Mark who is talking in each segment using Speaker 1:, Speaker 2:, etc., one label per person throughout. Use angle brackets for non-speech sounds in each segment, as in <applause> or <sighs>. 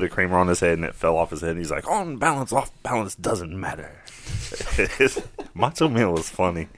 Speaker 1: the creamer on his head and it fell off his head. And he's like, on balance, off balance, doesn't matter. <laughs> Macho Mill is funny.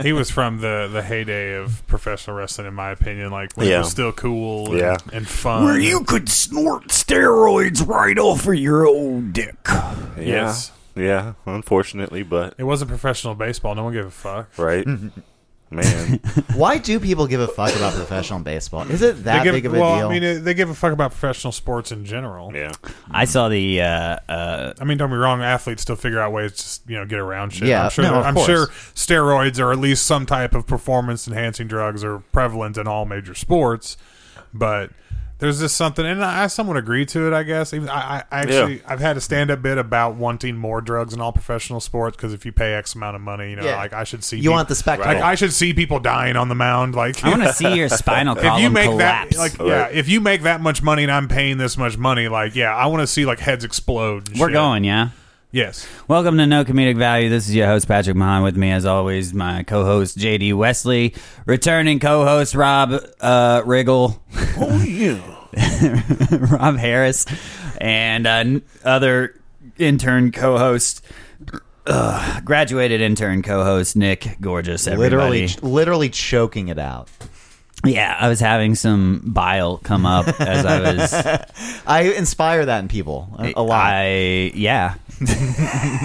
Speaker 2: he was from the, the heyday of professional wrestling, in my opinion. Like, when
Speaker 1: Yeah.
Speaker 2: it was still cool and,
Speaker 1: Yeah.
Speaker 2: and fun.
Speaker 3: Where you could snort steroids right off of your old dick.
Speaker 1: Yeah.
Speaker 2: Yes.
Speaker 1: Yeah, unfortunately, but
Speaker 2: It wasn't professional baseball. No one gave a fuck.
Speaker 1: right, <laughs> man.
Speaker 4: Why do people give a fuck about professional baseball? Is it
Speaker 2: They
Speaker 4: that
Speaker 2: give,
Speaker 4: big of a
Speaker 2: well,
Speaker 4: deal?
Speaker 2: I mean, it- they give a fuck about professional sports in general.
Speaker 1: Yeah,
Speaker 3: I saw the uh, uh,
Speaker 2: I mean, don't be wrong. Athletes still figure out ways to s- you know get around shit.
Speaker 4: Yeah,
Speaker 2: I'm sure.
Speaker 4: no,
Speaker 2: that-
Speaker 4: of
Speaker 2: I'm
Speaker 4: course.
Speaker 2: sure steroids or at least some type of performance enhancing drugs are prevalent in all major sports, but there's just something, and I, I somewhat agree to it. I guess even I, I I actually I've had a stand up bit about wanting more drugs in all professional sports because if you pay X amount of money, you know,
Speaker 4: Yeah.
Speaker 2: like I should see
Speaker 4: you
Speaker 2: peop-
Speaker 4: want the spectacle.
Speaker 2: like I should see people dying on the mound, like.
Speaker 5: I want to see
Speaker 3: <laughs>
Speaker 5: your spinal
Speaker 2: <laughs>
Speaker 5: column
Speaker 2: if you make
Speaker 5: collapse.
Speaker 2: that like
Speaker 1: All
Speaker 2: yeah,
Speaker 1: right.
Speaker 2: if you make that much money and I'm paying this much money, like yeah, I want to see like heads explode. And
Speaker 5: We're
Speaker 2: shit.
Speaker 5: going, yeah.
Speaker 2: Yes.
Speaker 5: Welcome to No Comedic Value. This is your host Patrick Mahan. With me, as always, my co-host JD Wesley, returning co-host Rob uh, Riggle, <laughs>
Speaker 1: oh yeah.
Speaker 5: Rob Harris, and uh, n- other intern co-host, ugh, graduated intern co-host Nick Gorgeous. Everybody.
Speaker 4: literally, literally choking it out.
Speaker 5: yeah. I was having some bile come up as I
Speaker 4: <laughs>
Speaker 5: was
Speaker 4: I inspire that in people uh, a, a lot.
Speaker 5: I yeah. <laughs>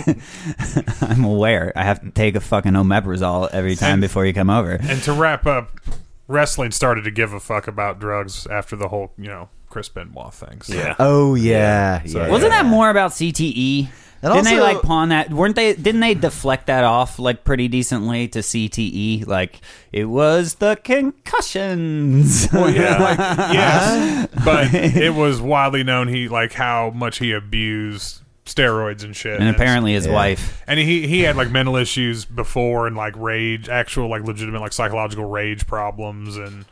Speaker 5: I'm aware. I have to take a fucking omeprazole every time before you come over.
Speaker 2: And to wrap up, wrestling started to give a fuck about drugs after the whole, you know, Chris Benoit thing. So.
Speaker 5: <laughs>
Speaker 1: Yeah.
Speaker 4: oh yeah, yeah.
Speaker 5: Wasn't that more about CTE?
Speaker 4: And
Speaker 5: didn't they
Speaker 4: also-
Speaker 5: like pawn that? Weren't they? Didn't they deflect that off like pretty decently to CTE? Like it was the
Speaker 2: <laughs>
Speaker 5: concussions.
Speaker 2: Yeah. Like, yes.
Speaker 5: <laughs>
Speaker 2: but it was widely known he like how much he abused steroids and shit.
Speaker 5: and apparently his wife.
Speaker 2: and he he had like mental issues before and like rage, actual like legitimate like psychological rage problems and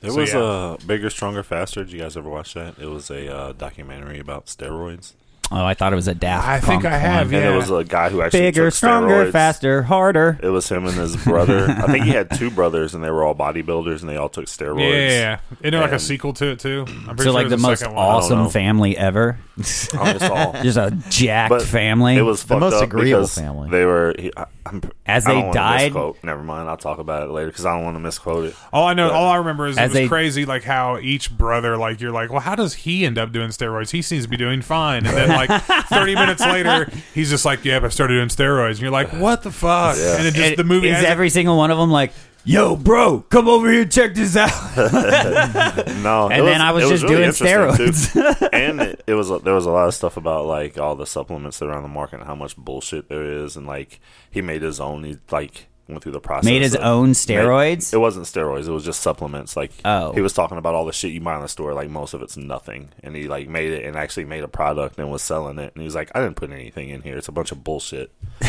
Speaker 1: There
Speaker 2: So,
Speaker 1: was
Speaker 2: yeah.
Speaker 1: a bigger, stronger, faster. Did you guys ever watch that? It was a uh, documentary about steroids,
Speaker 5: Oh, I thought it was a daft.
Speaker 2: I think
Speaker 5: Punk
Speaker 2: I have,
Speaker 5: one.
Speaker 1: and
Speaker 2: Yeah.
Speaker 1: it was a guy who actually
Speaker 5: Bigger,
Speaker 1: took
Speaker 5: stronger,
Speaker 1: steroids.
Speaker 5: faster, harder.
Speaker 1: It was him and his brother. I think he had two brothers, and they were all bodybuilders, and they all took steroids.
Speaker 2: yeah, Isn't there like a
Speaker 1: And-
Speaker 2: sequel to it too? I'm pretty
Speaker 5: So like the
Speaker 2: there's a
Speaker 5: most
Speaker 2: second one.
Speaker 1: don't
Speaker 5: awesome
Speaker 1: know.
Speaker 5: family ever. <laughs>
Speaker 1: Almost all.
Speaker 5: Just a jacked
Speaker 1: But
Speaker 5: family.
Speaker 1: It was fucked
Speaker 4: most
Speaker 1: up
Speaker 4: agreeable
Speaker 1: because
Speaker 4: family.
Speaker 1: They were he, I, I'm,
Speaker 5: As
Speaker 1: I
Speaker 5: they
Speaker 1: don't wanna
Speaker 5: died-
Speaker 1: misquote. Never mind. I'll talk about it later because I don't want to misquote it.
Speaker 2: All I know, all I remember is it
Speaker 5: As
Speaker 2: was
Speaker 5: they-
Speaker 2: crazy, like how each brother, like you're like, well, how does he end up doing steroids? He seems to be doing fine, and then
Speaker 5: <laughs>
Speaker 2: like 30 minutes later, he's just like, yep, I started doing steroids, and you're like, what the fuck? And then just
Speaker 5: It-
Speaker 2: the movie
Speaker 5: is
Speaker 2: has
Speaker 5: every single one of them like, "Yo, bro, come over here, check this
Speaker 1: <laughs>
Speaker 5: out."
Speaker 1: No,
Speaker 5: And
Speaker 1: it
Speaker 5: then I was
Speaker 1: it
Speaker 5: just doing
Speaker 1: interesting,
Speaker 5: <laughs>
Speaker 1: too. and it, it was there was a lot of stuff about like all the supplements that are on the market and how much bullshit there is, and like he made his own. He like went through the process.
Speaker 5: Made his
Speaker 1: of-
Speaker 5: own steroids?
Speaker 1: it wasn't steroids. It was just supplements. Like
Speaker 5: Oh.
Speaker 1: he was talking about all the shit you buy in the store. Like most of it's nothing, and he like made it and actually made a product and was selling it. And he was like, I didn't put anything in here. It's a bunch of
Speaker 5: <laughs>
Speaker 1: bullshit. <laughs>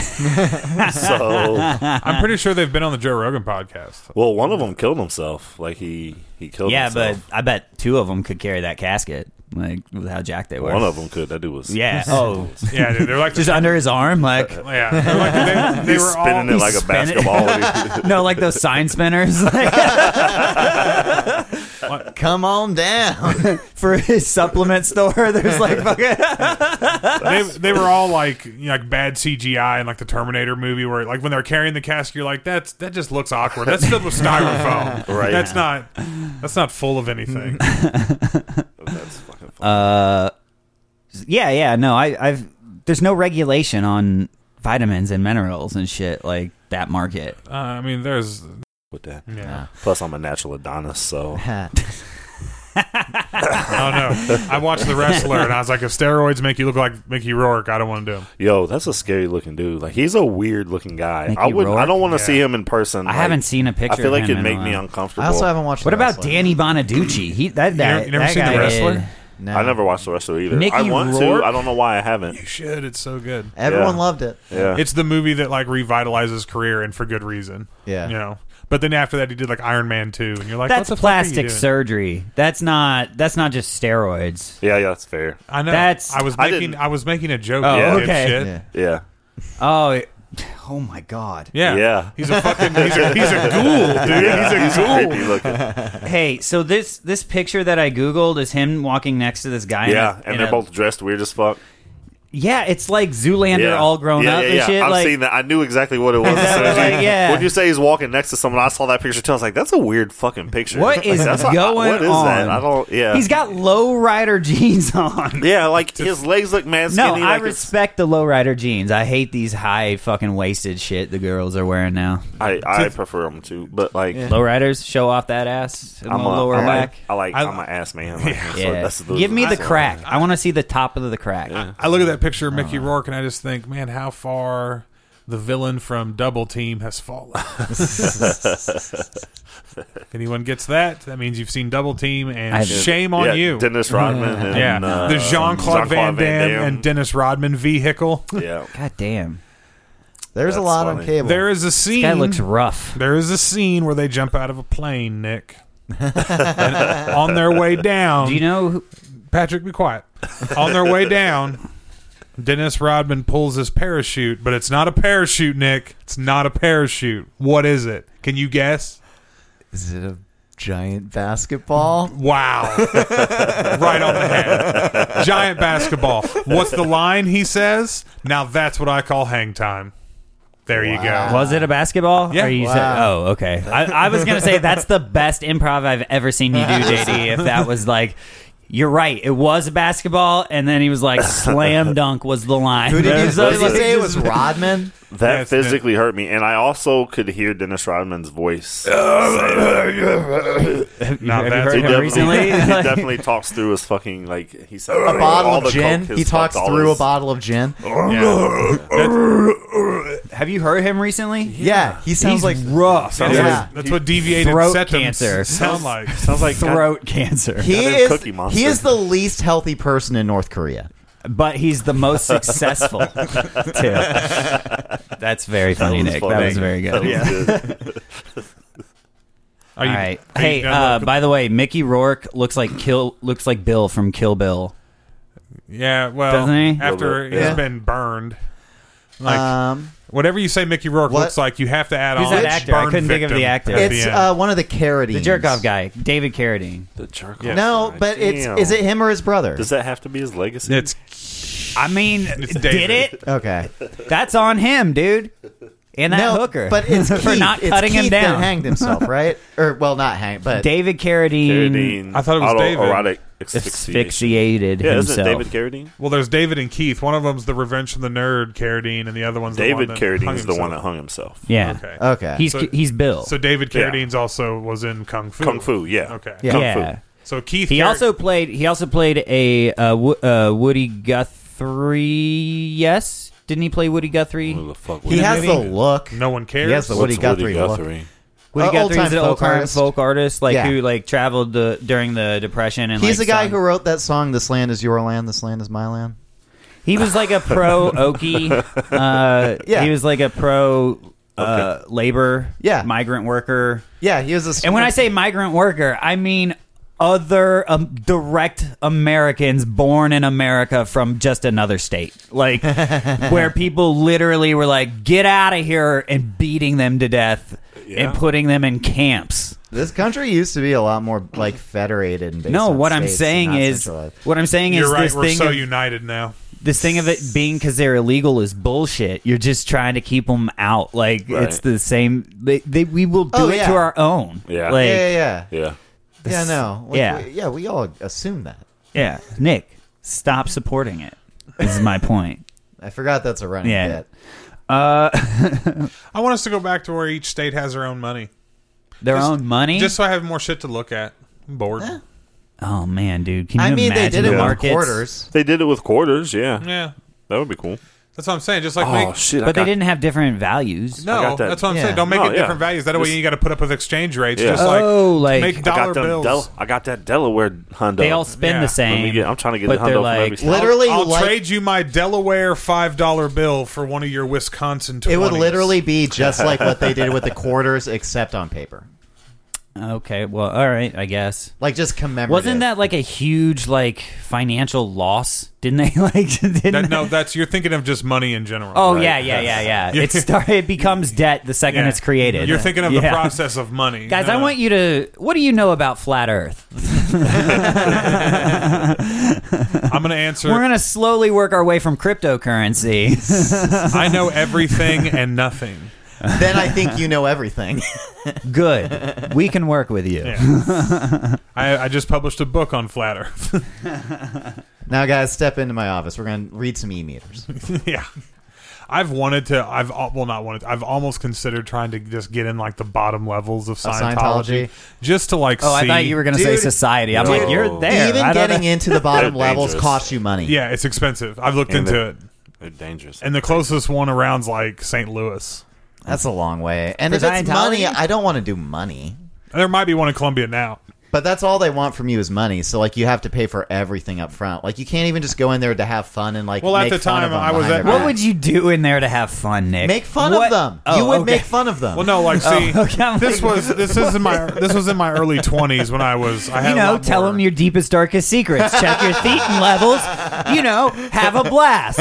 Speaker 1: so
Speaker 2: I'm pretty sure they've been on the Joe Rogan podcast.
Speaker 1: Well, one of them killed himself. Like he he killed.
Speaker 5: yeah, but
Speaker 1: himself.
Speaker 5: I bet two of them could carry that casket, like with how jacked they were.
Speaker 1: one of them could. That dude was
Speaker 5: <laughs> Yeah. Oh,
Speaker 2: Yeah, dude, they're like,
Speaker 5: just
Speaker 2: the,
Speaker 5: under his arm, like <laughs>
Speaker 2: yeah, they're
Speaker 1: <laughs>
Speaker 2: like they, they were
Speaker 1: spinning
Speaker 2: all.
Speaker 1: it like a
Speaker 5: spinning
Speaker 2: <laughs>
Speaker 5: it.
Speaker 1: basketball. <laughs>
Speaker 5: no, like those sign spinners, <laughs> like
Speaker 4: Come on down.
Speaker 5: for his supplement store. <laughs> There's like fucking. <laughs>
Speaker 2: they, they were all like you know, like bad CGI in like the Terminator movie where like when they're carrying the casket, you're like that's that just looks awkward. That's filled
Speaker 1: <laughs>
Speaker 2: with styrofoam.
Speaker 1: Right.
Speaker 2: That's not that's not full of anything.
Speaker 1: That's fucking funny.
Speaker 5: Uh, yeah, yeah. No, I, I've there's no regulation on vitamins and minerals and shit like that market.
Speaker 2: Uh, I mean, there's
Speaker 1: with that.
Speaker 4: <laughs>
Speaker 2: yeah.
Speaker 1: Plus, I'm a natural Adonis, so
Speaker 2: Oh no, I watched the wrestler and I was like, if steroids make you look like Mickey Rourke, I don't want to do them.
Speaker 1: yo, that's a scary looking dude. Like he's a weird looking guy.
Speaker 5: Mickey
Speaker 1: I would. not I
Speaker 5: Rourke?
Speaker 1: don't want to
Speaker 2: Yeah.
Speaker 1: see him in person.
Speaker 5: I
Speaker 1: Like,
Speaker 5: haven't seen a
Speaker 1: I
Speaker 5: picture.
Speaker 1: feel
Speaker 5: of
Speaker 1: like
Speaker 5: him
Speaker 1: it'd
Speaker 5: in a
Speaker 1: make me
Speaker 5: while.
Speaker 1: uncomfortable.
Speaker 4: I also haven't watched.
Speaker 5: What
Speaker 4: the
Speaker 5: about
Speaker 4: wrestling.
Speaker 5: Danny Bonaducci? He that
Speaker 2: You
Speaker 5: that,
Speaker 2: never- you never
Speaker 5: that
Speaker 2: seen The
Speaker 5: guy
Speaker 2: Wrestler?
Speaker 5: did-
Speaker 4: No.
Speaker 1: I never watched the wrestler either.
Speaker 5: uh, Mickey
Speaker 1: I want
Speaker 5: Rourke?
Speaker 1: to. I don't know why I
Speaker 5: <laughs>
Speaker 1: haven't.
Speaker 2: Shit, it's so good.
Speaker 4: Everyone
Speaker 1: Yeah.
Speaker 4: loved it.
Speaker 1: Yeah.
Speaker 2: It's the movie that like revitalizes his career and for good reason.
Speaker 4: Yeah.
Speaker 2: you know. But then after that, he did like Iron Man two, and you're like,
Speaker 5: That's
Speaker 2: what the fuck are you
Speaker 5: plastic
Speaker 2: doing?
Speaker 5: surgery. That's not. That's not just steroids.
Speaker 1: yeah, yeah, that's fair.
Speaker 2: I know.
Speaker 5: That's-
Speaker 2: I was
Speaker 1: I
Speaker 2: making
Speaker 1: didn't-
Speaker 2: I, was making a joke.
Speaker 5: Oh,
Speaker 2: you
Speaker 1: okay.
Speaker 2: dipshit.
Speaker 5: <laughs>
Speaker 4: Yeah.
Speaker 1: Yeah,
Speaker 5: Oh, <sighs> Oh my god.
Speaker 2: Yeah,
Speaker 1: Yeah.
Speaker 2: He's a fucking he's a, he's a
Speaker 1: <laughs>
Speaker 2: ghoul, dude. he's a ghoul.
Speaker 1: Creepy looking.
Speaker 5: Hey, so this this picture that I googled is him walking next to this guy. in a- <laughs>
Speaker 1: Yeah,
Speaker 5: in
Speaker 1: and they're
Speaker 5: a-
Speaker 1: both dressed weird as fuck.
Speaker 5: Yeah, it's like Zoolander
Speaker 1: Yeah,
Speaker 5: all grown
Speaker 1: yeah,
Speaker 5: up
Speaker 1: yeah,
Speaker 5: and
Speaker 1: yeah.
Speaker 5: shit.
Speaker 1: I've
Speaker 5: like,
Speaker 1: seen that. I knew exactly what it
Speaker 5: <laughs>
Speaker 1: was. As soon as
Speaker 5: Like,
Speaker 1: you-
Speaker 5: yeah.
Speaker 1: When you say he's walking next to someone, I saw that picture too. I was like, "That's a weird fucking picture." <laughs>
Speaker 5: What
Speaker 1: Like,
Speaker 5: is
Speaker 1: that's a-
Speaker 5: going
Speaker 1: what is
Speaker 5: on?
Speaker 1: That? I don't. Yeah.
Speaker 5: He's got low rider <laughs> jeans on.
Speaker 1: Yeah, like his legs look mad
Speaker 5: No,
Speaker 1: skinny.
Speaker 5: I
Speaker 1: like it's-
Speaker 5: respect the low rider jeans. I hate these high fucking waisted shit the girls are wearing now.
Speaker 1: I, I prefer him too, but like
Speaker 5: Low riders show off that ass and
Speaker 1: I'm
Speaker 5: the
Speaker 1: a,
Speaker 5: lower
Speaker 1: I like,
Speaker 5: back.
Speaker 1: I like
Speaker 2: I-
Speaker 1: I, am an ass man. Like, so
Speaker 5: yeah.
Speaker 1: that's the-
Speaker 5: Give me the
Speaker 1: so-
Speaker 5: crack. I want to see the top of the crack.
Speaker 2: I look at that picture of Mickey Rourke and I just think, man, how far the villain from Double Team has fallen. If Anyone gets that? That means you've seen Double Team, and
Speaker 5: I haven't.
Speaker 2: shame on
Speaker 1: Yeah,
Speaker 2: you.
Speaker 1: Dennis Rodman. And,
Speaker 2: yeah,
Speaker 1: uh,
Speaker 2: the Jean Claude
Speaker 1: Jean-Claude
Speaker 2: Van, Damme and Dennis Rodman vehicle.
Speaker 1: yeah,
Speaker 5: God damn.
Speaker 4: There's a
Speaker 1: That's
Speaker 4: lot on
Speaker 1: funny.
Speaker 4: cable.
Speaker 2: There is a
Speaker 5: This
Speaker 2: scene.
Speaker 5: guy looks rough.
Speaker 2: There is a scene where they jump out of a plane, Nick. <laughs> And on their way down,
Speaker 5: Do you know who,
Speaker 2: Patrick, be quiet. on their way down, Dennis Rodman pulls his parachute, but it's not a parachute, Nick. It's not a parachute. What is it? Can you guess?
Speaker 4: Is it a giant basketball?
Speaker 2: Wow. <laughs> right on the head. Giant basketball. What's the line he says? Now that's what I call hang time. There you go.
Speaker 5: Was it a basketball?
Speaker 2: Yeah.
Speaker 5: Or you said,
Speaker 4: Wow.
Speaker 5: oh, okay. I, I was gonna say that's the best improv I've ever seen you do, JD. If that was like, you're right, it was a basketball, and then he was like, slam dunk was the line.
Speaker 4: Who did you,
Speaker 5: So
Speaker 4: who did you
Speaker 5: like-
Speaker 4: say it
Speaker 1: <laughs>
Speaker 4: was Rodman?
Speaker 1: that
Speaker 2: Yes, man.
Speaker 1: physically hurt me, and I also could hear Dennis Rodman's voice.
Speaker 2: <laughs> Now
Speaker 5: Have you
Speaker 2: that's
Speaker 5: heard
Speaker 2: what-
Speaker 5: him recently?
Speaker 1: <laughs> he
Speaker 5: <laughs> Like-
Speaker 1: definitely talks through his fucking like he said
Speaker 4: A bottle
Speaker 1: all
Speaker 4: of
Speaker 1: the
Speaker 4: gin?
Speaker 1: coke
Speaker 4: He
Speaker 1: has
Speaker 4: talks
Speaker 1: fucked all
Speaker 4: through a
Speaker 1: his-
Speaker 4: bottle of gin.
Speaker 5: Have you heard him recently?
Speaker 4: Yeah, he sounds
Speaker 5: He's
Speaker 4: like
Speaker 5: rough.
Speaker 2: That's,
Speaker 4: Yeah.
Speaker 2: what, that's what deviated
Speaker 5: Throat
Speaker 2: septums
Speaker 5: cancer.
Speaker 2: sound like.
Speaker 1: Sounds like
Speaker 5: Throat cancer.
Speaker 4: he
Speaker 1: Goddamn
Speaker 4: is.
Speaker 1: Cookie Monster.
Speaker 4: He is the least healthy person in North Korea.
Speaker 5: but he's the most successful, too. That's very funny,
Speaker 1: was
Speaker 5: Nick.
Speaker 1: funny.
Speaker 5: That was very good.
Speaker 1: yeah.
Speaker 2: Are you-
Speaker 5: All right.
Speaker 2: are you
Speaker 5: Hey,
Speaker 2: done
Speaker 5: uh,
Speaker 2: looking-
Speaker 5: by the way, Mickey Rourke looks like Kill looks like Bill from Kill Bill.
Speaker 2: Yeah, well,
Speaker 5: Doesn't he? Uh,
Speaker 1: Little
Speaker 2: after he's
Speaker 1: bit,
Speaker 4: yeah.
Speaker 2: been burned, like
Speaker 4: um,
Speaker 2: whatever you say, Mickey Rourke
Speaker 4: What?
Speaker 2: looks like you have to add
Speaker 5: Who's
Speaker 2: on.
Speaker 5: that
Speaker 2: which
Speaker 5: actor? I
Speaker 2: burn
Speaker 5: couldn't think of
Speaker 2: victim
Speaker 5: the actor.
Speaker 2: at the
Speaker 4: it's
Speaker 2: end.
Speaker 4: uh, one of the Carradines.
Speaker 5: The jerk off guy, David Carradine.
Speaker 1: the jerk.
Speaker 2: Yeah.
Speaker 4: No, but it's is it him or his brother?
Speaker 1: Does that have to be his legacy?
Speaker 2: it's
Speaker 5: I mean, did
Speaker 2: David.
Speaker 5: it?
Speaker 1: <laughs>
Speaker 4: okay.
Speaker 5: That's on him, dude. And that
Speaker 4: no,
Speaker 5: hooker,
Speaker 4: but <laughs>
Speaker 5: <laughs>
Speaker 4: it's
Speaker 5: for
Speaker 4: Keith.
Speaker 5: not
Speaker 4: It's
Speaker 5: cutting him
Speaker 4: Keith that
Speaker 5: down.
Speaker 4: hanged himself, <laughs> right? or well, not hanged, but
Speaker 5: David Carradine
Speaker 1: Carradine,
Speaker 2: I thought it was David.
Speaker 1: autoerotic asphyxiation.
Speaker 5: asphyxiated
Speaker 1: Yeah, isn't it
Speaker 5: himself.
Speaker 1: David Carradine?
Speaker 2: well, there's David and Keith. One of them's the Revenge from the Nerd Carradine, and the other one's
Speaker 1: David
Speaker 2: the one that hung
Speaker 1: Carradine is the one that
Speaker 2: himself.
Speaker 1: hung himself.
Speaker 5: yeah,
Speaker 2: Okay.
Speaker 4: okay.
Speaker 5: he's
Speaker 2: So-
Speaker 5: he's Bill.
Speaker 2: So David
Speaker 1: Yeah.
Speaker 2: Carradine's also was in Kung Fu.
Speaker 1: Kung Fu, yeah.
Speaker 2: Okay.
Speaker 4: Yeah.
Speaker 1: Kung
Speaker 5: yeah,
Speaker 1: Fu.
Speaker 2: So Keith.
Speaker 5: he
Speaker 2: Carr-
Speaker 5: also played he also played a uh, Wo- uh, Woody Guthrie. Yes, didn't he play Woody Guthrie?
Speaker 1: Who the fuck
Speaker 4: he
Speaker 1: was-
Speaker 4: has
Speaker 2: movie?
Speaker 4: the look.
Speaker 2: No one cares.
Speaker 4: He has the
Speaker 1: What's
Speaker 4: Woody Guthrie, look.
Speaker 5: Woody
Speaker 4: Uh,
Speaker 5: Guthrie is
Speaker 4: old-time
Speaker 5: an
Speaker 4: folk
Speaker 5: old time
Speaker 4: artist.
Speaker 5: folk artist, like
Speaker 4: Yeah.
Speaker 5: who like traveled the during the Depression and
Speaker 4: He's
Speaker 5: like,
Speaker 4: the guy
Speaker 5: sung-
Speaker 4: who wrote that song "This Land Is Your Land, This Land Is My Land."
Speaker 5: He was like a
Speaker 4: <laughs>
Speaker 5: pro Okie. Uh,
Speaker 4: Yeah.
Speaker 5: He was like a pro uh, labor,
Speaker 4: Yeah.
Speaker 5: migrant worker.
Speaker 4: Yeah, he was a.
Speaker 5: And when I say migrant worker, I mean other um, direct Americans born in America from just another state,
Speaker 2: <laughs>
Speaker 5: like where people literally were like, "Get out of here!" and beating them to death
Speaker 1: Yeah.
Speaker 5: and putting them in camps.
Speaker 4: this country used to be a lot more like federated and based
Speaker 5: no,
Speaker 4: on
Speaker 5: what I'm
Speaker 4: states and
Speaker 5: saying
Speaker 4: not
Speaker 5: is,
Speaker 4: centralized.
Speaker 5: what I'm saying
Speaker 2: You're
Speaker 5: is
Speaker 2: right.
Speaker 5: this
Speaker 2: We're
Speaker 5: thing
Speaker 2: so
Speaker 5: of-
Speaker 2: united now.
Speaker 5: this thing of it being because they're illegal is bullshit. You're just trying to keep them out. Like
Speaker 1: Right.
Speaker 5: it's the same. They, they we will do
Speaker 4: Oh,
Speaker 5: it
Speaker 4: yeah.
Speaker 5: to our own.
Speaker 1: Yeah.
Speaker 5: Like,
Speaker 4: yeah, yeah, yeah,
Speaker 1: Yeah.
Speaker 4: yeah. No, Like,
Speaker 5: yeah.
Speaker 4: we, yeah, we all assume that.
Speaker 5: yeah. Nick, stop supporting it. This is my point.
Speaker 4: <laughs> I forgot that's a running
Speaker 5: Yeah.
Speaker 4: bit.
Speaker 5: Uh,
Speaker 2: I want us to go back to where each state has their own money,
Speaker 5: their own money.
Speaker 2: just so I have more shit to look at. I'm bored.
Speaker 5: oh man, dude. Can you
Speaker 4: I mean, they
Speaker 5: imagine
Speaker 4: did
Speaker 5: the
Speaker 4: it with
Speaker 5: markets?
Speaker 4: quarters.
Speaker 1: They did it with quarters, yeah.
Speaker 2: Yeah.
Speaker 1: That would be cool.
Speaker 2: That's what I'm saying. Just like
Speaker 1: Oh,
Speaker 2: make,
Speaker 1: shit. I
Speaker 5: But they
Speaker 1: got-
Speaker 5: didn't have different values.
Speaker 1: I
Speaker 2: No,
Speaker 1: got that.
Speaker 2: that's what I'm
Speaker 4: Yeah.
Speaker 2: saying. Don't make
Speaker 1: No,
Speaker 2: it
Speaker 1: yeah.
Speaker 2: different values. That way
Speaker 1: Just-
Speaker 2: you got to put up with exchange rates.
Speaker 1: Yeah.
Speaker 2: Just like
Speaker 5: Oh, like-
Speaker 2: make
Speaker 5: I
Speaker 1: I
Speaker 2: dollar
Speaker 1: got, them
Speaker 2: bills.
Speaker 1: Del- I got that Delaware Honda.
Speaker 5: They all spend
Speaker 2: Yeah.
Speaker 5: the
Speaker 1: Let me
Speaker 5: same.
Speaker 1: get- I'm trying to get
Speaker 5: but
Speaker 1: the Honda
Speaker 5: they're
Speaker 1: from
Speaker 5: like-
Speaker 1: every state.
Speaker 4: Literally,
Speaker 2: I'll
Speaker 4: like,
Speaker 2: trade you my Delaware five dollar bill for one of your Wisconsin. 20s. <laughs>
Speaker 4: It would literally be just like what they did with the quarters, except on paper.
Speaker 5: Okay, well, all right, I guess.
Speaker 4: Like just commemorative.
Speaker 5: Wasn't that like a huge like financial loss? Didn't they <laughs> like? Didn't
Speaker 2: That,
Speaker 5: <laughs>
Speaker 2: no, that's you're thinking of just money in general.
Speaker 5: Oh
Speaker 1: Right.
Speaker 5: yeah, yeah, yeah, yeah.
Speaker 2: Yeah.
Speaker 5: It start, it becomes debt the second
Speaker 2: Yeah.
Speaker 5: it's created.
Speaker 2: You're thinking of the
Speaker 5: Yeah.
Speaker 2: process of money,
Speaker 5: <laughs> Guys, I
Speaker 2: No.
Speaker 5: want you to. What do you know about flat Earth?
Speaker 2: I'm going to answer.
Speaker 5: We're gonna slowly work our way from cryptocurrency. <laughs>
Speaker 2: I know everything and nothing.
Speaker 4: <laughs> then I think
Speaker 5: <laughs>
Speaker 4: you know everything.
Speaker 5: Good, we can work
Speaker 2: <laughs>
Speaker 5: with you.
Speaker 2: Yeah. I, I just published a book on flat Earth.
Speaker 4: now, guys, step into my office. We're gonna read some
Speaker 2: <laughs>
Speaker 4: e meters.
Speaker 2: yeah. I've wanted to. I've al- well, not wanted. I've almost considered trying to just get in like the bottom levels of Scientology,
Speaker 4: Scientology?
Speaker 2: just to like.
Speaker 5: Oh,
Speaker 2: see,
Speaker 5: I thought you were gonna say
Speaker 4: Dude,
Speaker 5: society. I'm
Speaker 1: dude,
Speaker 5: like, you're there. I
Speaker 4: Even
Speaker 5: don't
Speaker 4: getting
Speaker 5: know.
Speaker 4: into
Speaker 2: <laughs>
Speaker 4: the bottom
Speaker 1: They're
Speaker 4: levels
Speaker 1: dangerous.
Speaker 4: costs you money.
Speaker 2: Yeah, it's expensive. I've looked
Speaker 1: And
Speaker 2: into
Speaker 1: the-
Speaker 2: it,
Speaker 1: They're dangerous.
Speaker 2: and the closest one around's like St. Louis.
Speaker 4: that's a long way. And
Speaker 5: For
Speaker 4: if it's money,
Speaker 5: Scientology?
Speaker 4: I don't want to do money.
Speaker 2: There might be one in Columbia now.
Speaker 4: But that's all they want from you is money. So like you have to pay for everything up front. Like you can't even just go in there to have fun and like.
Speaker 2: Well, at
Speaker 4: make
Speaker 2: the
Speaker 4: fun
Speaker 2: time,
Speaker 4: of them
Speaker 2: I was
Speaker 4: behind
Speaker 2: at-
Speaker 4: their
Speaker 5: What
Speaker 4: back.
Speaker 5: would you do in there to have fun, Nick?
Speaker 4: make fun
Speaker 5: What-
Speaker 4: of them.
Speaker 5: Oh,
Speaker 4: you would
Speaker 5: okay.
Speaker 4: make fun of them.
Speaker 2: Well, no,
Speaker 5: <laughs>
Speaker 2: like see,
Speaker 5: Oh, okay, I'm
Speaker 2: this
Speaker 5: like- <laughs>
Speaker 2: was this is in my this was in my early twenties when I was. I had
Speaker 5: You
Speaker 2: a
Speaker 5: know,
Speaker 2: lot
Speaker 5: tell
Speaker 2: more-
Speaker 5: them your deepest, darkest secrets. Check your thetan levels. You know, have a blast.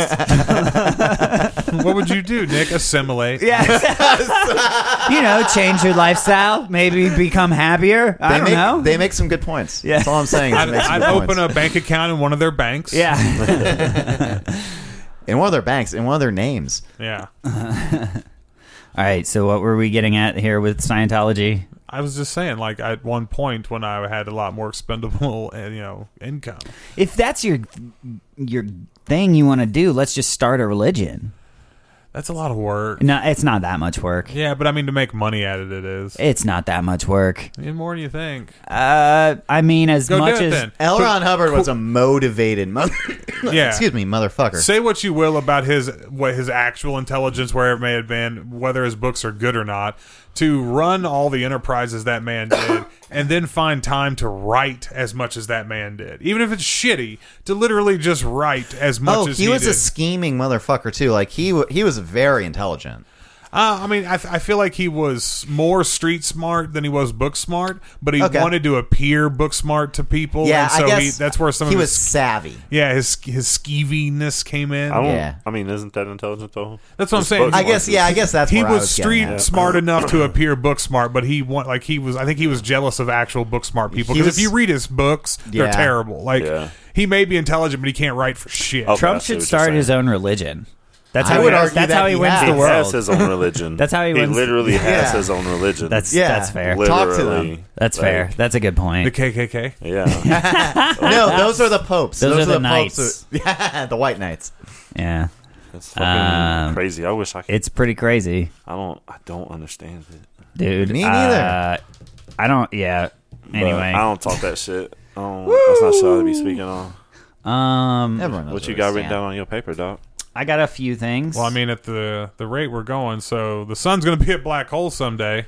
Speaker 2: What would you do, Nick? Assimilate.
Speaker 5: <laughs> Yeah. you know, change your lifestyle. Maybe become happier. I
Speaker 4: they
Speaker 5: don't
Speaker 4: make
Speaker 5: know.
Speaker 4: they make some good points.
Speaker 5: Yeah.
Speaker 4: That's all I'm saying. Is
Speaker 2: I'd,
Speaker 4: they make some
Speaker 2: I'd
Speaker 4: good
Speaker 2: open
Speaker 4: points.
Speaker 2: a bank account in one of their banks.
Speaker 4: <laughs>
Speaker 5: yeah.
Speaker 4: in one of their banks in one of their names.
Speaker 2: yeah.
Speaker 5: All right. So, what were we getting at here with Scientology?
Speaker 2: I was just saying, like at one point when I had a lot more expendable, <laughs> uh, you know, income.
Speaker 5: If that's your your thing you want to do, let's just start a religion.
Speaker 2: That's a lot of work.
Speaker 5: No, it's not that much work.
Speaker 2: Yeah, but I mean, to make money at it, it is.
Speaker 5: It's not that much work.
Speaker 2: I mean, more than you think.
Speaker 5: Uh, I mean, as
Speaker 2: Go
Speaker 5: much
Speaker 2: do it
Speaker 5: as
Speaker 2: then.
Speaker 4: L. Ron Hubbard was a motivated <laughs> mother.
Speaker 2: Yeah.
Speaker 4: Excuse me, motherfucker.
Speaker 2: Say what you will about his what his actual intelligence, where it may have been, whether his books are good or not. To run all the enterprises that man did, <coughs> and then find time to write as much as that man did, even if it's shitty, to literally just write as much
Speaker 4: oh,
Speaker 2: as
Speaker 4: he,
Speaker 2: he,
Speaker 4: was
Speaker 2: did.
Speaker 4: a scheming motherfucker too. Like he w- he was very intelligent.
Speaker 2: Uh, I mean, I, I feel like he was more street smart than he was book smart, but he
Speaker 4: Okay.
Speaker 2: wanted to appear book smart to people.
Speaker 4: Yeah,
Speaker 2: and so
Speaker 4: I guess
Speaker 2: he, that's where some
Speaker 4: he
Speaker 2: of
Speaker 4: was
Speaker 2: his
Speaker 4: savvy.
Speaker 2: yeah his his skeeviness came in.
Speaker 1: I don't.
Speaker 4: Yeah.
Speaker 1: I mean, isn't that intelligent though?
Speaker 2: That's what I'm
Speaker 1: His
Speaker 2: saying.
Speaker 1: book
Speaker 4: I
Speaker 1: smart
Speaker 4: guess
Speaker 1: is-
Speaker 4: yeah. I guess that's
Speaker 2: he
Speaker 4: where I
Speaker 2: was,
Speaker 4: getting
Speaker 2: street
Speaker 4: at.
Speaker 2: smart enough to appear book smart, but he want like he was. I think he was jealous of actual book smart people
Speaker 4: He
Speaker 2: because if
Speaker 4: was-
Speaker 2: you read his books, they're
Speaker 4: Yeah.
Speaker 2: terrible. Like
Speaker 1: Yeah.
Speaker 2: he may be intelligent, but he can't write for shit.
Speaker 1: Oh,
Speaker 5: Trump
Speaker 1: I see what
Speaker 5: should
Speaker 1: you're
Speaker 5: start his
Speaker 1: saying.
Speaker 5: own religion. That's
Speaker 4: I
Speaker 5: how he,
Speaker 4: would argue
Speaker 5: that's
Speaker 4: that
Speaker 5: how he,
Speaker 4: he
Speaker 5: wins
Speaker 4: has.
Speaker 5: the
Speaker 1: He
Speaker 5: world.
Speaker 1: has his own religion.
Speaker 5: That's how he wins.
Speaker 1: literally has
Speaker 4: Yeah.
Speaker 1: his own religion.
Speaker 5: that's
Speaker 4: Yeah.
Speaker 5: that's fair.
Speaker 1: literally.
Speaker 4: Talk to them.
Speaker 5: That's fair. That's a good
Speaker 2: The
Speaker 5: point.
Speaker 2: KKK.
Speaker 5: <laughs>
Speaker 1: Yeah.
Speaker 4: No, those are the popes.
Speaker 5: Those are the
Speaker 4: popes
Speaker 5: knights.
Speaker 4: who- <laughs> Yeah, the white knights.
Speaker 5: Yeah,
Speaker 1: That's fucking
Speaker 5: Um,
Speaker 1: crazy. I wish I could.
Speaker 5: it's pretty crazy,
Speaker 1: I don't. I don't understand it.
Speaker 5: dude.
Speaker 4: Me neither.
Speaker 5: Uh, I don't. Yeah.
Speaker 1: But I
Speaker 5: Anyway,
Speaker 1: don't talk that shit. I don't- that's not shit I be speaking on.
Speaker 5: um,
Speaker 4: Everyone knows
Speaker 1: What you
Speaker 4: where
Speaker 1: got
Speaker 4: we
Speaker 1: written
Speaker 4: stand.
Speaker 1: down on your paper, doc?
Speaker 5: I got a few things.
Speaker 2: Well, I mean, at the the rate we're going, so the sun's going to <laughs> be a black hole someday.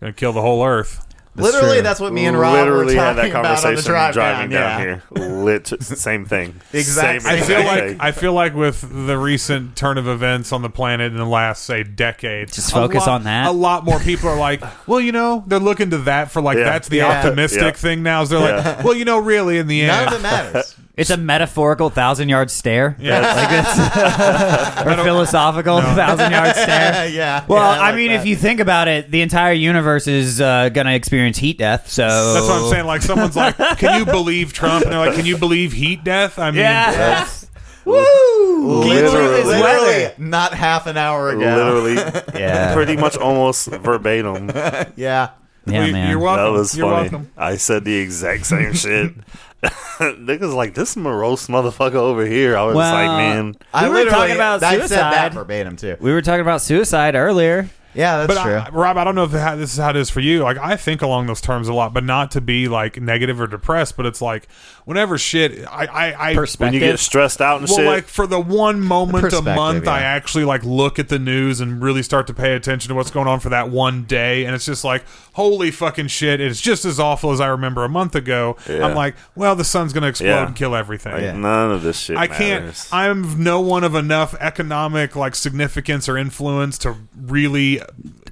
Speaker 2: Going to kill the whole Earth.
Speaker 4: Literally, true. that's what me and Rob
Speaker 1: literally
Speaker 4: were
Speaker 1: had
Speaker 4: talking
Speaker 1: that
Speaker 4: about on the
Speaker 1: conversation
Speaker 4: drive
Speaker 1: driving
Speaker 4: down,
Speaker 1: down,
Speaker 4: yeah.
Speaker 1: here. Lit, same thing.
Speaker 4: Exact-
Speaker 1: Same
Speaker 2: I feel
Speaker 1: exact
Speaker 2: like
Speaker 1: thing.
Speaker 2: I feel like with the recent turn of events on the planet in the last say decade,
Speaker 5: Just
Speaker 2: a
Speaker 5: focus
Speaker 2: lot-
Speaker 5: on that.
Speaker 2: A lot more people are like, <laughs> well, you know, they're looking to that for like
Speaker 1: Yeah.
Speaker 2: that's the
Speaker 4: Yeah.
Speaker 2: optimistic
Speaker 1: Yeah.
Speaker 2: thing now. Is they're
Speaker 1: Yeah.
Speaker 2: like, well, you know, really in the
Speaker 4: None of it
Speaker 2: end,
Speaker 5: <laughs>
Speaker 4: matters.
Speaker 5: it's a metaphorical thousand-yard stare.
Speaker 2: Yeah.
Speaker 5: like it's <laughs> or philosophical thousand-yard stare.
Speaker 4: yeah.
Speaker 5: Well,
Speaker 4: yeah,
Speaker 5: I
Speaker 4: like
Speaker 5: mean,
Speaker 4: that.
Speaker 5: if you think about it, the entire universe is uh, going to experience heat death. So
Speaker 2: <laughs> that's what I'm saying. Like someone's like, can you believe Trump? And they're like, can you believe heat deeth? I mean,
Speaker 5: Yeah.
Speaker 4: Woo!
Speaker 1: Literally.
Speaker 4: Literally,
Speaker 5: Literally.
Speaker 4: not half an hour ago.
Speaker 1: literally,
Speaker 5: Yeah.
Speaker 1: pretty much almost verbatim. That
Speaker 4: Yeah.
Speaker 5: Yeah,
Speaker 2: we-
Speaker 5: man.
Speaker 2: you're welcome.
Speaker 1: was
Speaker 2: you're
Speaker 1: funny.
Speaker 2: welcome.
Speaker 1: I said the exact same shit. <laughs> Niggas like this morose motherfucker over here. I was
Speaker 5: Well,
Speaker 1: like, man,
Speaker 4: I
Speaker 5: were
Speaker 4: literally-
Speaker 5: talking about
Speaker 4: I said
Speaker 5: suicide.
Speaker 4: that verbatim too.
Speaker 5: we were talking about suicide earlier.
Speaker 4: Yeah, that's
Speaker 2: But
Speaker 4: true.
Speaker 2: I, Rob, I don't know if how, this is how it is for you. Like, I think along those terms a lot, but not to be like negative or depressed. But it's like whenever shit, I, I, I
Speaker 1: when you get stressed out and
Speaker 2: Well,
Speaker 1: shit,
Speaker 2: like for the one moment a
Speaker 4: Perspective,
Speaker 2: month, I
Speaker 4: yeah.
Speaker 2: actually like look at the news and really start to pay attention to what's going on for that one day, and it's just like, holy fucking shit! It's just as awful as I remember a month ago.
Speaker 1: Yeah.
Speaker 2: I'm like, well, the sun's gonna explode
Speaker 1: Yeah.
Speaker 2: and kill everything.
Speaker 1: like, none of this shit.
Speaker 2: I can't.
Speaker 1: matters.
Speaker 2: I'm no one of enough economic like significance or influence to really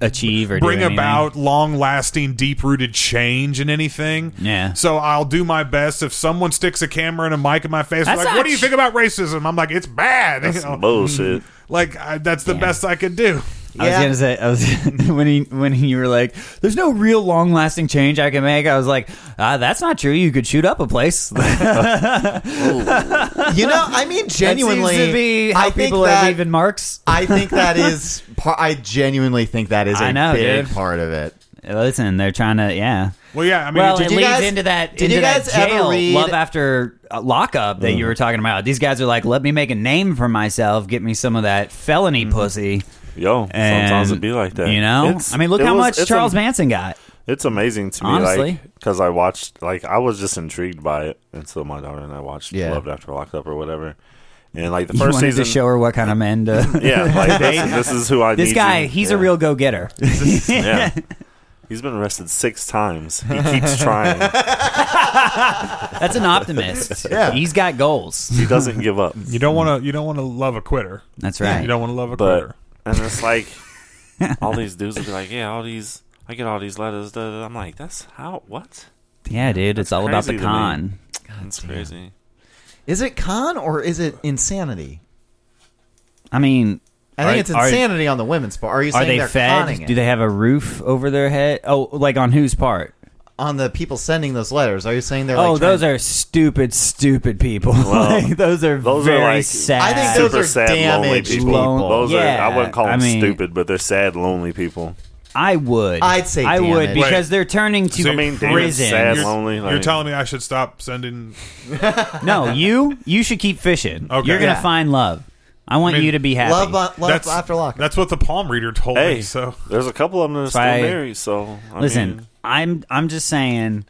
Speaker 5: achieve or do
Speaker 2: bring
Speaker 5: anything.
Speaker 2: about long lasting, deep rooted change in anything.
Speaker 5: Yeah.
Speaker 2: So I'll do my best. If someone sticks a camera and a mic in my face, they're
Speaker 5: That's
Speaker 2: like,
Speaker 5: not
Speaker 2: what do you
Speaker 5: sh-
Speaker 2: think about racism? I'm like, it's bad. <laughs> You
Speaker 1: That's
Speaker 2: know?
Speaker 1: some bullshit.
Speaker 2: like, I, that's the best I could do.
Speaker 4: Yeah.
Speaker 5: I was gonna say I was <laughs> when he when you were like, "There's no real long lasting change I can make." I was like, ah, "That's not true. You could shoot up a place."
Speaker 4: You know, I mean,
Speaker 5: <laughs> That seems
Speaker 4: genuinely,
Speaker 5: to be how
Speaker 4: I think
Speaker 5: people
Speaker 4: that
Speaker 5: are leaving marks. <laughs>
Speaker 4: I think that is. Par- I genuinely think that is a
Speaker 5: I know,
Speaker 4: big
Speaker 5: dude.
Speaker 4: part of it.
Speaker 5: Listen, they're trying to yeah.
Speaker 2: Well, yeah. I mean,
Speaker 5: well,
Speaker 2: it's-
Speaker 5: it
Speaker 4: you
Speaker 5: leads
Speaker 4: guys-
Speaker 5: into that
Speaker 4: did
Speaker 5: into
Speaker 4: you guys
Speaker 5: that
Speaker 4: ever
Speaker 5: jail
Speaker 4: read- Mm.
Speaker 5: love after uh, lockup that you were talking about. These guys are like, "Let me make a name for myself. Get me some of that felony
Speaker 4: Mm-hmm.
Speaker 5: pussy."
Speaker 1: Yo,
Speaker 5: And,
Speaker 1: sometimes it be like that.
Speaker 5: You know,
Speaker 1: It's-
Speaker 5: I mean, look
Speaker 1: it
Speaker 5: how
Speaker 1: was-
Speaker 5: much
Speaker 1: it's
Speaker 5: Charles
Speaker 1: am- <laughs>
Speaker 5: Manson got.
Speaker 1: It's amazing to me,
Speaker 5: Honestly.
Speaker 1: like because I watched, like I was just intrigued by it until my daughter and I watched
Speaker 4: Yeah.
Speaker 1: Loved After Locked Up or whatever, and like the
Speaker 5: <laughs> You
Speaker 1: first
Speaker 5: wanted
Speaker 1: season.
Speaker 5: to show her what kind of man. To,
Speaker 1: <laughs> yeah, like this, this is who I. need
Speaker 5: <laughs> this
Speaker 1: you-
Speaker 5: guy, he's a
Speaker 1: yeah.
Speaker 5: real
Speaker 1: <laughs>
Speaker 5: go <laughs> getter. <laughs>
Speaker 1: Yeah. He's been arrested six times. He keeps trying.
Speaker 5: That's an optimist.
Speaker 1: <laughs>
Speaker 4: Yeah.
Speaker 5: He's got goals.
Speaker 1: He doesn't give
Speaker 5: <laughs>
Speaker 1: up.
Speaker 2: you don't want to. You don't want to love a quitter.
Speaker 5: That's
Speaker 2: You
Speaker 5: right.
Speaker 2: don't want to love a
Speaker 1: But
Speaker 2: quitter.
Speaker 1: and it's
Speaker 5: <laughs>
Speaker 1: like all these dudes will be like, yeah, all these. I get all these letters. Da, da, da. I'm like, that's how what?
Speaker 5: Yeah, dude, it's all about the
Speaker 1: crazy to me.
Speaker 5: con.
Speaker 1: That's crazy.
Speaker 4: Is it con or is it insanity?
Speaker 5: I mean,
Speaker 4: I think
Speaker 5: Are-
Speaker 4: it's
Speaker 5: are-
Speaker 4: insanity on the women's part. Are you saying
Speaker 5: are they
Speaker 4: are conning
Speaker 5: fed?
Speaker 4: it?
Speaker 5: Do they have a roof over their head? Oh, like on whose part?
Speaker 4: on the people sending those letters? Are you saying they're?
Speaker 5: oh,
Speaker 4: like
Speaker 5: those
Speaker 4: trying-
Speaker 5: are stupid, stupid people. <laughs> like, those are
Speaker 1: those are
Speaker 5: very
Speaker 1: like-
Speaker 5: sad.
Speaker 4: I think
Speaker 1: Super
Speaker 4: those are
Speaker 1: sad, lonely
Speaker 4: damaged
Speaker 1: people.
Speaker 5: people.
Speaker 1: Those
Speaker 5: Yeah,
Speaker 1: are. I wouldn't call
Speaker 5: I
Speaker 1: them
Speaker 5: mean-
Speaker 1: stupid, but they're sad, lonely people.
Speaker 5: I would.
Speaker 4: I'd say
Speaker 5: I
Speaker 4: damn
Speaker 5: would
Speaker 4: it.
Speaker 5: because
Speaker 2: Right.
Speaker 5: they're turning to
Speaker 2: So, I
Speaker 1: mean, damn,
Speaker 5: prison.
Speaker 1: sad
Speaker 2: You're-
Speaker 1: lonely,
Speaker 2: you're
Speaker 1: like-
Speaker 2: telling me I should stop sending
Speaker 5: No, you you should keep fishing.
Speaker 2: Okay.
Speaker 5: You're gonna
Speaker 2: Yeah.
Speaker 5: find love. I want
Speaker 2: I mean,
Speaker 5: you to be happy.
Speaker 4: love, uh, love
Speaker 2: that's
Speaker 4: after lock.
Speaker 2: That's what the palm reader told
Speaker 1: Hey,
Speaker 2: me. So
Speaker 1: there's a couple of them that are still
Speaker 5: I-
Speaker 1: married. So I
Speaker 5: Listen,
Speaker 1: mean,
Speaker 5: I'm I'm just saying.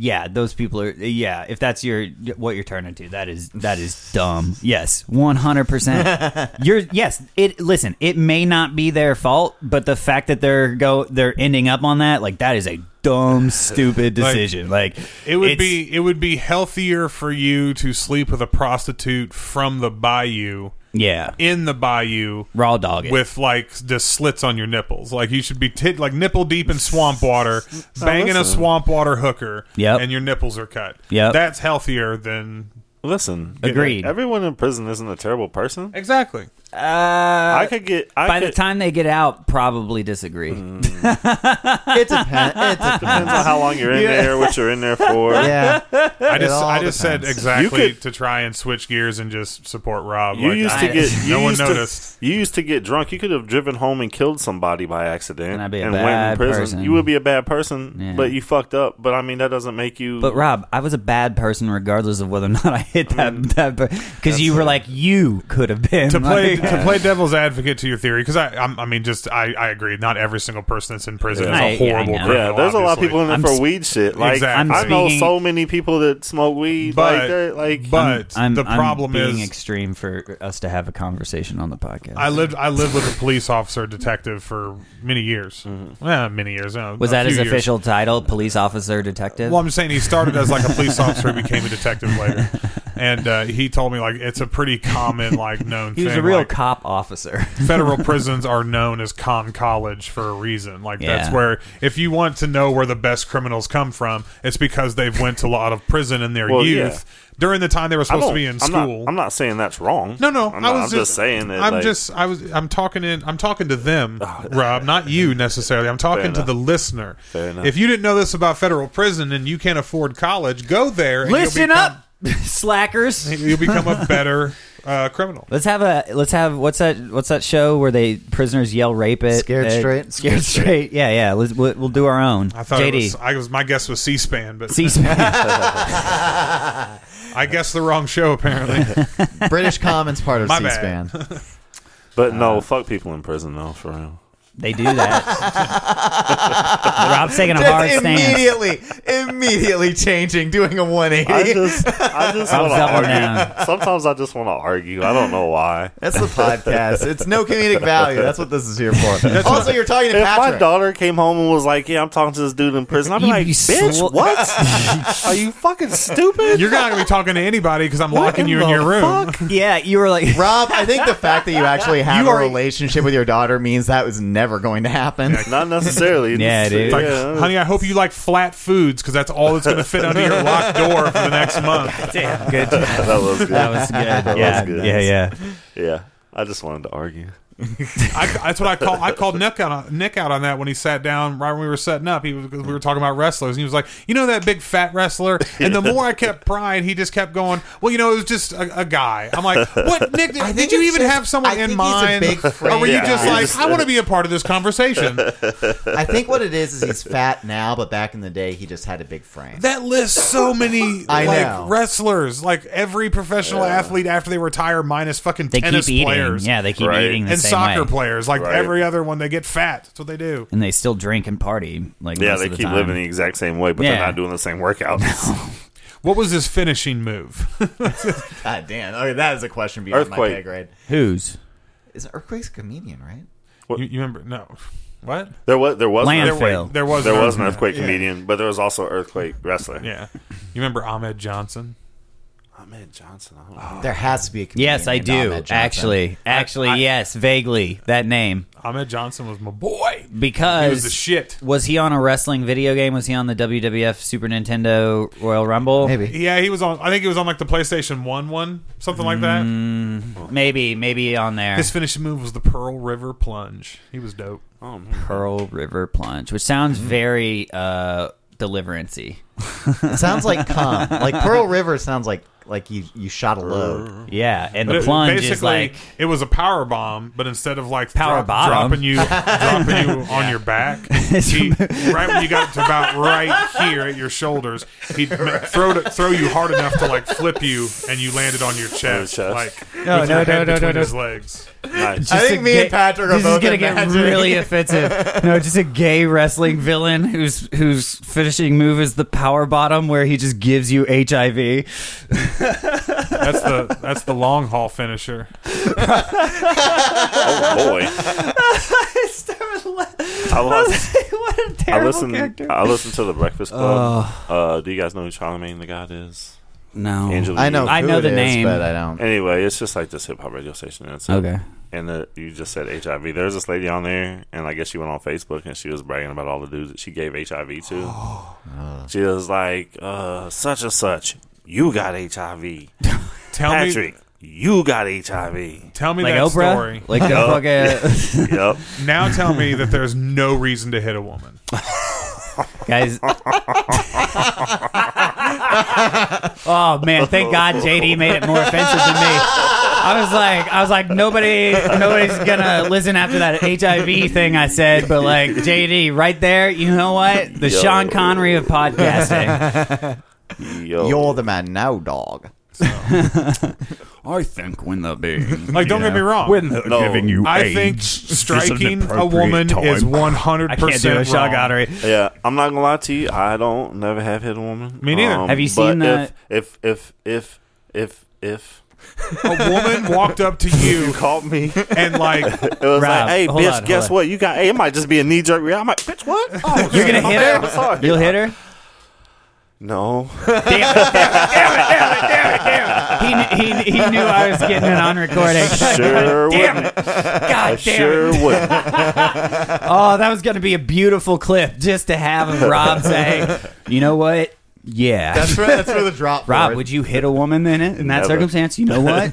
Speaker 5: Yeah, those people are. Yeah, if that's your what you're turning to, that is that is dumb. Yes, one hundred
Speaker 2: <laughs>
Speaker 5: percent. You're yes. It listen. It may not be their fault, but the fact that they're go they're ending up on that like that is a dumb, stupid
Speaker 2: <laughs> Like,
Speaker 5: decision. Like,
Speaker 2: it would
Speaker 5: it's-
Speaker 2: be it would be healthier for you to sleep with a prostitute from the bayou
Speaker 5: yeah,
Speaker 2: in the bayou
Speaker 5: raw dog. it.
Speaker 2: with like just slits on your nipples. Like you should be tit like nipple deep in
Speaker 1: <laughs>
Speaker 2: swamp water, banging a
Speaker 1: listen.
Speaker 2: swamp water hooker,
Speaker 5: Yep.
Speaker 2: and your nipples are cut.
Speaker 5: Yep.
Speaker 2: that's healthier than
Speaker 1: listen.
Speaker 5: Agreed.
Speaker 1: Everyone in prison isn't a terrible person.
Speaker 2: exactly.
Speaker 1: I could get. I
Speaker 5: Uh, By the
Speaker 1: could,
Speaker 5: time they get out, probably disagree.
Speaker 2: Mm-hmm.
Speaker 4: it depends. It
Speaker 1: depends <laughs>
Speaker 4: depends.
Speaker 1: on how long you're
Speaker 5: <laughs>
Speaker 1: in there, what you're in there for.
Speaker 4: yeah,
Speaker 2: I just
Speaker 4: all
Speaker 2: I just said
Speaker 4: depends.
Speaker 2: exactly
Speaker 1: You could-
Speaker 2: to try and switch gears and just support Rob.
Speaker 1: You
Speaker 2: Like,
Speaker 1: used
Speaker 2: I-
Speaker 1: to get you
Speaker 2: no one
Speaker 1: used to-
Speaker 2: noticed.
Speaker 1: you used to get drunk. You could have driven home and killed somebody by accident,
Speaker 5: And I'd be a
Speaker 1: went
Speaker 5: bad
Speaker 1: in prison.
Speaker 5: person.
Speaker 1: You would be a bad person,
Speaker 5: Yeah.
Speaker 1: but you fucked up. But I mean, that doesn't make you.
Speaker 5: But Rob, I was a bad person regardless of whether or not I hit that that because you were like you could have
Speaker 2: <laughs>
Speaker 5: been
Speaker 2: Mm.
Speaker 1: <laughs>
Speaker 2: to play
Speaker 5: like-
Speaker 2: to play devil's advocate to your theory because I, I'm- I mean just I, I agree not every single person that's in prison
Speaker 5: Yeah. I-
Speaker 2: is a
Speaker 5: yeah, I
Speaker 2: horrible
Speaker 5: know.
Speaker 2: criminal.
Speaker 1: yeah, there's a lot of
Speaker 2: obviously.
Speaker 1: people in there
Speaker 5: I'm
Speaker 1: for
Speaker 5: s-
Speaker 1: weed shit. Like
Speaker 2: Exactly.
Speaker 1: I
Speaker 5: I'm
Speaker 1: know
Speaker 5: speaking-
Speaker 1: so many people that smoke weed.
Speaker 2: But-
Speaker 1: like that. Like
Speaker 2: But
Speaker 5: I'm,
Speaker 2: the
Speaker 5: I'm
Speaker 2: problem
Speaker 5: being
Speaker 2: is
Speaker 5: extreme for us to have a conversation on the podcast.
Speaker 2: I lived I lived with a police officer detective for many years.
Speaker 1: Mm-hmm.
Speaker 2: Well, many years. uh,
Speaker 5: was
Speaker 2: a
Speaker 5: that
Speaker 2: few
Speaker 5: his
Speaker 2: years.
Speaker 5: official title, police officer, detective?
Speaker 2: Well, I'm just saying he started as like a police officer, who became a detective later, and uh, he told me like it's a pretty common like known.
Speaker 5: he was
Speaker 2: thing,
Speaker 5: a real
Speaker 2: like,
Speaker 5: cop officer.
Speaker 2: <laughs> federal prisons are known as con college for a reason. Like that's
Speaker 5: Yeah.
Speaker 2: where if you want to know where the best criminals come from, it's because they've went to a lot of prison in their
Speaker 1: Well, yeah.
Speaker 2: youth during the time they were
Speaker 1: I
Speaker 2: supposed to
Speaker 1: don't-
Speaker 2: be in
Speaker 1: I'm not-
Speaker 2: school.
Speaker 1: I'm not saying that's wrong.
Speaker 2: no, no,
Speaker 1: I'm,
Speaker 2: I
Speaker 1: not-
Speaker 2: was
Speaker 1: I'm just, saying that.
Speaker 2: I'm
Speaker 1: like, Oh,
Speaker 2: just I was I'm talking in I'm talking to them,
Speaker 1: <laughs>
Speaker 2: Rob, not you necessarily. I'm talking to
Speaker 1: enough.
Speaker 2: the listener.
Speaker 1: Fair enough.
Speaker 2: If you didn't know this about federal prison and you can't afford college, go there. And you'll
Speaker 5: Listen
Speaker 2: become,
Speaker 5: up, <laughs> slackers.
Speaker 2: You'll
Speaker 1: <laughs>
Speaker 2: become a better uh, criminal.
Speaker 5: Let's have a let's have what's that what's that show where they prisoners yell rape it
Speaker 4: Scared Straight?
Speaker 5: scared straight yeah yeah let's, we'll, we'll do our own
Speaker 2: I thought
Speaker 5: JD
Speaker 2: it
Speaker 5: <laughs>
Speaker 2: was, I was my guess was C-SPAN, but <laughs>
Speaker 5: C-SPAN
Speaker 2: I guessed the wrong show apparently. <laughs>
Speaker 4: British Commons part of
Speaker 2: My
Speaker 4: C-SPAN.
Speaker 1: But
Speaker 2: Uh.
Speaker 1: no, fuck people in prison though, for
Speaker 2: <laughs>
Speaker 1: real.
Speaker 5: they do that Rob's taking a hard
Speaker 4: Just
Speaker 5: stance
Speaker 4: immediately, immediately changing, doing a
Speaker 1: I
Speaker 4: 180.
Speaker 1: just, I just want to
Speaker 5: up and
Speaker 1: argue. Sometimes I just want to argue. I don't know why.
Speaker 4: That's the podcast. It's no comedic value. That's what this is here for. also, you're talking to
Speaker 1: If my
Speaker 4: Patrick.
Speaker 1: daughter came home and was like, "Yeah, I'm talking to this dude in prison," I'd be
Speaker 5: You'd
Speaker 1: like,
Speaker 5: be
Speaker 1: "Bitch,
Speaker 5: sl- <laughs>
Speaker 1: what? Are you fucking stupid?"
Speaker 2: You're not gonna be talking to anybody because I'm
Speaker 1: What
Speaker 2: locking you in
Speaker 1: the
Speaker 2: your room.
Speaker 1: fuck?
Speaker 5: yeah you were like
Speaker 4: Rob, I think the fact that you actually have
Speaker 2: You
Speaker 4: a
Speaker 2: are-
Speaker 4: relationship with your daughter means that was ever going to happen.
Speaker 1: Not necessarily.
Speaker 5: <laughs> Yeah, dude.
Speaker 2: Like,
Speaker 1: Yeah.
Speaker 2: honey, I hope you like flat foods because that's all that's going to fit under your locked door for the
Speaker 1: <laughs>
Speaker 2: next month.
Speaker 5: Damn, good. That
Speaker 1: that was good.
Speaker 5: was
Speaker 4: <laughs>
Speaker 5: good.
Speaker 1: was
Speaker 5: yeah,
Speaker 1: good.
Speaker 5: yeah, yeah. <laughs>
Speaker 1: yeah, I just wanted to argue.
Speaker 2: I, that's what I call. I called Nick out on Nick out on that when he sat down right when we were setting up. He was, we were talking about wrestlers, and he was like, "You know that big fat <laughs> wrestler." And the more I kept prying, he just kept going. Well, you know, it was just a, a guy. I'm like, <laughs> "What, Nick? Did,
Speaker 4: think
Speaker 2: you
Speaker 4: it's
Speaker 2: even
Speaker 4: just-
Speaker 2: have someone
Speaker 4: I
Speaker 2: in
Speaker 4: think he's a
Speaker 2: mind,
Speaker 4: big
Speaker 2: or were you
Speaker 1: frame
Speaker 2: just
Speaker 1: guy.
Speaker 2: like, I want to be a part of this conversation?"
Speaker 4: I think what it is is he's fat now, but back in the day he just had a big frame.
Speaker 2: <laughs> That lists so many
Speaker 4: <laughs> I
Speaker 2: like
Speaker 4: know.
Speaker 2: wrestlers, like every professional athlete after they retire, minus fucking
Speaker 5: They
Speaker 2: tennis
Speaker 5: keep eating.
Speaker 2: players,
Speaker 5: Yeah, they keep
Speaker 1: Right.
Speaker 5: eating the
Speaker 2: and
Speaker 5: same
Speaker 2: soccer
Speaker 5: way.
Speaker 2: players. Like
Speaker 1: Right.
Speaker 2: every other one, they get fat. That's what they do.
Speaker 5: and they still drink and party. Like
Speaker 1: Yeah,
Speaker 5: most
Speaker 1: they
Speaker 5: of the
Speaker 1: keep
Speaker 5: time.
Speaker 1: living the exact same way, but
Speaker 5: Yeah.
Speaker 1: they're not doing the same workout.
Speaker 2: What was his finishing move? <laughs>
Speaker 4: God damn. Okay, that is a question beyond
Speaker 1: Earthquake.
Speaker 4: my pay grade.
Speaker 5: Who's
Speaker 4: Is Earthquake's a comedian, right?
Speaker 2: You, you remember? No. What?
Speaker 1: <laughs> there was there was
Speaker 5: Land
Speaker 1: there,
Speaker 5: Landfill.
Speaker 2: wa- there was
Speaker 1: was an earthquake
Speaker 2: yeah.
Speaker 1: comedian, but there was also earthquake wrestler.
Speaker 2: <laughs> Yeah. You remember Ahmed Johnson?
Speaker 1: Ahmed Johnson. I don't know.
Speaker 4: There has to be a comedian.
Speaker 5: Yes, I
Speaker 4: named Ahmed
Speaker 5: do.
Speaker 4: Johnson.
Speaker 5: Actually, actually,
Speaker 2: I-
Speaker 5: yes, vaguely that name
Speaker 2: Ahmed Johnson was my boy.
Speaker 5: because
Speaker 2: He was the shit.
Speaker 5: was he on a wrestling video game? Was he on the WWF Super Nintendo Royal Rumble?
Speaker 4: Maybe.
Speaker 2: Yeah, he was on. I think he was on like the PlayStation One one, something like that.
Speaker 5: maybe, maybe on there.
Speaker 2: His finishing move was the Pearl River plunge. He was dope.
Speaker 1: Oh, man.
Speaker 5: Pearl River Plunge, which sounds
Speaker 2: Mm-hmm.
Speaker 5: very uh, deliverancy.
Speaker 4: <laughs> It sounds like
Speaker 5: <laughs>
Speaker 4: cum. Like Pearl River sounds like like you, you shot a load.
Speaker 5: Yeah, and
Speaker 2: But
Speaker 5: the
Speaker 2: it-
Speaker 5: plunge is
Speaker 2: basically,
Speaker 5: like
Speaker 2: it was a power bomb, but instead of like
Speaker 5: Power
Speaker 2: drop-
Speaker 5: bottom. <laughs>
Speaker 2: dropping you, dropping you on your back, he, right when you got to about right here at your shoulders, he'd ma- throw to, throw you hard enough to like flip you, and you landed on your chest,
Speaker 1: chest.
Speaker 2: like
Speaker 5: No,
Speaker 2: with
Speaker 5: no,
Speaker 2: your head
Speaker 5: no, no,
Speaker 2: between
Speaker 5: no,
Speaker 2: his legs.
Speaker 1: nice.
Speaker 4: I
Speaker 5: Just
Speaker 4: think
Speaker 5: a
Speaker 4: me
Speaker 5: gay-
Speaker 4: and Patrick are
Speaker 5: this
Speaker 4: both
Speaker 5: is gonna
Speaker 4: imagining-
Speaker 5: get really offensive. No, just a gay wrestling villain whose whose finishing move is the power bottom, where he just gives you HIV.
Speaker 2: That's the that's the long haul finisher.
Speaker 5: <laughs>
Speaker 1: oh boy. I lost.
Speaker 5: what a
Speaker 1: I
Speaker 5: terrible
Speaker 1: listened.
Speaker 5: character!
Speaker 1: I listened to the Breakfast Club. Uh, do you guys know who Charlemagne the God is?
Speaker 5: no,
Speaker 1: Angela.
Speaker 4: I know.
Speaker 1: Yee.
Speaker 5: I
Speaker 4: who
Speaker 5: know
Speaker 4: it
Speaker 5: the
Speaker 4: is,
Speaker 5: name.
Speaker 4: but I don't.
Speaker 1: Anyway, it's just like this hip hop radio station. And it's
Speaker 5: Okay.
Speaker 1: And the, you just said HIV. There's this lady on there, and I guess she went on Facebook and she was bragging about all the dudes that she gave HIV
Speaker 2: <gasps>
Speaker 1: to.
Speaker 2: Oh.
Speaker 1: she was like, uh, such and such, you got HIV.
Speaker 2: Tell me,
Speaker 1: Patrick, you got
Speaker 2: <laughs>
Speaker 1: HIV.
Speaker 2: tell me
Speaker 5: Like
Speaker 2: that
Speaker 5: Oprah,
Speaker 2: story.
Speaker 5: like the
Speaker 1: Oh, <laughs>
Speaker 5: fucking
Speaker 1: yep.
Speaker 2: Now tell me that there's no reason to hit a woman.
Speaker 5: guys. oh man, thank God JD made it more offensive than me. I was like, I was like, nobody, nobody's gonna listen after that HIV thing I said, but like JD, right there, you know what? The
Speaker 1: Yo.
Speaker 5: Sean Connery of podcasting.
Speaker 1: Yo.
Speaker 4: You're the man now, dog.
Speaker 3: I think when the being
Speaker 2: <laughs> Like, don't get me wrong.
Speaker 3: when the
Speaker 1: No.
Speaker 3: giving you
Speaker 2: I
Speaker 3: age
Speaker 2: think
Speaker 3: is
Speaker 2: striking
Speaker 3: an
Speaker 2: a
Speaker 3: appropriate
Speaker 2: woman
Speaker 3: time.
Speaker 2: is 100 percent wrong.
Speaker 1: Yeah, I'm not gonna lie to you. I don't never have hit a woman. Um,
Speaker 2: Me neither.
Speaker 5: Have you
Speaker 1: but
Speaker 5: seen uh,
Speaker 1: if, If
Speaker 5: that-
Speaker 1: if if if if
Speaker 2: a woman walked up to you
Speaker 1: called
Speaker 2: <laughs>
Speaker 1: me, it
Speaker 2: and
Speaker 1: <laughs>
Speaker 2: like
Speaker 1: was
Speaker 5: Rob,
Speaker 1: like, "Hey,
Speaker 5: hold on,
Speaker 1: bitch,
Speaker 5: hold
Speaker 1: guess
Speaker 5: on.
Speaker 1: what? You got. Hey, it might just be a knee jerk reaction. I'm like, bitch, what? Oh,
Speaker 5: You're gonna
Speaker 1: my
Speaker 5: hit
Speaker 1: bad,
Speaker 5: her?
Speaker 1: I'm sorry.
Speaker 5: <laughs> You'll hit her.
Speaker 1: No,
Speaker 5: Damn it! Damn it! Damn it! Damn it! Damn it! He, kn- he, he knew I was getting it on recording.
Speaker 1: <laughs> sure
Speaker 5: damn
Speaker 1: wouldn't.
Speaker 5: it! God
Speaker 1: I
Speaker 5: damn it!
Speaker 1: sure
Speaker 5: <laughs>
Speaker 1: wouldn't.
Speaker 5: Oh, that was going to be a beautiful clip just to have Rob say, you know what? Yeah.
Speaker 4: That's where, that's where the drop. <laughs>
Speaker 5: Rob, would you hit a woman in it in that
Speaker 1: Never.
Speaker 5: circumstance? You know what?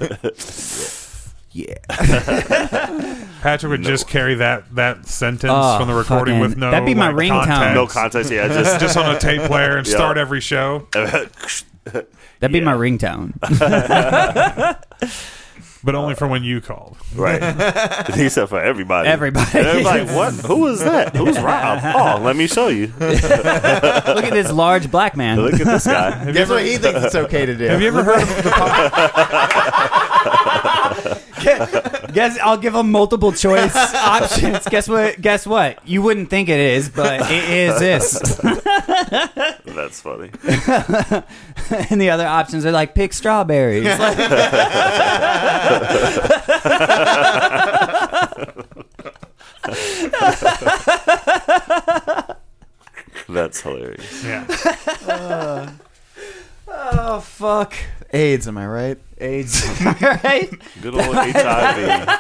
Speaker 5: yeah.
Speaker 2: Patrick would just carry that that sentence
Speaker 5: Oh,
Speaker 2: from the recording
Speaker 5: fucking-
Speaker 2: with no
Speaker 5: that'd be my
Speaker 2: like,
Speaker 5: ringtone.
Speaker 1: <laughs>
Speaker 2: context,
Speaker 1: No context. Yeah, just <laughs>
Speaker 2: just on a tape player and
Speaker 1: Yeah.
Speaker 2: start every show.
Speaker 5: <laughs> That'd be my ringtone.
Speaker 2: But only for when you called.
Speaker 1: right.
Speaker 5: <laughs>
Speaker 1: He said for everybody.
Speaker 5: Everybody.
Speaker 1: And everybody's like, what? Who is that? Who's
Speaker 5: <laughs>
Speaker 1: Rob? Oh, let me show you.
Speaker 5: Look at this large black man.
Speaker 1: Look at this guy.
Speaker 4: That's what he thinks it's okay to do.
Speaker 2: Have you ever heard of
Speaker 5: <laughs> Guess I'll give him multiple choice options. Guess what? Guess what? You wouldn't think it is, but it is this.
Speaker 1: <laughs>
Speaker 5: <laughs>
Speaker 1: That's <laughs> funny.
Speaker 5: And the other options are like pick strawberries. Like,
Speaker 1: That's hilarious.
Speaker 2: yeah.
Speaker 5: oh fuck. <laughs>
Speaker 4: AIDS? Am I right?
Speaker 5: AIDS. right?
Speaker 1: Good old HIV.
Speaker 5: <laughs>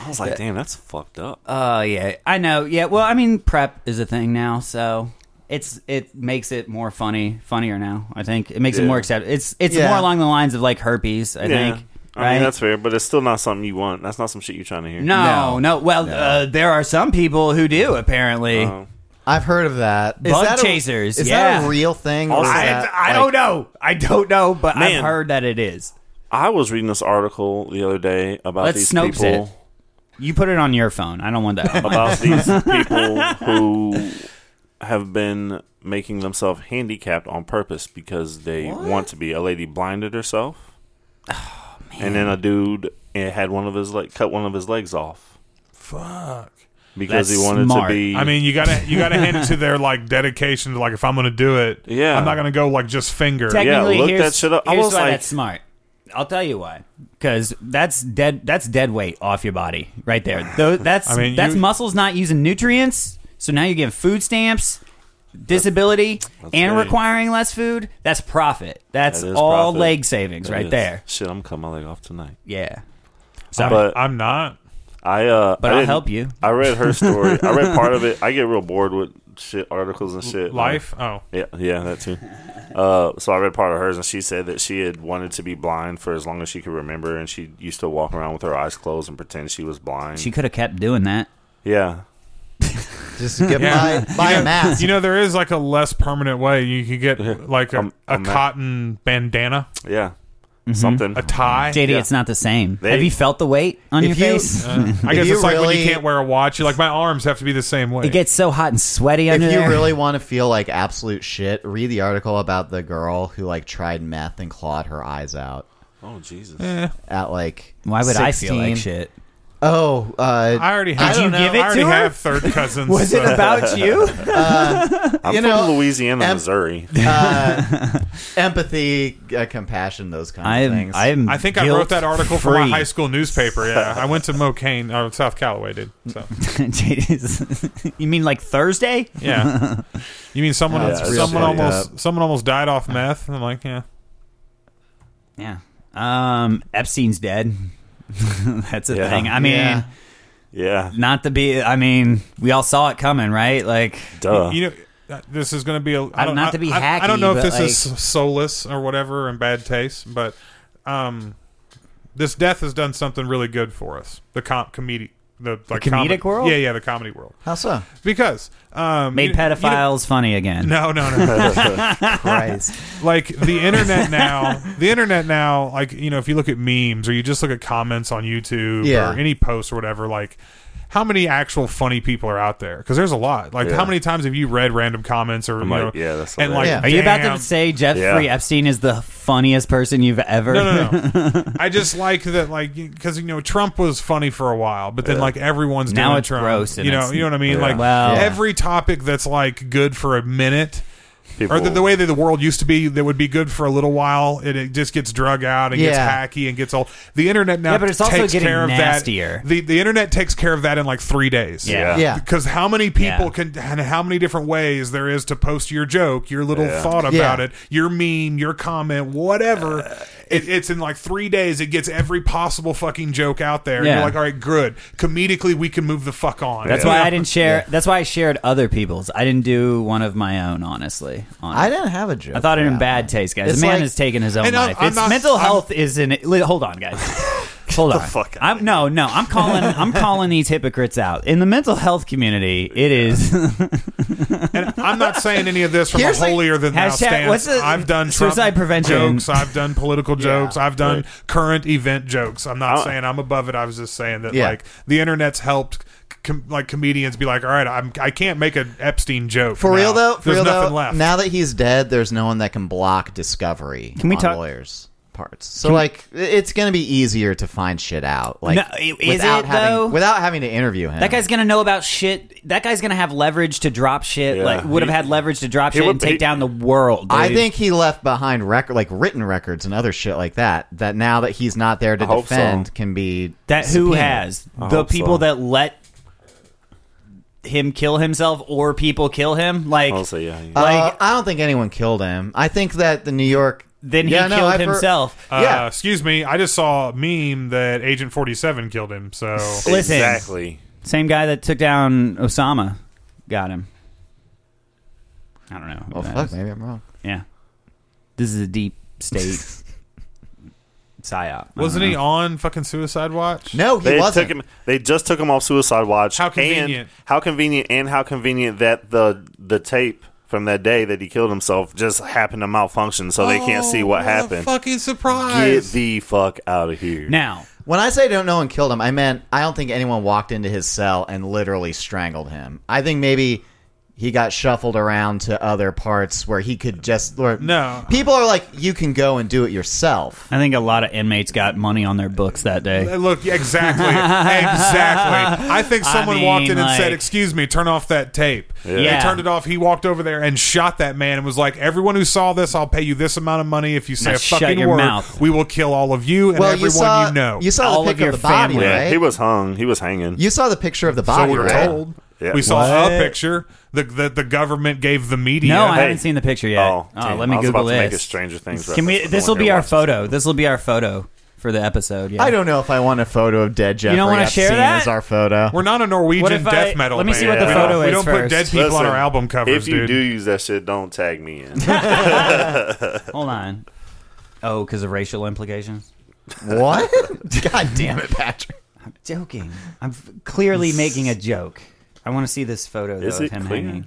Speaker 1: I was like, damn, that's fucked up.
Speaker 5: Oh yeah, I know. Yeah, well, I mean, prep is a thing now, so it's it makes it more funny, funnier now. I think it makes it
Speaker 1: Yeah.
Speaker 5: more acceptable. It's it's
Speaker 4: Yeah.
Speaker 5: more along the lines of like herpes. I
Speaker 1: yeah.
Speaker 5: think.
Speaker 1: I
Speaker 5: right?
Speaker 1: mean, that's fair, but it's still not something you want. That's not some shit you're trying to hear.
Speaker 5: no, no, Well, Uh, there are some people who do apparently.
Speaker 1: Um,
Speaker 4: I've heard of that. Is
Speaker 5: Bug
Speaker 4: that a-
Speaker 5: chasers,
Speaker 4: Is that
Speaker 5: yeah.
Speaker 4: a real thing? or is
Speaker 5: I,
Speaker 4: that,
Speaker 5: I
Speaker 4: like-
Speaker 5: don't know. I don't know, but I've
Speaker 1: Man.
Speaker 5: heard that it is.
Speaker 1: I was reading this article the other day about
Speaker 5: Let's
Speaker 1: these
Speaker 5: Snopes
Speaker 1: people.
Speaker 5: it. You put it on your phone. I don't want that. on my- <laughs>
Speaker 1: about these people who have been making themselves handicapped on purpose because they want to be. A lady blinded herself,
Speaker 5: Oh,
Speaker 1: and then a dude eh, had one of his like cut one of his legs off
Speaker 2: Fuck.
Speaker 1: because
Speaker 5: That's
Speaker 1: he wanted
Speaker 5: smart.
Speaker 1: to be.
Speaker 2: I mean, you gotta you gotta hand it to their like dedication to like if I'm gonna do it,
Speaker 1: Yeah.
Speaker 2: I'm not gonna go like just finger.
Speaker 5: Technically,
Speaker 1: look
Speaker 5: here's,
Speaker 1: that shit up. I
Speaker 5: here's
Speaker 1: was
Speaker 5: why
Speaker 1: like-
Speaker 5: that's smart. I'll tell you why. Because that's dead. That's dead weight off your body right there.
Speaker 1: <sighs>
Speaker 5: Though that's
Speaker 2: I mean,
Speaker 5: that's
Speaker 2: you-
Speaker 5: muscles not using nutrients. So now you're getting food stamps, disability, and
Speaker 1: great.
Speaker 5: requiring less food. That's profit. That's
Speaker 1: That is
Speaker 5: all
Speaker 1: profit.
Speaker 5: leg savings
Speaker 1: That
Speaker 5: right
Speaker 1: is-
Speaker 5: there.
Speaker 1: Shit, I'm cutting my leg off tonight.
Speaker 5: Yeah.
Speaker 2: I'm,
Speaker 1: but-
Speaker 2: I'm not.
Speaker 1: I uh,
Speaker 5: But
Speaker 1: I
Speaker 5: I'll
Speaker 1: didn't-
Speaker 5: help you.
Speaker 1: I read her story. I read part of
Speaker 5: <laughs>
Speaker 1: it. I get real bored with shit articles and shit.
Speaker 2: Life. Oh.
Speaker 1: Yeah, yeah, that too. Uh, so I read part of hers, and she said that she had wanted to be blind for as long as she could remember, and she used to walk around with her eyes closed and pretend she was blind.
Speaker 5: She could have kept doing that.
Speaker 1: yeah,
Speaker 4: Just get
Speaker 2: Yeah.
Speaker 4: by, buy a mask.
Speaker 2: You know, there is like a less permanent way. You could get like a,
Speaker 1: I'm-
Speaker 2: a
Speaker 1: I'm not-
Speaker 2: cotton bandana,
Speaker 1: yeah,
Speaker 5: Mm-hmm.
Speaker 1: something.
Speaker 2: a tie.
Speaker 5: JD,
Speaker 1: Yeah.
Speaker 5: it's not the same.
Speaker 1: They- Uh,
Speaker 5: have you felt the weight on your
Speaker 4: If
Speaker 1: <laughs>
Speaker 4: you-
Speaker 5: face?
Speaker 2: I guess
Speaker 4: you
Speaker 2: it's like when you
Speaker 4: really-
Speaker 2: can't wear a watch. You're like, my arms have to be the same way.
Speaker 5: it gets so hot and sweaty
Speaker 4: if
Speaker 5: under
Speaker 4: you
Speaker 5: there.
Speaker 4: really want to feel like absolute shit, read the article about the girl who like tried meth and clawed her eyes out
Speaker 1: oh Jesus!
Speaker 4: at like.
Speaker 5: why would I feel
Speaker 1: <laughs>
Speaker 5: like
Speaker 4: 16.
Speaker 5: shit?
Speaker 4: Oh, uh,
Speaker 2: I already have.
Speaker 4: Did you
Speaker 2: I don't
Speaker 5: give
Speaker 2: know.
Speaker 5: it
Speaker 2: I already
Speaker 5: to her?
Speaker 2: have third cousins.
Speaker 5: <laughs> Was it
Speaker 2: so-
Speaker 5: about you?
Speaker 1: I'm
Speaker 4: you
Speaker 1: from
Speaker 4: know,
Speaker 1: Louisiana,
Speaker 4: em-
Speaker 1: Missouri.
Speaker 5: <laughs>
Speaker 4: uh,
Speaker 2: <laughs>
Speaker 4: empathy, uh, compassion, those kinds of
Speaker 5: I'm.
Speaker 4: things.
Speaker 5: I'm.
Speaker 2: I think I
Speaker 5: guilt
Speaker 2: wrote that article for my
Speaker 5: free. <laughs>
Speaker 2: high school newspaper. Yeah, I went to Mokane, or South Callaway, dude. So
Speaker 5: JD's you mean like Thursday? <laughs>
Speaker 2: yeah, you mean someone?
Speaker 4: That's
Speaker 1: real
Speaker 2: someone
Speaker 1: fucked
Speaker 2: almost. Someone almost died off meth. I'm like, yeah.
Speaker 5: Yeah. Um, Epstein's dead. <laughs> That's a
Speaker 1: Yeah.
Speaker 5: thing. I mean,
Speaker 4: Yeah.
Speaker 1: Yeah,
Speaker 5: not to be. I mean, we all saw it coming, right? Like,
Speaker 1: duh.
Speaker 2: you know, uh, this is going to be a. I
Speaker 5: I'm
Speaker 2: don't,
Speaker 5: not
Speaker 2: I-
Speaker 5: to be
Speaker 2: I, I
Speaker 5: hacky,
Speaker 2: don't know if
Speaker 5: but,
Speaker 2: this is
Speaker 5: like-
Speaker 2: soulless or whatever and bad taste, but um, this death has done something really good for us. The com- comedic, the, like,
Speaker 5: comedic world?
Speaker 2: Yeah, yeah, the comedy world.
Speaker 4: How so?
Speaker 2: Because um,
Speaker 5: made
Speaker 2: you- you know-
Speaker 5: pedophiles funny again.
Speaker 2: no, no, no.
Speaker 5: <laughs>
Speaker 4: Christ.
Speaker 2: like the internet now the internet now like you know if you look at memes or you just look at comments on youtube
Speaker 4: Yeah.
Speaker 2: or any post or whatever like how many actual funny people are out there because there's a lot like
Speaker 1: Yeah.
Speaker 2: how many times have you read random comments or you
Speaker 1: like,
Speaker 2: know,
Speaker 1: yeah, that's
Speaker 2: and like
Speaker 1: hilarious.
Speaker 4: Yeah.
Speaker 5: Are you about
Speaker 2: damn.
Speaker 5: to say Jeffrey
Speaker 1: Yeah.
Speaker 5: Epstein is the funniest person you've ever?
Speaker 2: no, no,
Speaker 5: <laughs>
Speaker 2: no. I just like that, like, because you know Trump was funny for a while, but then like everyone's
Speaker 5: Now
Speaker 2: doing
Speaker 5: it's
Speaker 2: Trump.
Speaker 5: gross and
Speaker 2: You know,
Speaker 5: it's-
Speaker 2: you know what I mean?
Speaker 1: Yeah.
Speaker 2: Like
Speaker 5: Well- Yeah.
Speaker 2: every topic that's like good for a minute, or the,
Speaker 1: People-
Speaker 2: the way that the world used to be, that would be good for a little while, it, it just gets drug out and gets
Speaker 4: Yeah.
Speaker 2: hacky and gets old. The internet now
Speaker 5: Yeah, but it's also
Speaker 2: takes
Speaker 5: getting
Speaker 2: care of
Speaker 5: nastier.
Speaker 2: that. The the internet takes care of that in like three days
Speaker 1: yeah,
Speaker 4: Yeah.
Speaker 2: because how many people
Speaker 5: Yeah.
Speaker 2: can and how many different ways there is to post your joke your little
Speaker 1: Yeah.
Speaker 2: thought
Speaker 4: Yeah.
Speaker 2: about it your meme your comment whatever
Speaker 1: Uh,
Speaker 2: it, it's in like three days it gets every possible fucking joke out there and
Speaker 5: Yeah.
Speaker 2: you're like all right good comedically we can move the fuck on
Speaker 5: That's
Speaker 2: You
Speaker 5: why
Speaker 2: know?
Speaker 5: I didn't share. That's why I shared other people's. I didn't do one of my own, honestly. on it.
Speaker 4: I didn't have a joke.
Speaker 5: I thought it
Speaker 4: for
Speaker 5: in
Speaker 4: that
Speaker 5: bad
Speaker 4: one.
Speaker 5: taste, guys.
Speaker 4: It's
Speaker 5: the man
Speaker 4: like-
Speaker 5: has taken his own
Speaker 2: And I'm-
Speaker 5: life.
Speaker 2: I'm
Speaker 5: it's
Speaker 2: not-
Speaker 5: mental
Speaker 2: I'm-
Speaker 5: health is in. li- Hold on, guys. Hold on.
Speaker 1: fuck out
Speaker 5: I'm no, no. I'm calling. I'm calling these hypocrites out in the mental health community. It is
Speaker 2: and I'm not saying any of this from
Speaker 4: Here's
Speaker 2: a
Speaker 4: the-
Speaker 2: holier than thou
Speaker 5: Hashtag-
Speaker 2: stance.
Speaker 5: what's the-
Speaker 2: I've done Trump
Speaker 5: suicide prevention.
Speaker 2: jokes. I've done
Speaker 5: <laughs>
Speaker 2: political jokes. I've done
Speaker 1: Right.
Speaker 2: current event jokes. I'm not
Speaker 1: I-
Speaker 2: saying I'm above it. I was just saying that
Speaker 4: Uh, Yeah.
Speaker 2: like the internet's helped. Com- like comedians be like, all right, I'm I can't make an Epstein joke
Speaker 4: For
Speaker 2: now.
Speaker 4: real though, for
Speaker 2: There's
Speaker 4: real
Speaker 2: nothing
Speaker 4: though,
Speaker 2: left.
Speaker 4: now that he's dead, there's no one that can block discovery
Speaker 5: Can we
Speaker 4: on
Speaker 5: talk-
Speaker 4: lawyers parts. So like, it's gonna be easier to find shit out. Like,
Speaker 5: No, i- is
Speaker 4: without
Speaker 5: it,
Speaker 4: having
Speaker 5: though?
Speaker 4: without having to interview him.
Speaker 5: that guy's gonna know about shit. That guy's gonna have leverage to drop shit.
Speaker 1: Yeah.
Speaker 5: Like would have
Speaker 1: He-
Speaker 5: had leverage to drop shit
Speaker 1: would
Speaker 5: and take
Speaker 1: be-
Speaker 5: down the world.
Speaker 4: I
Speaker 5: dude.
Speaker 4: think he left behind record, like written records and other shit like that. That now that he's not there to
Speaker 1: I hope so.
Speaker 4: defend, can be
Speaker 5: that who
Speaker 4: subpoenaed.
Speaker 5: has
Speaker 1: I
Speaker 5: the
Speaker 1: hope
Speaker 5: people
Speaker 1: so.
Speaker 5: that let him kill himself or people kill him. Like
Speaker 1: <laughs> I'll say yeah. yeah.
Speaker 4: Uh, I don't think anyone killed him. I think that the New York.
Speaker 5: then he
Speaker 4: Yeah, no,
Speaker 5: killed
Speaker 4: I've heard-
Speaker 5: himself.
Speaker 2: Uh,
Speaker 4: Yeah.
Speaker 2: Excuse me. I just saw a meme that Agent 47 killed him. So
Speaker 4: <laughs>
Speaker 5: Listen.
Speaker 1: Exactly.
Speaker 5: Same guy that took down Osama got him. I don't know. who
Speaker 4: Well,
Speaker 5: that
Speaker 4: Oh, fuck,
Speaker 5: is.
Speaker 4: maybe I'm wrong.
Speaker 5: Yeah. This is a deep state
Speaker 4: <laughs>
Speaker 5: psyop. I
Speaker 2: wasn't
Speaker 5: don't
Speaker 2: he
Speaker 5: know.
Speaker 2: on fucking Suicide Watch?
Speaker 4: No, he
Speaker 1: They
Speaker 4: wasn't.
Speaker 1: took him. They just took him off suicide watch.
Speaker 2: How
Speaker 1: And
Speaker 2: convenient.
Speaker 1: how convenient, and how convenient that the the tape from that day that he killed himself just happened to malfunction, so they can't see
Speaker 4: Oh,
Speaker 1: what happened.
Speaker 2: Fucking
Speaker 1: Get
Speaker 2: surprise.
Speaker 1: the fuck out of here.
Speaker 5: Uh-huh. Now,
Speaker 4: When I say don't know and killed him, I meant I don't think anyone walked into his cell and literally strangled him. I think maybe he got shuffled around to other parts where he could just. Where
Speaker 2: No.
Speaker 4: people are like, you can go and do it yourself.
Speaker 5: I think a lot of inmates got money on their books that
Speaker 2: Uh,
Speaker 5: day.
Speaker 2: Look, exactly,
Speaker 5: <laughs>
Speaker 2: exactly. I think
Speaker 5: I
Speaker 2: someone
Speaker 5: mean,
Speaker 2: walked in and said,
Speaker 5: like-
Speaker 2: "Excuse me, turn off that tape."
Speaker 5: Yeah.
Speaker 2: They turned it off. He walked over there and shot that man and was like, "Everyone who saw this, I'll pay you this amount of money if you say
Speaker 5: Now
Speaker 2: a
Speaker 5: shut
Speaker 2: fucking
Speaker 5: your
Speaker 2: word.
Speaker 5: mouth."
Speaker 2: We will kill all of you and
Speaker 4: well,
Speaker 2: everyone
Speaker 4: you saw you,
Speaker 2: know."
Speaker 4: saw
Speaker 5: All
Speaker 4: the
Speaker 5: of
Speaker 4: picture
Speaker 5: your
Speaker 4: of, the body,
Speaker 5: family.
Speaker 1: yeah,
Speaker 4: right?
Speaker 1: he was hung. He was hanging.
Speaker 4: you saw the picture of the
Speaker 2: so
Speaker 4: body,
Speaker 2: we were
Speaker 4: right?
Speaker 2: told.
Speaker 1: Yeah. Oh,
Speaker 2: We saw
Speaker 5: What?
Speaker 2: a picture that the, the government gave the media.
Speaker 5: No, I
Speaker 1: uh, Hey.
Speaker 5: haven't seen the picture yet.
Speaker 1: Oh,
Speaker 5: Oh,
Speaker 1: damn.
Speaker 5: let me
Speaker 1: I was about
Speaker 5: Google this.
Speaker 1: to make a Stranger Things
Speaker 5: Can we?
Speaker 1: reference. I
Speaker 5: This will
Speaker 1: wanna
Speaker 5: be
Speaker 1: watch
Speaker 5: our
Speaker 1: this.
Speaker 5: photo. This will be our photo for the episode. Yeah.
Speaker 4: I don't know if I want a photo of dead Jeffrey
Speaker 5: don't wanna
Speaker 4: Epstein
Speaker 5: share that?
Speaker 4: as our photo.
Speaker 2: We're not a Norwegian
Speaker 5: What if I-
Speaker 2: death metal.
Speaker 5: let me see
Speaker 1: what
Speaker 2: band.
Speaker 1: the
Speaker 2: We don't-
Speaker 1: photo
Speaker 2: We
Speaker 5: is
Speaker 2: don't put
Speaker 5: first.
Speaker 2: dead people on
Speaker 1: Listen,
Speaker 2: our album covers,
Speaker 1: If you
Speaker 2: dude.
Speaker 1: do use that shit, don't tag me
Speaker 5: <laughs>
Speaker 1: in.
Speaker 5: Hold on. Oh, because of racial implications.
Speaker 4: what? <laughs> God damn it, Patrick.
Speaker 5: I'm joking. <laughs> I'm f- clearly making a joke. I want to see this photo though,
Speaker 1: Is
Speaker 5: of
Speaker 1: it
Speaker 5: him
Speaker 1: clear?
Speaker 5: hanging.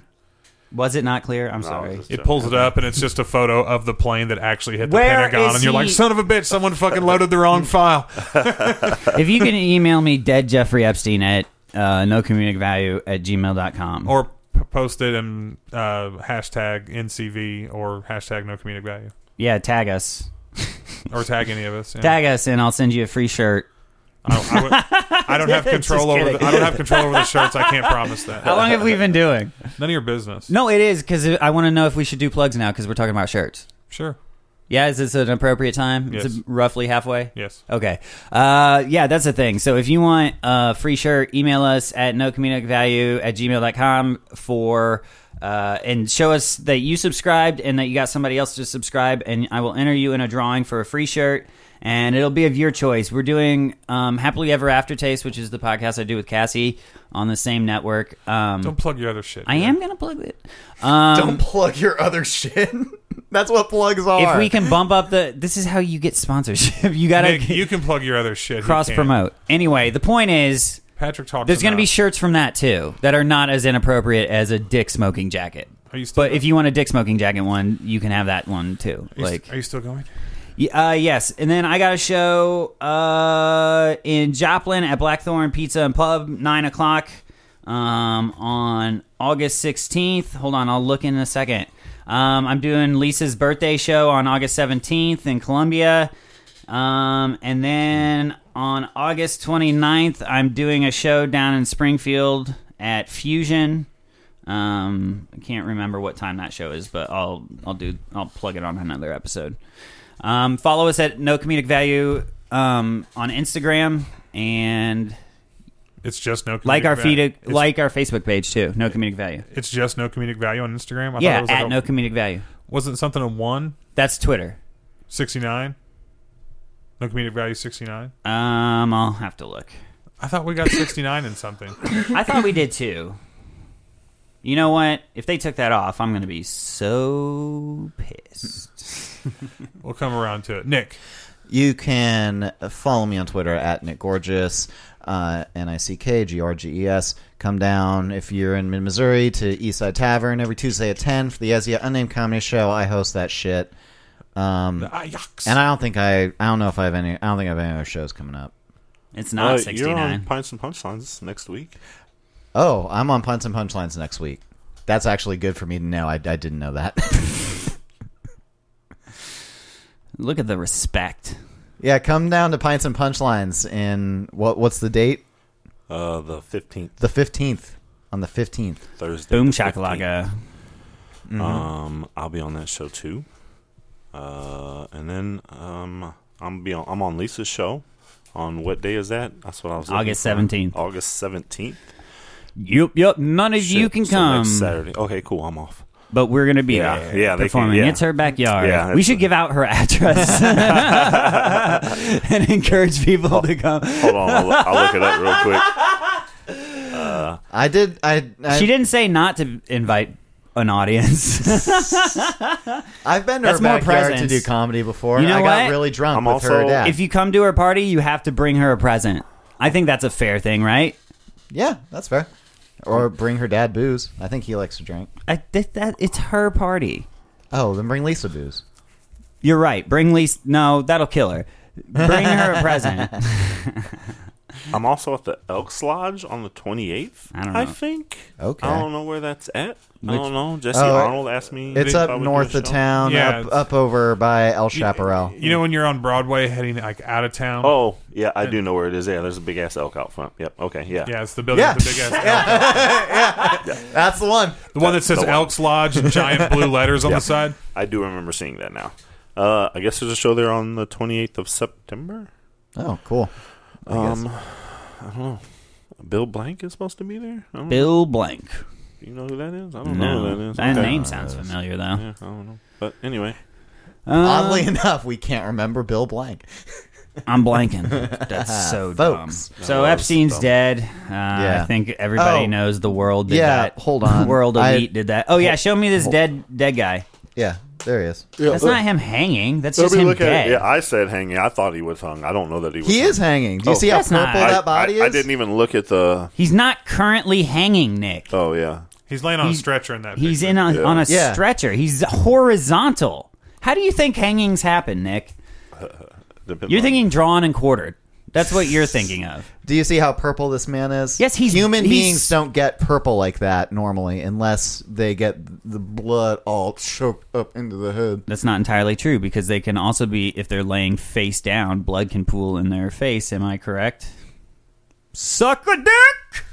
Speaker 5: Was it not clear? I'm sorry.
Speaker 1: just-
Speaker 2: It pulls it up and it's just a photo of the plane that actually hit the
Speaker 5: Where
Speaker 2: Pentagon,
Speaker 5: is
Speaker 2: and you're like,
Speaker 5: he-
Speaker 2: "Son of a bitch! Someone fucking loaded the wrong file."
Speaker 5: if you can email me dead Jeffrey Epstein at uh, no comedic value at gmail.com.
Speaker 2: Or p- post it in uh, hashtag NCV or hashtag No Comedic Value,
Speaker 5: yeah, tag us.
Speaker 2: or tag any of us. yeah.
Speaker 5: Tag us and I'll send you a free shirt.
Speaker 2: I don't, I would- I don't have control
Speaker 5: <laughs> Just
Speaker 2: over. The,
Speaker 5: kidding.
Speaker 2: I don't have control over the shirts. I can't promise that.
Speaker 5: <laughs> How long have we been doing?
Speaker 2: None of your business.
Speaker 5: No, it is because I want to know if we should do plugs now because we're talking about shirts.
Speaker 2: Sure.
Speaker 5: Yeah, is this an appropriate time? It's
Speaker 2: Yes.
Speaker 5: roughly halfway.
Speaker 2: Yes.
Speaker 5: Okay. Uh, yeah, that's the thing. So if you want a free shirt, email us at value at gmail.com for, uh, and show us that you subscribed and that you got somebody else to subscribe, and I will enter you in a drawing for a free shirt. And it'll be of your choice. We're doing um, Happily Ever Aftertaste, which is the podcast I do with Cassie on the same network. Um,
Speaker 2: Don't plug your other shit.
Speaker 5: I
Speaker 2: dude.
Speaker 5: am going to plug it. Um,
Speaker 4: Don't plug your other shit. <laughs> That's what plugs are.
Speaker 5: if we can bump up the this is how you get sponsorship <laughs> you gotta
Speaker 2: Nick, you can plug your other shit. He
Speaker 5: cross
Speaker 2: can't.
Speaker 5: promote anyway the point is
Speaker 2: Patrick talks.
Speaker 5: there's going to
Speaker 2: enough.
Speaker 5: be shirts from that too that are not as inappropriate as a dick smoking jacket
Speaker 2: Are you still
Speaker 5: but if you want a dick smoking jacket one you can have that one too
Speaker 2: Are you st-
Speaker 5: like
Speaker 2: are you still going?
Speaker 5: Y- Uh, yes, and then I got a show uh, in Joplin at Blackthorn Pizza and Pub, nine o'clock um, on August sixteenth. Hold on, I'll look in a second. Um, I'm doing Lisa's birthday show on August seventeenth in Columbia, um, and then on August 29th, I'm doing a show down in Springfield at Fusion. Um, I can't remember what time that show is, but I'll I'll do I'll plug it on another episode. Um, follow us at No Comedic Value um, on Instagram and
Speaker 2: It's just no. Comedic
Speaker 5: like our
Speaker 2: value.
Speaker 5: feed, uh,
Speaker 2: It's-
Speaker 5: like our Facebook page too. No Comedic Value.
Speaker 2: It's just no comedic value on Instagram. I thought it
Speaker 5: Yeah,
Speaker 2: was like
Speaker 5: at
Speaker 2: a-
Speaker 5: No Comedic Value.
Speaker 2: wasn't something a one
Speaker 5: That's Twitter.
Speaker 2: sixty nine. No comedic value sixty nine.
Speaker 5: Um, I'll have to look.
Speaker 2: I thought we got sixty nine in something.
Speaker 5: I thought we did too. You know what? If they took that off, I'm going to be so pissed.
Speaker 2: We'll come around to it. Nick,
Speaker 4: You can follow me on Twitter at Nick Gorgeous, uh, N I C K G R G E S. Come down if you're in mid Missouri to Eastside Tavern every Tuesday at 10 for the Ezia Unnamed Comedy Show. I host that shit. Um,
Speaker 2: ah, yucks.
Speaker 4: and I don't think I, I don't know if I have any, I don't think I have any other shows coming up.
Speaker 5: It's not
Speaker 1: Uh, You're on
Speaker 5: 69.
Speaker 1: Pints and Punchlines next week.
Speaker 4: Oh, I'm on Punts and Punchlines next week. That's actually good for me to know. I, I didn't know that. <laughs>
Speaker 5: Look at the respect.
Speaker 4: yeah, come down to Pints and Punchlines in what? What's the date?
Speaker 1: Uh, the fifteenth
Speaker 4: The fifteenth. On the fifteenth.
Speaker 1: Thursday.
Speaker 2: <laughs>
Speaker 5: Boom
Speaker 1: the 15th.
Speaker 5: shakalaka. Mm-hmm.
Speaker 1: Um, I'll be on that show too. Uh, and then um, I'm be on, I'm on Lisa's show. On what day is that? That's what I was. looking
Speaker 5: August
Speaker 1: for.
Speaker 5: 17th.
Speaker 1: August seventeenth.
Speaker 5: Yup, yup. None of you
Speaker 1: Shit,
Speaker 5: can
Speaker 1: so
Speaker 5: come,
Speaker 1: next Saturday. Okay, cool. I'm off.
Speaker 5: but we're gonna be
Speaker 1: Yeah,
Speaker 5: there.
Speaker 1: yeah, they can-
Speaker 5: performing.
Speaker 1: yeah.
Speaker 5: It's her backyard.
Speaker 1: Yeah,
Speaker 5: we
Speaker 1: it's-
Speaker 5: should give out her <laughs> address and encourage people to come.
Speaker 1: Hold on, I'll, look- I'll look it up real
Speaker 5: <laughs>
Speaker 1: quick.
Speaker 4: I did. I, I
Speaker 5: She didn't say not to invite an audience.
Speaker 1: <laughs>
Speaker 4: I've been to
Speaker 5: That's
Speaker 4: her
Speaker 5: more
Speaker 4: backyard to
Speaker 5: presence.
Speaker 4: do comedy before.
Speaker 5: You know
Speaker 4: I got
Speaker 5: what?
Speaker 4: really drunk
Speaker 1: I'm
Speaker 4: with her
Speaker 1: also-
Speaker 4: dad.
Speaker 5: if you come to her party, you have to bring her a present. I think that's a fair thing, right?
Speaker 4: yeah, that's fair. Or bring her dad booze. I think he likes to drink.
Speaker 5: I that, that it's her party.
Speaker 4: Oh, then bring Lisa booze.
Speaker 5: You're right. Bring Lisa. No, that'll kill her. Bring her
Speaker 1: <laughs>
Speaker 5: a present.
Speaker 1: I'm also at the Elks Lodge on the 28th.
Speaker 5: I don't
Speaker 1: I
Speaker 5: know.
Speaker 1: think.
Speaker 4: Okay.
Speaker 1: I don't know where that's at. I don't know. Jesse
Speaker 4: Oh,
Speaker 1: Arnold asked me.
Speaker 4: It's
Speaker 1: if I
Speaker 4: up
Speaker 1: would do
Speaker 4: north
Speaker 1: a
Speaker 4: of
Speaker 1: show.
Speaker 4: town,
Speaker 2: Yeah,
Speaker 4: up
Speaker 2: it's-
Speaker 4: up over by El Chaparral.
Speaker 2: You know when you're on Broadway heading like out of town.
Speaker 1: Oh yeah, I do know where it is. Yeah, there's a big ass elk out front. Yep. Okay. Yeah.
Speaker 2: Yeah, it's the building with the big ass.
Speaker 1: <laughs>
Speaker 4: That's the one.
Speaker 2: The one that says
Speaker 1: The one.
Speaker 2: Elks Lodge in giant blue letters
Speaker 1: <laughs>
Speaker 2: on the side.
Speaker 1: I do remember seeing that now. Uh, I guess there's a show there on the 28th of September.
Speaker 4: Oh, cool.
Speaker 1: Um, I don't know. Bill Blank is supposed to be there. I don't
Speaker 5: Bill Blank.
Speaker 1: Do you know who that is? I don't know who Oh, that
Speaker 5: No,
Speaker 1: is.
Speaker 5: that
Speaker 1: Okay.
Speaker 5: name sounds familiar though.
Speaker 1: Yeah, I don't know. But anyway,
Speaker 5: Uh,
Speaker 4: Oddly <laughs> enough, we can't remember Bill Blank.
Speaker 5: I'm blanking.
Speaker 4: <laughs>
Speaker 5: That's so
Speaker 4: Folks.
Speaker 5: dumb. So Epstein's dead. Uh, I think everybody
Speaker 4: Oh.
Speaker 5: knows the world did
Speaker 4: Yeah,
Speaker 5: that. <laughs>
Speaker 4: hold on.
Speaker 5: World
Speaker 4: I-
Speaker 5: elite did that. Oh yeah, show me this dead dead guy.
Speaker 4: Yeah, there he is.
Speaker 5: That's not him hanging. That's just him dead.
Speaker 1: Yeah, I said hanging. I thought he was hung. I don't know that he was.
Speaker 4: He is hanging. Do you
Speaker 1: Oh.
Speaker 4: see how
Speaker 5: That's
Speaker 4: purple
Speaker 5: not-
Speaker 1: I,
Speaker 4: that body
Speaker 1: I, I
Speaker 4: is?
Speaker 1: didn't even look at the.
Speaker 5: He's not currently hanging, Nick.
Speaker 1: Oh yeah.
Speaker 2: He's laying on
Speaker 5: He's-
Speaker 2: a stretcher in that.
Speaker 5: He's
Speaker 2: picture.
Speaker 5: in a, on a
Speaker 4: Yeah.
Speaker 5: stretcher. He's horizontal. How do you think hangings happen, Nick?
Speaker 1: Depends
Speaker 5: You're
Speaker 1: on-
Speaker 5: thinking drawn and quartered. That's what you're thinking of.
Speaker 4: Do you see how purple this man is?
Speaker 5: Yes, he's-
Speaker 4: human
Speaker 5: he's-
Speaker 4: beings don't get purple like that normally, unless they get the blood all choked up into the head.
Speaker 5: That's not entirely true because they can also be if they're laying face down, blood can pool in their face. Am I correct? Suck a dick.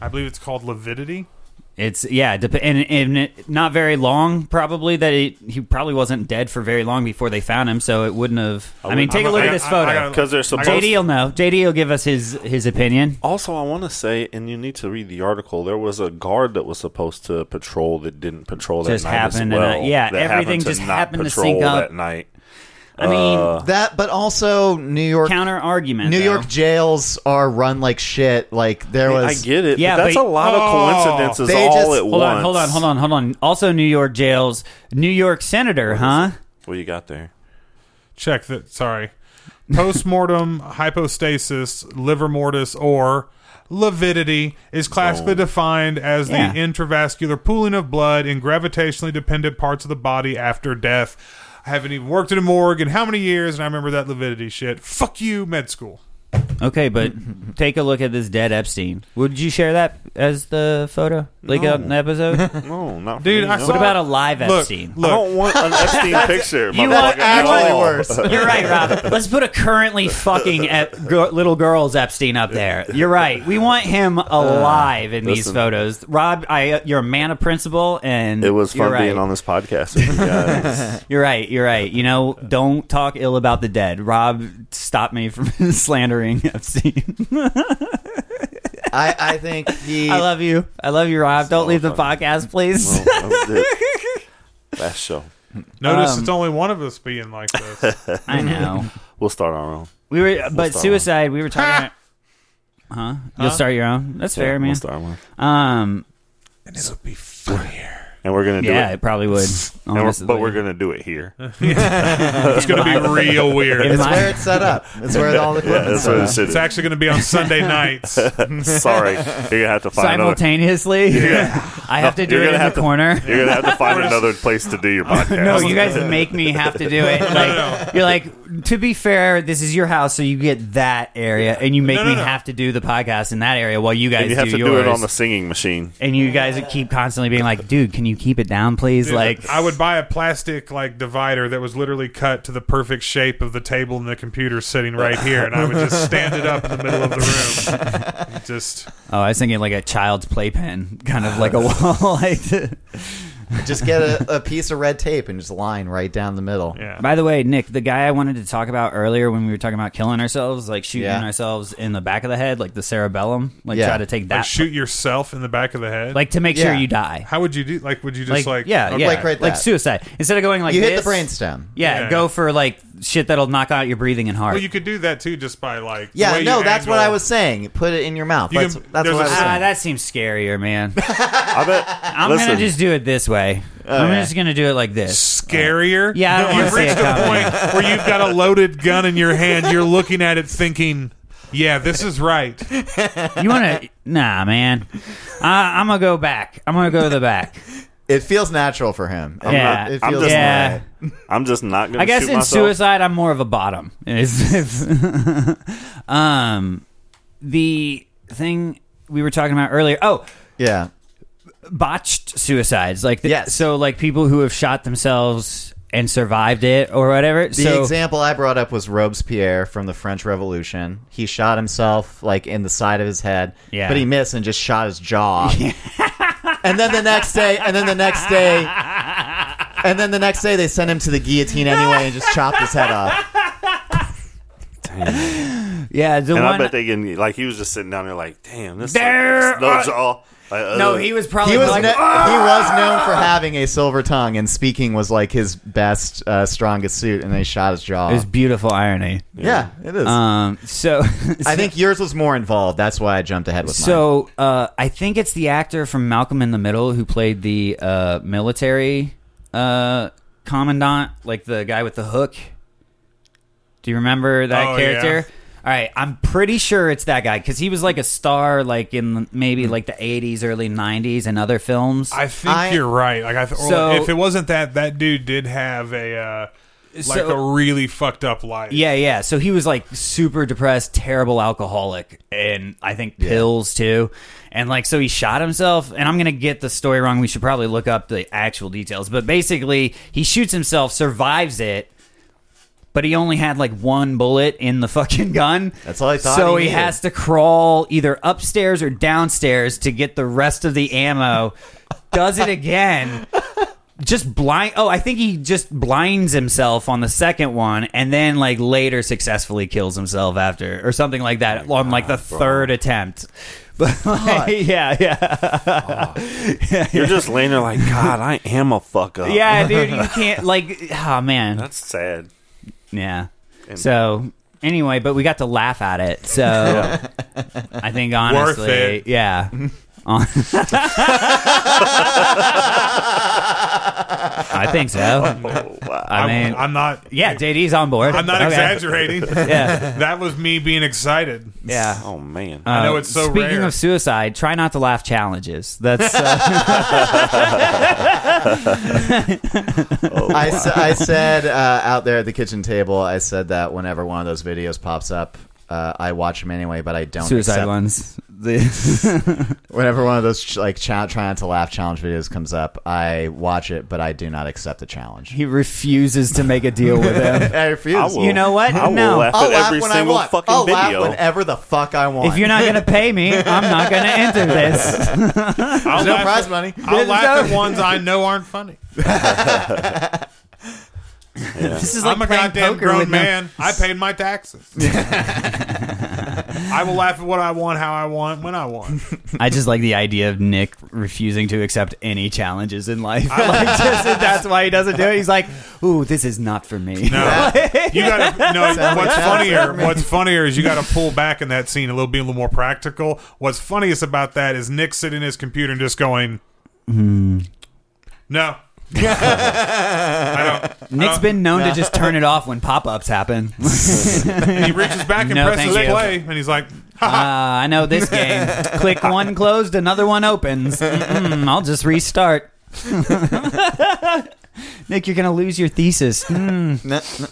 Speaker 2: I believe it's called Lividity.
Speaker 5: It's yeah, dep- and, and it, not very long. Probably that it, he probably wasn't dead for very long before they found him, so it wouldn't have. I, mean,
Speaker 1: wouldn't-
Speaker 5: take a
Speaker 2: I'm-
Speaker 5: look
Speaker 2: I-
Speaker 5: at this
Speaker 2: I- I
Speaker 5: photo.
Speaker 2: gotta-
Speaker 1: because they're
Speaker 2: I
Speaker 1: supposed.
Speaker 2: gotta-
Speaker 5: JD will know. JD will give us his his opinion.
Speaker 1: Also, I want to say, and you need to read the article. There was a guard that was supposed to patrol that didn't patrol that
Speaker 5: Just
Speaker 1: night
Speaker 5: happened to
Speaker 1: as well.
Speaker 5: not- yeah,
Speaker 1: that happened
Speaker 5: everything
Speaker 1: to
Speaker 5: just
Speaker 1: not
Speaker 5: happened to
Speaker 1: patrol
Speaker 5: sync up.
Speaker 1: that night.
Speaker 5: I mean,
Speaker 4: That, but also New York.
Speaker 5: Uh, counter argument.
Speaker 4: New York jails are run like shit. Like there
Speaker 1: I
Speaker 4: was.
Speaker 1: get it.
Speaker 5: Yeah,
Speaker 1: Yeah, but that's
Speaker 5: but-
Speaker 1: a lot of
Speaker 2: Oh.
Speaker 1: coincidences
Speaker 4: They
Speaker 1: all
Speaker 4: just-
Speaker 1: at
Speaker 5: Hold
Speaker 1: once.
Speaker 5: on, hold on, hold on, hold on. Also, New York jails. New York senator, huh?
Speaker 1: What you got there?
Speaker 2: Check that. Sorry. Postmortem <laughs> hypostasis, liver mortis, or lividity is classically defined as
Speaker 5: Yeah.
Speaker 2: the intravascular pooling of blood in gravitationally dependent parts of the body after death. I haven't even worked in a morgue in how many years, and I remember that lividity shit. Fuck you, med school.
Speaker 1: <laughs>
Speaker 5: Okay, but take a look at this dead Epstein. Would you share that as the photo? Like out in the episode?
Speaker 1: No, not for
Speaker 2: <laughs> Dude,
Speaker 1: me,
Speaker 2: I
Speaker 1: no.
Speaker 2: saw-
Speaker 5: what about a live
Speaker 2: Look,
Speaker 5: Epstein?
Speaker 1: I
Speaker 2: look,
Speaker 1: don't want an Epstein picture.
Speaker 5: You
Speaker 1: motherfucker, at
Speaker 5: want- actually
Speaker 1: all. <laughs>
Speaker 4: worse.
Speaker 5: You're right, Rob. Let's put a currently fucking ep- gr- little girl's Epstein up there. You're right. We
Speaker 1: <laughs>
Speaker 5: want him alive in these
Speaker 1: Ah, listen.
Speaker 5: photos. Rob, I uh, you're a man of principle, and
Speaker 1: It was fun
Speaker 5: you're right.
Speaker 1: being on this podcast with you
Speaker 5: <laughs>
Speaker 1: guys.
Speaker 5: You're right. You're right. You know, don't talk ill about the dead. Rob, stop me from <laughs> slandering Epstein.
Speaker 4: I,
Speaker 5: <laughs>
Speaker 4: I think he.
Speaker 5: I love you. I love you, Rob. Don't leave the
Speaker 1: motherfucker.
Speaker 5: podcast, please.
Speaker 1: Well, that was it. Last show.
Speaker 2: notice
Speaker 5: um,
Speaker 2: it's only one of us being like this.
Speaker 5: <laughs> I know.
Speaker 1: We'll start our own.
Speaker 5: We were, but
Speaker 1: start one.
Speaker 5: suicide. We were talking. Huh? You'll start your own. That's fair,
Speaker 1: Yeah,
Speaker 5: man.
Speaker 1: We'll start one.
Speaker 5: Um.
Speaker 2: and it'll be funnier.
Speaker 1: And we're going to do
Speaker 5: Yeah,
Speaker 1: it.
Speaker 5: it
Speaker 1: <laughs>
Speaker 5: probably would.
Speaker 1: And we're-
Speaker 5: honestly.
Speaker 1: but we're going to do it <laughs> here. Yeah,
Speaker 5: <laughs>
Speaker 2: It's going to be real weird.
Speaker 5: Am
Speaker 4: <laughs> it's
Speaker 5: I-
Speaker 4: where it's set up. It's where all the equipment's
Speaker 1: that's what it
Speaker 4: set
Speaker 1: should
Speaker 2: It's actually going to be on Sunday nights.
Speaker 1: Sorry. You're going to have to find another. <laughs>
Speaker 5: simultaneously. <laughs> I have to do
Speaker 1: You're
Speaker 5: it
Speaker 1: gonna
Speaker 5: in the
Speaker 1: have to-
Speaker 5: corner.
Speaker 1: <laughs> You're going to have to
Speaker 5: <laughs>
Speaker 1: find another place to do your podcast.
Speaker 5: No, you guys make me have
Speaker 1: <laughs>
Speaker 5: to do it. Like you're like, to be fair, this is your house, so you get that area, and you make
Speaker 2: No, no,
Speaker 5: me
Speaker 2: no.
Speaker 5: have to do the podcast in that area while you guys
Speaker 1: And you have
Speaker 5: do
Speaker 1: to
Speaker 5: yours.
Speaker 1: do it on the singing machine.
Speaker 5: and you guys keep constantly being like, "Dude, can you keep it down, please?" like,
Speaker 2: <laughs> I would buy a plastic like divider that was literally cut to the perfect shape of the table and the computer sitting right here, and I would just stand it up in the middle of the room.
Speaker 5: <laughs>
Speaker 2: Just
Speaker 5: <laughs> oh, I was thinking like a child's playpen, kind of like a wall. like,
Speaker 4: <laughs> Just get a, a piece of red tape and just line right down the middle.
Speaker 2: Yeah.
Speaker 5: By the way, Nick, the guy I wanted to talk about earlier when we were talking about killing ourselves, like shooting
Speaker 4: Yeah.
Speaker 5: ourselves in the back of the head, like the cerebellum, like
Speaker 4: Yeah.
Speaker 5: try to take that,
Speaker 2: Like
Speaker 5: like,
Speaker 2: shoot yourself in the back of the head.
Speaker 5: to make sure
Speaker 4: Yeah.
Speaker 5: you die.
Speaker 2: how would you do? Like, would you
Speaker 5: Like,
Speaker 2: just like,
Speaker 5: yeah,
Speaker 2: okay.
Speaker 5: yeah,
Speaker 4: Like right
Speaker 5: like
Speaker 4: that.
Speaker 5: suicide. Instead of going like
Speaker 4: You
Speaker 5: this,
Speaker 4: hit the brainstem.
Speaker 5: Yeah,
Speaker 2: Yeah.
Speaker 5: go for like shit that'll knock out your breathing and heart.
Speaker 2: Well, you could do that too, just by like. the
Speaker 4: Yeah,
Speaker 2: way
Speaker 4: no,
Speaker 2: you
Speaker 4: that's what
Speaker 2: angle-
Speaker 4: I was saying. Put it in your mouth.
Speaker 2: You
Speaker 4: that's
Speaker 2: can-
Speaker 4: that's
Speaker 2: there's
Speaker 4: what I
Speaker 2: a
Speaker 4: was
Speaker 2: certain-
Speaker 5: ah,
Speaker 4: <laughs> saying.
Speaker 5: that seems scarier, man.
Speaker 1: I bet.
Speaker 5: I'm
Speaker 1: listen,
Speaker 5: gonna just do it this way. I'm
Speaker 4: Okay.
Speaker 5: just gonna do it like this.
Speaker 2: Scarier.
Speaker 5: Yeah, I don't wanna
Speaker 2: you've
Speaker 5: see it
Speaker 2: reached a
Speaker 5: coming.
Speaker 2: point where you've got a loaded gun in your hand. You're looking at it, thinking, "Yeah, this is right."
Speaker 5: You wanna? <laughs> nah, man. Uh, I'm gonna go back. I'm gonna go to the
Speaker 4: <laughs>
Speaker 5: back.
Speaker 4: It feels natural for him. I'm
Speaker 5: Yeah.
Speaker 4: not- it
Speaker 1: I'm
Speaker 4: feels
Speaker 1: just-
Speaker 5: yeah.
Speaker 1: I'm just not gonna.
Speaker 5: I guess
Speaker 1: shoot
Speaker 5: in
Speaker 1: myself.
Speaker 5: suicide, I'm more of a bottom. <laughs> It's- it's- um, the thing we were talking about earlier. Oh,
Speaker 4: yeah.
Speaker 5: botched suicides. Like the,
Speaker 4: Yes.
Speaker 5: so, like people who have shot themselves and survived it or whatever.
Speaker 4: The
Speaker 5: so
Speaker 4: example I brought up was Robespierre from the French Revolution. He shot himself like in the side of his head,
Speaker 5: Yeah.
Speaker 4: but he missed and just shot
Speaker 5: <laughs>
Speaker 4: his jaw. and then the next day, and then the next day, and then the next day they sent him to the guillotine anyway and just chopped his
Speaker 5: <laughs>
Speaker 4: head off.
Speaker 5: yeah, the
Speaker 1: And I
Speaker 5: one.
Speaker 1: bet they can. Like he was just sitting down there, like, damn, this
Speaker 5: There
Speaker 1: sucks. No, all. uh,
Speaker 5: no, he was probably
Speaker 4: He was
Speaker 5: like, "Ah!"
Speaker 4: kno- he was known for having a silver tongue and speaking was like his best, uh, strongest suit, and they shot his jaw.
Speaker 5: it was beautiful irony.
Speaker 4: yeah, it is.
Speaker 5: Um, so <laughs>
Speaker 4: I think yours was more involved. That's why I jumped ahead with mine.
Speaker 5: So uh, I think it's the actor from Malcolm in the Middle who played the uh, military uh, commandant, like the guy with the hook. Do you remember that
Speaker 2: Oh,
Speaker 5: character? All right, I'm pretty sure it's that guy because he was like a star, like in maybe like the '80s, early '90s, and other films.
Speaker 2: Hmm. I think
Speaker 4: I-
Speaker 2: you're right. Like, I th- or
Speaker 5: So-
Speaker 2: if it wasn't that, that dude did have a uh, like
Speaker 5: So-
Speaker 2: a really fucked up life.
Speaker 5: Yeah, yeah. So he was like super depressed, terrible alcoholic, and I think pills too. And like, so he shot himself. And I'm gonna get the story wrong. We should probably look up the actual details. But basically, he shoots himself, survives it, but he only had like one bullet in the fucking gun.
Speaker 4: That's all he thought
Speaker 5: So
Speaker 4: he
Speaker 5: he,
Speaker 4: needed.
Speaker 5: has to crawl either upstairs or downstairs to get the rest of the ammo. Does it again. Just blind. Oh, I think he just blinds himself on the second one, and then like later successfully kills himself after, or something like
Speaker 2: Oh
Speaker 5: that, on like the third attempt. <laughs> But like, yeah,
Speaker 2: <laughs>
Speaker 5: yeah,
Speaker 1: You're just laying there,
Speaker 5: <laughs>
Speaker 1: like, God, I am a fuck up.
Speaker 5: yeah, dude, you can't like. Oh man,
Speaker 1: that's
Speaker 4: <laughs>
Speaker 1: sad.
Speaker 5: Yeah. so anyway, but we got to laugh at it. So
Speaker 2: <laughs>
Speaker 5: I think honestly,
Speaker 2: it.
Speaker 5: yeah. Hon- <laughs> I
Speaker 2: <laughs>
Speaker 5: think so.
Speaker 1: Oh, wow.
Speaker 5: I mean,
Speaker 2: I'm, I'm not.
Speaker 5: yeah, JD's on board.
Speaker 2: I'm not
Speaker 5: Okay.
Speaker 2: exaggerating. <laughs>
Speaker 5: <laughs> Yeah,
Speaker 2: that was me being excited.
Speaker 5: yeah.
Speaker 1: oh man.
Speaker 5: I
Speaker 2: know it's so
Speaker 5: Speaking
Speaker 2: rare.
Speaker 5: of suicide, try not to laugh challenges. That's uh,
Speaker 1: Oh,
Speaker 4: I, s- I said uh, out there at the kitchen table, I said that whenever one of those videos pops up, uh, I watch them anyway, but I don't.
Speaker 5: <laughs> suicide
Speaker 4: accept-
Speaker 5: ones. The- <laughs>
Speaker 4: Whenever one of those ch- like cha- try not to laugh challenge videos comes up, I watch it, but I do not accept the challenge.
Speaker 5: he refuses to make a deal with <laughs> them.
Speaker 4: <laughs> I refuse.
Speaker 1: I will,
Speaker 5: You know what?
Speaker 1: I will
Speaker 5: No.
Speaker 1: laugh
Speaker 4: I'll
Speaker 1: at
Speaker 4: laugh
Speaker 1: every
Speaker 4: when I
Speaker 1: single
Speaker 4: want.
Speaker 1: fucking
Speaker 4: I'll laugh
Speaker 1: video.
Speaker 4: whenever the fuck I want.
Speaker 5: If you're not going to pay me, I'm not going to enter this. <laughs>
Speaker 2: I'll
Speaker 4: no
Speaker 2: laugh
Speaker 4: prize
Speaker 2: at-
Speaker 4: money.
Speaker 2: I'll
Speaker 5: There's
Speaker 2: laugh at
Speaker 5: no-
Speaker 2: ones I know aren't
Speaker 5: <laughs>
Speaker 2: funny.
Speaker 5: This is like
Speaker 2: I'm a
Speaker 5: playing
Speaker 2: goddamn
Speaker 5: poker
Speaker 2: grown
Speaker 5: with no-
Speaker 2: man. I paid my
Speaker 5: <laughs>
Speaker 2: taxes. I will laugh at what I want, how I want, when I want.
Speaker 5: I just like the idea of Nick refusing to accept any challenges in life.
Speaker 2: <laughs>
Speaker 5: <laughs> like, just, that's why he doesn't do it. He's like, "Ooh, this is not for me."
Speaker 4: <laughs>
Speaker 2: No, you got to no.
Speaker 4: Sounds
Speaker 2: What's
Speaker 4: like
Speaker 2: funnier?
Speaker 4: Alistair Overman.
Speaker 2: What's funnier is you got to pull back in that scene a little, be a little more practical. What's funniest about that is Nick sitting in his computer and just going,
Speaker 4: Hmm.
Speaker 2: "No, <laughs> I don't."
Speaker 5: Nick's been known to just turn it off when
Speaker 2: <laughs>
Speaker 5: pop-ups happen. uh,
Speaker 2: And he reaches back and
Speaker 5: No,
Speaker 2: presses
Speaker 5: thank you.
Speaker 2: play, and he's like, "Ha
Speaker 5: Ah, I know this game. Click one closed, another one opens. Mm-mm, I'll just restart. Nick, you're gonna lose your thesis. Mm,
Speaker 4: <laughs> No, no.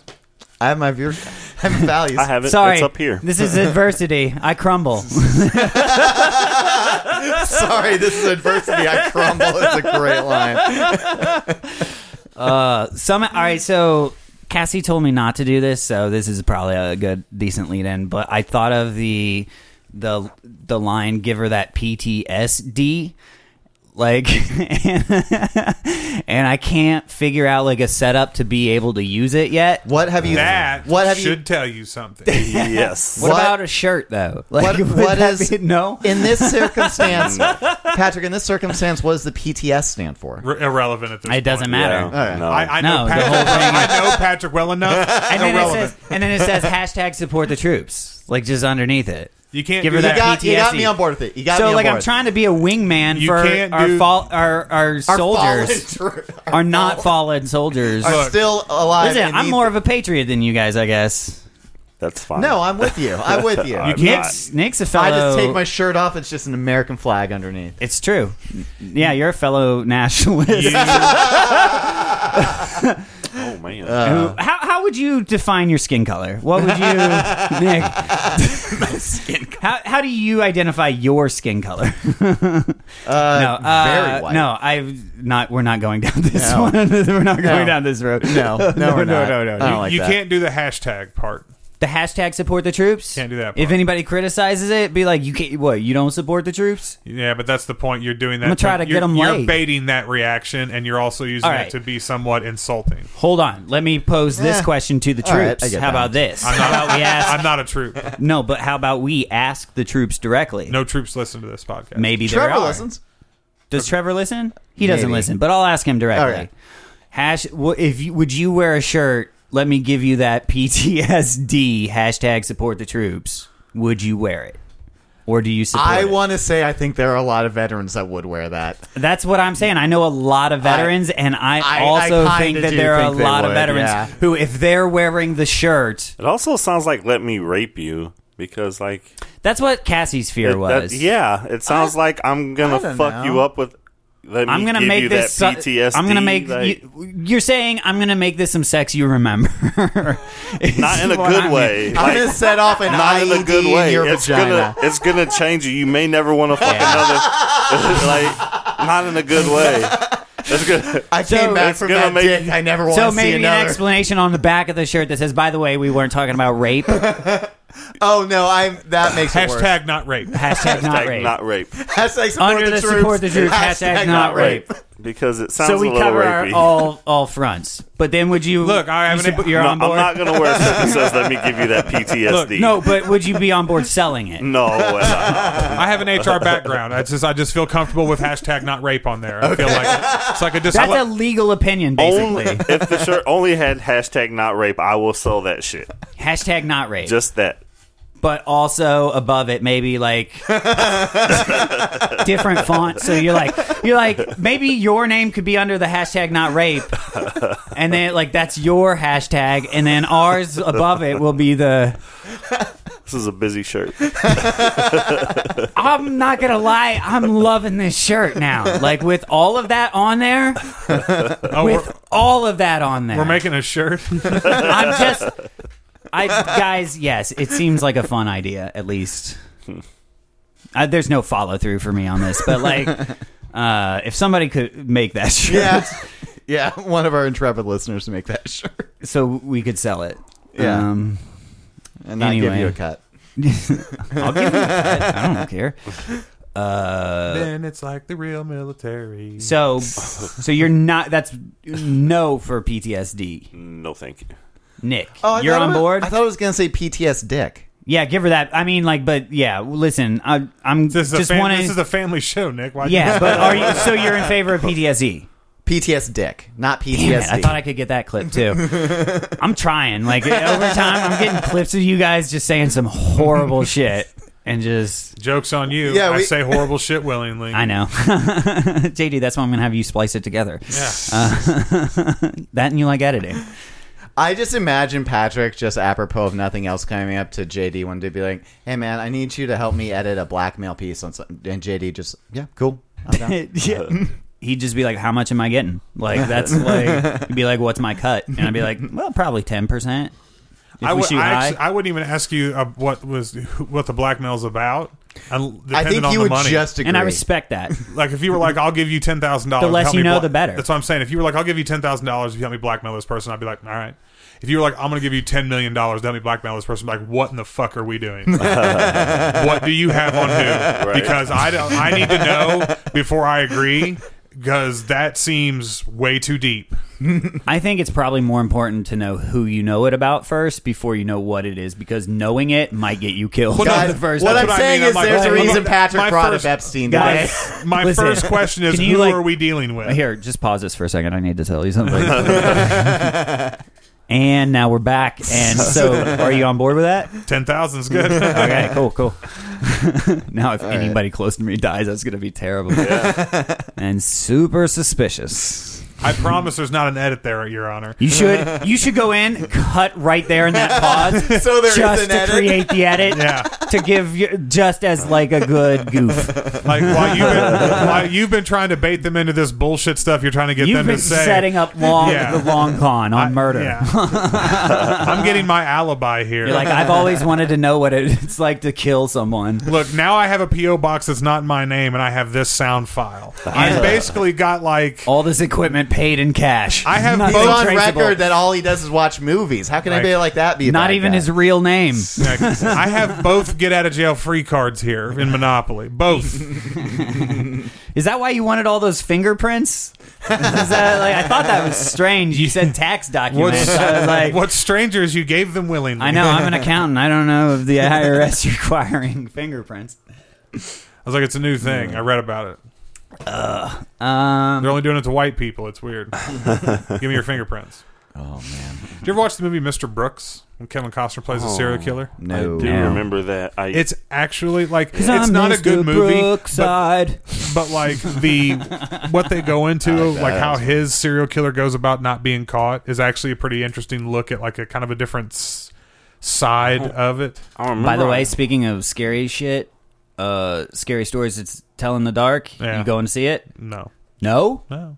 Speaker 4: I have my viewer, I have values.
Speaker 1: I have it.
Speaker 5: sorry,
Speaker 1: It's up
Speaker 5: <laughs>
Speaker 1: here.
Speaker 5: This is adversity. I
Speaker 1: <laughs>
Speaker 5: crumble.
Speaker 4: Sorry, this is adversity. I crumble. It's a great line.
Speaker 5: Uh, some all right. So Cassie told me not to do this, so this is probably a good, decent lead in. But I thought of the the the line, "Give her that PTSD." Like, <laughs> and I can't figure out like a setup to be able to use it yet.
Speaker 4: What have you?
Speaker 2: That
Speaker 4: what have
Speaker 2: should
Speaker 4: you?
Speaker 2: tell you
Speaker 4: <laughs>
Speaker 2: something.
Speaker 1: yes.
Speaker 5: What,
Speaker 4: What-
Speaker 5: about a shirt though? <laughs> Like,
Speaker 4: What,
Speaker 5: would
Speaker 4: what
Speaker 5: that
Speaker 4: is
Speaker 5: be- no?
Speaker 4: in this circumstance, Patrick? In this circumstance, what does the PTS stand for?
Speaker 2: R- irrelevant at this.
Speaker 5: It doesn't
Speaker 2: point.
Speaker 5: matter.
Speaker 1: Yeah. No.
Speaker 2: I, I know
Speaker 5: No, the
Speaker 2: Patrick,
Speaker 5: whole thing
Speaker 2: I know Patrick well enough.
Speaker 5: And then, it
Speaker 2: irrelevant.
Speaker 5: says, and then it says hashtag support the troops, like just underneath it.
Speaker 2: You can't
Speaker 5: give
Speaker 2: do
Speaker 5: her
Speaker 4: You
Speaker 5: that,
Speaker 2: that.
Speaker 4: got, you got
Speaker 5: PTSD.
Speaker 4: me on board with it. You got me
Speaker 5: E. So
Speaker 4: on
Speaker 5: like I'm
Speaker 4: board.
Speaker 5: trying to be a wingman
Speaker 2: You
Speaker 5: for
Speaker 2: can't
Speaker 5: our,
Speaker 2: do-
Speaker 5: fol- our our
Speaker 4: Our fallen
Speaker 5: soldiers
Speaker 4: tro- our
Speaker 5: are not
Speaker 4: fallen-
Speaker 5: fallen soldiers.
Speaker 4: are still alive.
Speaker 5: Listen,
Speaker 4: and
Speaker 5: I'm
Speaker 4: need-
Speaker 5: more of a patriot than you guys, I guess.
Speaker 1: That's fine.
Speaker 4: <laughs> No, I'm with you. I'm with you.
Speaker 1: You I'm
Speaker 5: Nick's Nick's a fellow.
Speaker 4: I just take my shirt off. It's just an American flag underneath.
Speaker 5: It's true. Yeah, you're a fellow nationalist.
Speaker 1: Oh man.
Speaker 4: uh,
Speaker 5: Who- how, how would you define your skin color? What would you, <laughs> Nick? skin color. How, how do you identify your skin color?
Speaker 4: Uh,
Speaker 5: no, uh,
Speaker 4: very white.
Speaker 5: No, I've not. We're not going down <laughs> this
Speaker 4: No.
Speaker 5: one. we're not going
Speaker 4: No.
Speaker 5: down this road.
Speaker 4: No, no,
Speaker 5: no, <laughs>
Speaker 4: we're
Speaker 5: no,
Speaker 4: not.
Speaker 5: no, no.
Speaker 4: I don't like
Speaker 2: you
Speaker 4: that.
Speaker 2: can't do the hashtag part.
Speaker 5: The hashtag support the troops.
Speaker 2: Can't do that part.
Speaker 5: If anybody criticizes it, be like, you can't. What? You don't support the troops?
Speaker 2: Yeah, but that's the point. You're doing that.
Speaker 5: gonna try to get
Speaker 2: you're-
Speaker 5: 'em
Speaker 2: You're
Speaker 5: laid.
Speaker 2: baiting that reaction, and you're also using
Speaker 5: All
Speaker 2: it
Speaker 5: right.
Speaker 2: to be somewhat insulting.
Speaker 5: Hold on. Let me pose this
Speaker 4: Eh.
Speaker 5: question to the
Speaker 4: All right,
Speaker 5: troops.
Speaker 4: I get
Speaker 5: how
Speaker 4: that.
Speaker 5: about this?
Speaker 2: I'm
Speaker 5: how
Speaker 2: not-
Speaker 5: about we ask?
Speaker 2: I'm not a troop.
Speaker 5: <laughs> no, but how about we ask the troops directly?
Speaker 2: No troops listen to this podcast.
Speaker 5: Maybe there
Speaker 4: Trevor
Speaker 5: are.
Speaker 4: listens.
Speaker 5: Does Trevor listen? He doesn't
Speaker 4: Maybe.
Speaker 5: listen, but I'll ask him directly.
Speaker 4: Okay.
Speaker 5: Hash, w- if you, would you wear a shirt? Let me give you that <laughs> PTSD hashtag support the troops. Would you wear it, or do you support?
Speaker 4: I
Speaker 5: it?
Speaker 4: want to say I think there are a lot of veterans that would wear that.
Speaker 5: That's what I'm saying. I know a lot of veterans, and I,
Speaker 4: I- I
Speaker 5: also
Speaker 4: kinda
Speaker 5: think that
Speaker 4: do
Speaker 5: there are a
Speaker 4: think they
Speaker 5: lot of
Speaker 4: would,
Speaker 5: veterans
Speaker 4: yeah.
Speaker 5: who, if they're wearing the shirt,
Speaker 1: it also sounds like "Let me rape you" because like
Speaker 5: that's what Cassie's fear
Speaker 1: it- that-
Speaker 5: was.
Speaker 1: yeah, it sounds like I'm gonna
Speaker 4: don't
Speaker 1: fuck
Speaker 4: know.
Speaker 1: you up with. Let me
Speaker 5: I'm gonna
Speaker 1: give
Speaker 5: make
Speaker 1: you
Speaker 5: this.
Speaker 1: that
Speaker 5: su-
Speaker 1: PTSD.
Speaker 5: I'm gonna make.
Speaker 1: like-
Speaker 5: you, you're saying I'm gonna make this some sex you remember. <laughs>
Speaker 1: not in a
Speaker 5: Is <laughs> what
Speaker 1: good
Speaker 5: I mean.
Speaker 1: way.
Speaker 4: I'm gonna
Speaker 1: Like,
Speaker 4: set
Speaker 5: <laughs>
Speaker 4: off an
Speaker 1: not in
Speaker 4: IED
Speaker 1: a good way.
Speaker 4: your
Speaker 1: it's
Speaker 4: vagina.
Speaker 1: gonna it's gonna change you. You may never want to fuck another. <laughs> like not in a good way. It's gonna.
Speaker 4: I came
Speaker 5: So-
Speaker 4: back
Speaker 1: It's
Speaker 4: from
Speaker 1: gonna
Speaker 4: that
Speaker 1: make-
Speaker 4: dick. I never want
Speaker 5: So
Speaker 4: to see
Speaker 5: maybe an
Speaker 4: another.
Speaker 5: explanation on the back of the shirt that says, "By the way, we weren't talking about rape."
Speaker 4: oh no, I'm that makes it worse.
Speaker 2: Hashtag not rape.
Speaker 5: Hashtag not
Speaker 1: like,
Speaker 5: rape.
Speaker 1: Not rape
Speaker 4: Hashtag support
Speaker 5: Under the
Speaker 4: troops.
Speaker 5: support the troops. Hashtag, not rape.
Speaker 1: because it sounds
Speaker 5: So
Speaker 1: a
Speaker 5: we
Speaker 1: little
Speaker 5: cover our,
Speaker 1: rapey.
Speaker 5: all all fronts. But then would you
Speaker 2: Look, I
Speaker 5: you
Speaker 2: haven't-
Speaker 5: sup- You're
Speaker 1: No,
Speaker 5: on board.
Speaker 1: I'm not gonna wear
Speaker 5: <laughs>
Speaker 1: something that says "Let me give you that PTSD."
Speaker 5: no, but would you be on board selling it? <laughs>
Speaker 1: no, uh,
Speaker 2: I have an HR background. I just I just feel comfortable with hashtag not rape on there. I feel like it's like a dis-
Speaker 5: That's a legal opinion,
Speaker 1: only
Speaker 5: basically.
Speaker 1: if the shirt only had hashtag not rape, I will sell that shit.
Speaker 5: Hashtag not rape.
Speaker 1: Just that.
Speaker 5: but also above it maybe like different font so you're like you're like maybe your name could be under the hashtag not rape and then like that's your hashtag and then ours above it will be the
Speaker 1: This is a busy shirt.
Speaker 5: i'm not gonna lie i'm loving this shirt now like with all of that on there
Speaker 2: oh, we're,
Speaker 5: with all of that on there
Speaker 2: we're making a shirt. <laughs>
Speaker 5: i'm just i guys yes it seems like a fun idea at least uh, there's no follow through for me on this, but like, uh, if somebody could make that shirt,
Speaker 4: <laughs> Yeah. <laughs> Yeah, one of our intrepid listeners to make that shirt
Speaker 5: so we could sell it.
Speaker 4: Yeah.
Speaker 5: Um, <laughs>
Speaker 4: and not give
Speaker 5: Anyway.
Speaker 4: you a cut.
Speaker 5: I'll give it. I don't care. Uh,
Speaker 2: then it's like the real military.
Speaker 5: so, so you're not. That's no for PTSD,
Speaker 1: No, thank you.
Speaker 5: Nick.
Speaker 4: Oh, I
Speaker 5: you're
Speaker 4: thought it
Speaker 5: on
Speaker 4: was-
Speaker 5: board.
Speaker 4: I thought it was gonna say PTS dick.
Speaker 5: yeah, give her that. I mean, like, but yeah. Listen, I, I'm
Speaker 2: This is,
Speaker 5: just
Speaker 2: a fam-
Speaker 5: want
Speaker 2: this is
Speaker 5: to.
Speaker 2: a family show, Nick. Why <laughs>
Speaker 5: Yeah, but are you? So you're in favor of PTSD?
Speaker 4: PTS dick, not PTSD.
Speaker 5: E? Damn it, I thought I could get that clip too. I'm trying. Like over time, I'm getting clips of you guys just saying some horrible shit and just.
Speaker 2: Jokes on you.
Speaker 4: Yeah,
Speaker 2: I
Speaker 4: we-
Speaker 2: say horrible shit willingly.
Speaker 5: I know, <laughs> JD. That's why I'm gonna have you splice it together.
Speaker 2: Yeah.
Speaker 5: That and you like editing.
Speaker 4: I just imagine Patrick just apropos of nothing else coming up to JD one day, be like, "Hey man, I need you to help me edit a blackmail piece on something." And JD just, "Yeah, cool." I'm down."
Speaker 5: Yeah. <laughs> He'd just be like, "How much am I getting?" Like that's like he'd be like, "What's my cut?" And I'd be like, "Well, probably ten percent." If
Speaker 2: I
Speaker 5: we
Speaker 2: would-
Speaker 5: shoot
Speaker 2: I
Speaker 5: high,
Speaker 2: actually- I wouldn't even ask you uh, what was what the blackmail's about. un-
Speaker 4: I
Speaker 2: depending
Speaker 4: think
Speaker 2: on
Speaker 4: you
Speaker 2: the
Speaker 4: would
Speaker 2: money.
Speaker 4: just agree.
Speaker 5: and I respect that.
Speaker 2: like if you were like, "I'll give you ten thousand dollars."
Speaker 5: The less you know, the better.
Speaker 2: That's what I'm saying. If you were like, "I'll give you ten thousand dollars if you help me blackmail this person," I'd be like, "All right." if you were like, I'm going to give you $10 million to help me blackmail this person, like, what in the fuck are we
Speaker 4: <laughs>
Speaker 2: doing? what do you have on who? Because I don't, I need to know before I agree because that seems way too deep.
Speaker 5: I think it's probably more important to know who you know it about first before you know what it is, because knowing it might get you killed.
Speaker 2: Well, no,
Speaker 5: Guys,
Speaker 2: the first-
Speaker 4: what
Speaker 2: that's
Speaker 4: I'm
Speaker 2: what I
Speaker 4: saying
Speaker 2: mean.
Speaker 4: is
Speaker 2: I'm like,
Speaker 4: there's a
Speaker 2: well,
Speaker 4: reason
Speaker 2: my-
Speaker 4: Patrick
Speaker 2: my
Speaker 4: brought
Speaker 2: first-
Speaker 4: up Epstein.
Speaker 5: guys,
Speaker 4: today.
Speaker 2: My
Speaker 5: listen,
Speaker 2: first question is,
Speaker 5: can you,
Speaker 2: who
Speaker 5: like-
Speaker 2: are we dealing with?
Speaker 5: Here, just pause this for a second. I need to tell you something. <laughs> and now we're back. And so, are you on board with that?
Speaker 2: 10,000 is good.
Speaker 5: Okay, cool, cool. <laughs> now, if anybody close to me dies, that's going to be terrible and super suspicious.
Speaker 2: I promise there's not an edit there, Your Honor.
Speaker 5: You should you should go in, cut right there in that pause,
Speaker 4: <laughs> So there is
Speaker 5: just
Speaker 4: an
Speaker 5: to
Speaker 4: edit.
Speaker 5: create the edit,
Speaker 2: Yeah.
Speaker 5: to give you, just as like a
Speaker 2: <laughs>
Speaker 5: good goof.
Speaker 2: Like, while you've, been, while you've been trying to bait them into this bullshit stuff, you're trying to get
Speaker 5: You've
Speaker 2: them
Speaker 5: been
Speaker 2: to say.
Speaker 5: setting up long
Speaker 2: Yeah.
Speaker 5: the long con on
Speaker 2: I-
Speaker 5: murder.
Speaker 2: yeah. I'm getting my alibi here.
Speaker 5: You're like, I've always wanted to know what it- it's like to kill someone.
Speaker 2: Look, now I have a PO box that's not my name, and I have this sound file. I've basically got like
Speaker 5: All this equipment paid in cash.
Speaker 2: I have
Speaker 5: Nothing
Speaker 4: He's on
Speaker 5: traceable.
Speaker 4: record that all he does is watch movies. How can
Speaker 2: Like-
Speaker 4: anybody like that be? a
Speaker 5: Not
Speaker 4: bad
Speaker 5: even
Speaker 4: guy?
Speaker 5: his real name.
Speaker 2: I have both get out of jail free cards here in Monopoly. Both.
Speaker 5: Is that why you wanted all those fingerprints? Is that like I thought that was strange. You said tax documents.
Speaker 2: What's
Speaker 5: I was uh, like,
Speaker 2: what's stranger is you gave them willingly.
Speaker 5: I know I'm an accountant. I don't know of the IRS <laughs> requiring fingerprints.
Speaker 2: I was like, it's a new thing. I read about it.
Speaker 5: Um,
Speaker 2: They're only doing it to white people. It's weird. Give me your fingerprints.
Speaker 4: Oh man,
Speaker 2: Did you ever watch the movie Mr. Brooks when Kevin Costner plays a serial killer?
Speaker 4: no.
Speaker 1: Do you
Speaker 5: No.
Speaker 1: remember that? I
Speaker 2: It's actually like it's
Speaker 5: 'cause I'm uh.
Speaker 2: not a
Speaker 5: Mr.
Speaker 2: good movie, but
Speaker 5: Brookside.
Speaker 2: but like the what they go into
Speaker 4: like
Speaker 2: like
Speaker 4: that.
Speaker 2: how his serial killer goes about not being caught is actually a pretty interesting look at like a kind of a different s- side of it
Speaker 1: I remember
Speaker 5: By the
Speaker 1: I-
Speaker 5: way, speaking of scary shit, uh, scary stories. It's tell in the dark.
Speaker 2: Yeah.
Speaker 5: You going to see it?
Speaker 2: no
Speaker 5: No.
Speaker 2: no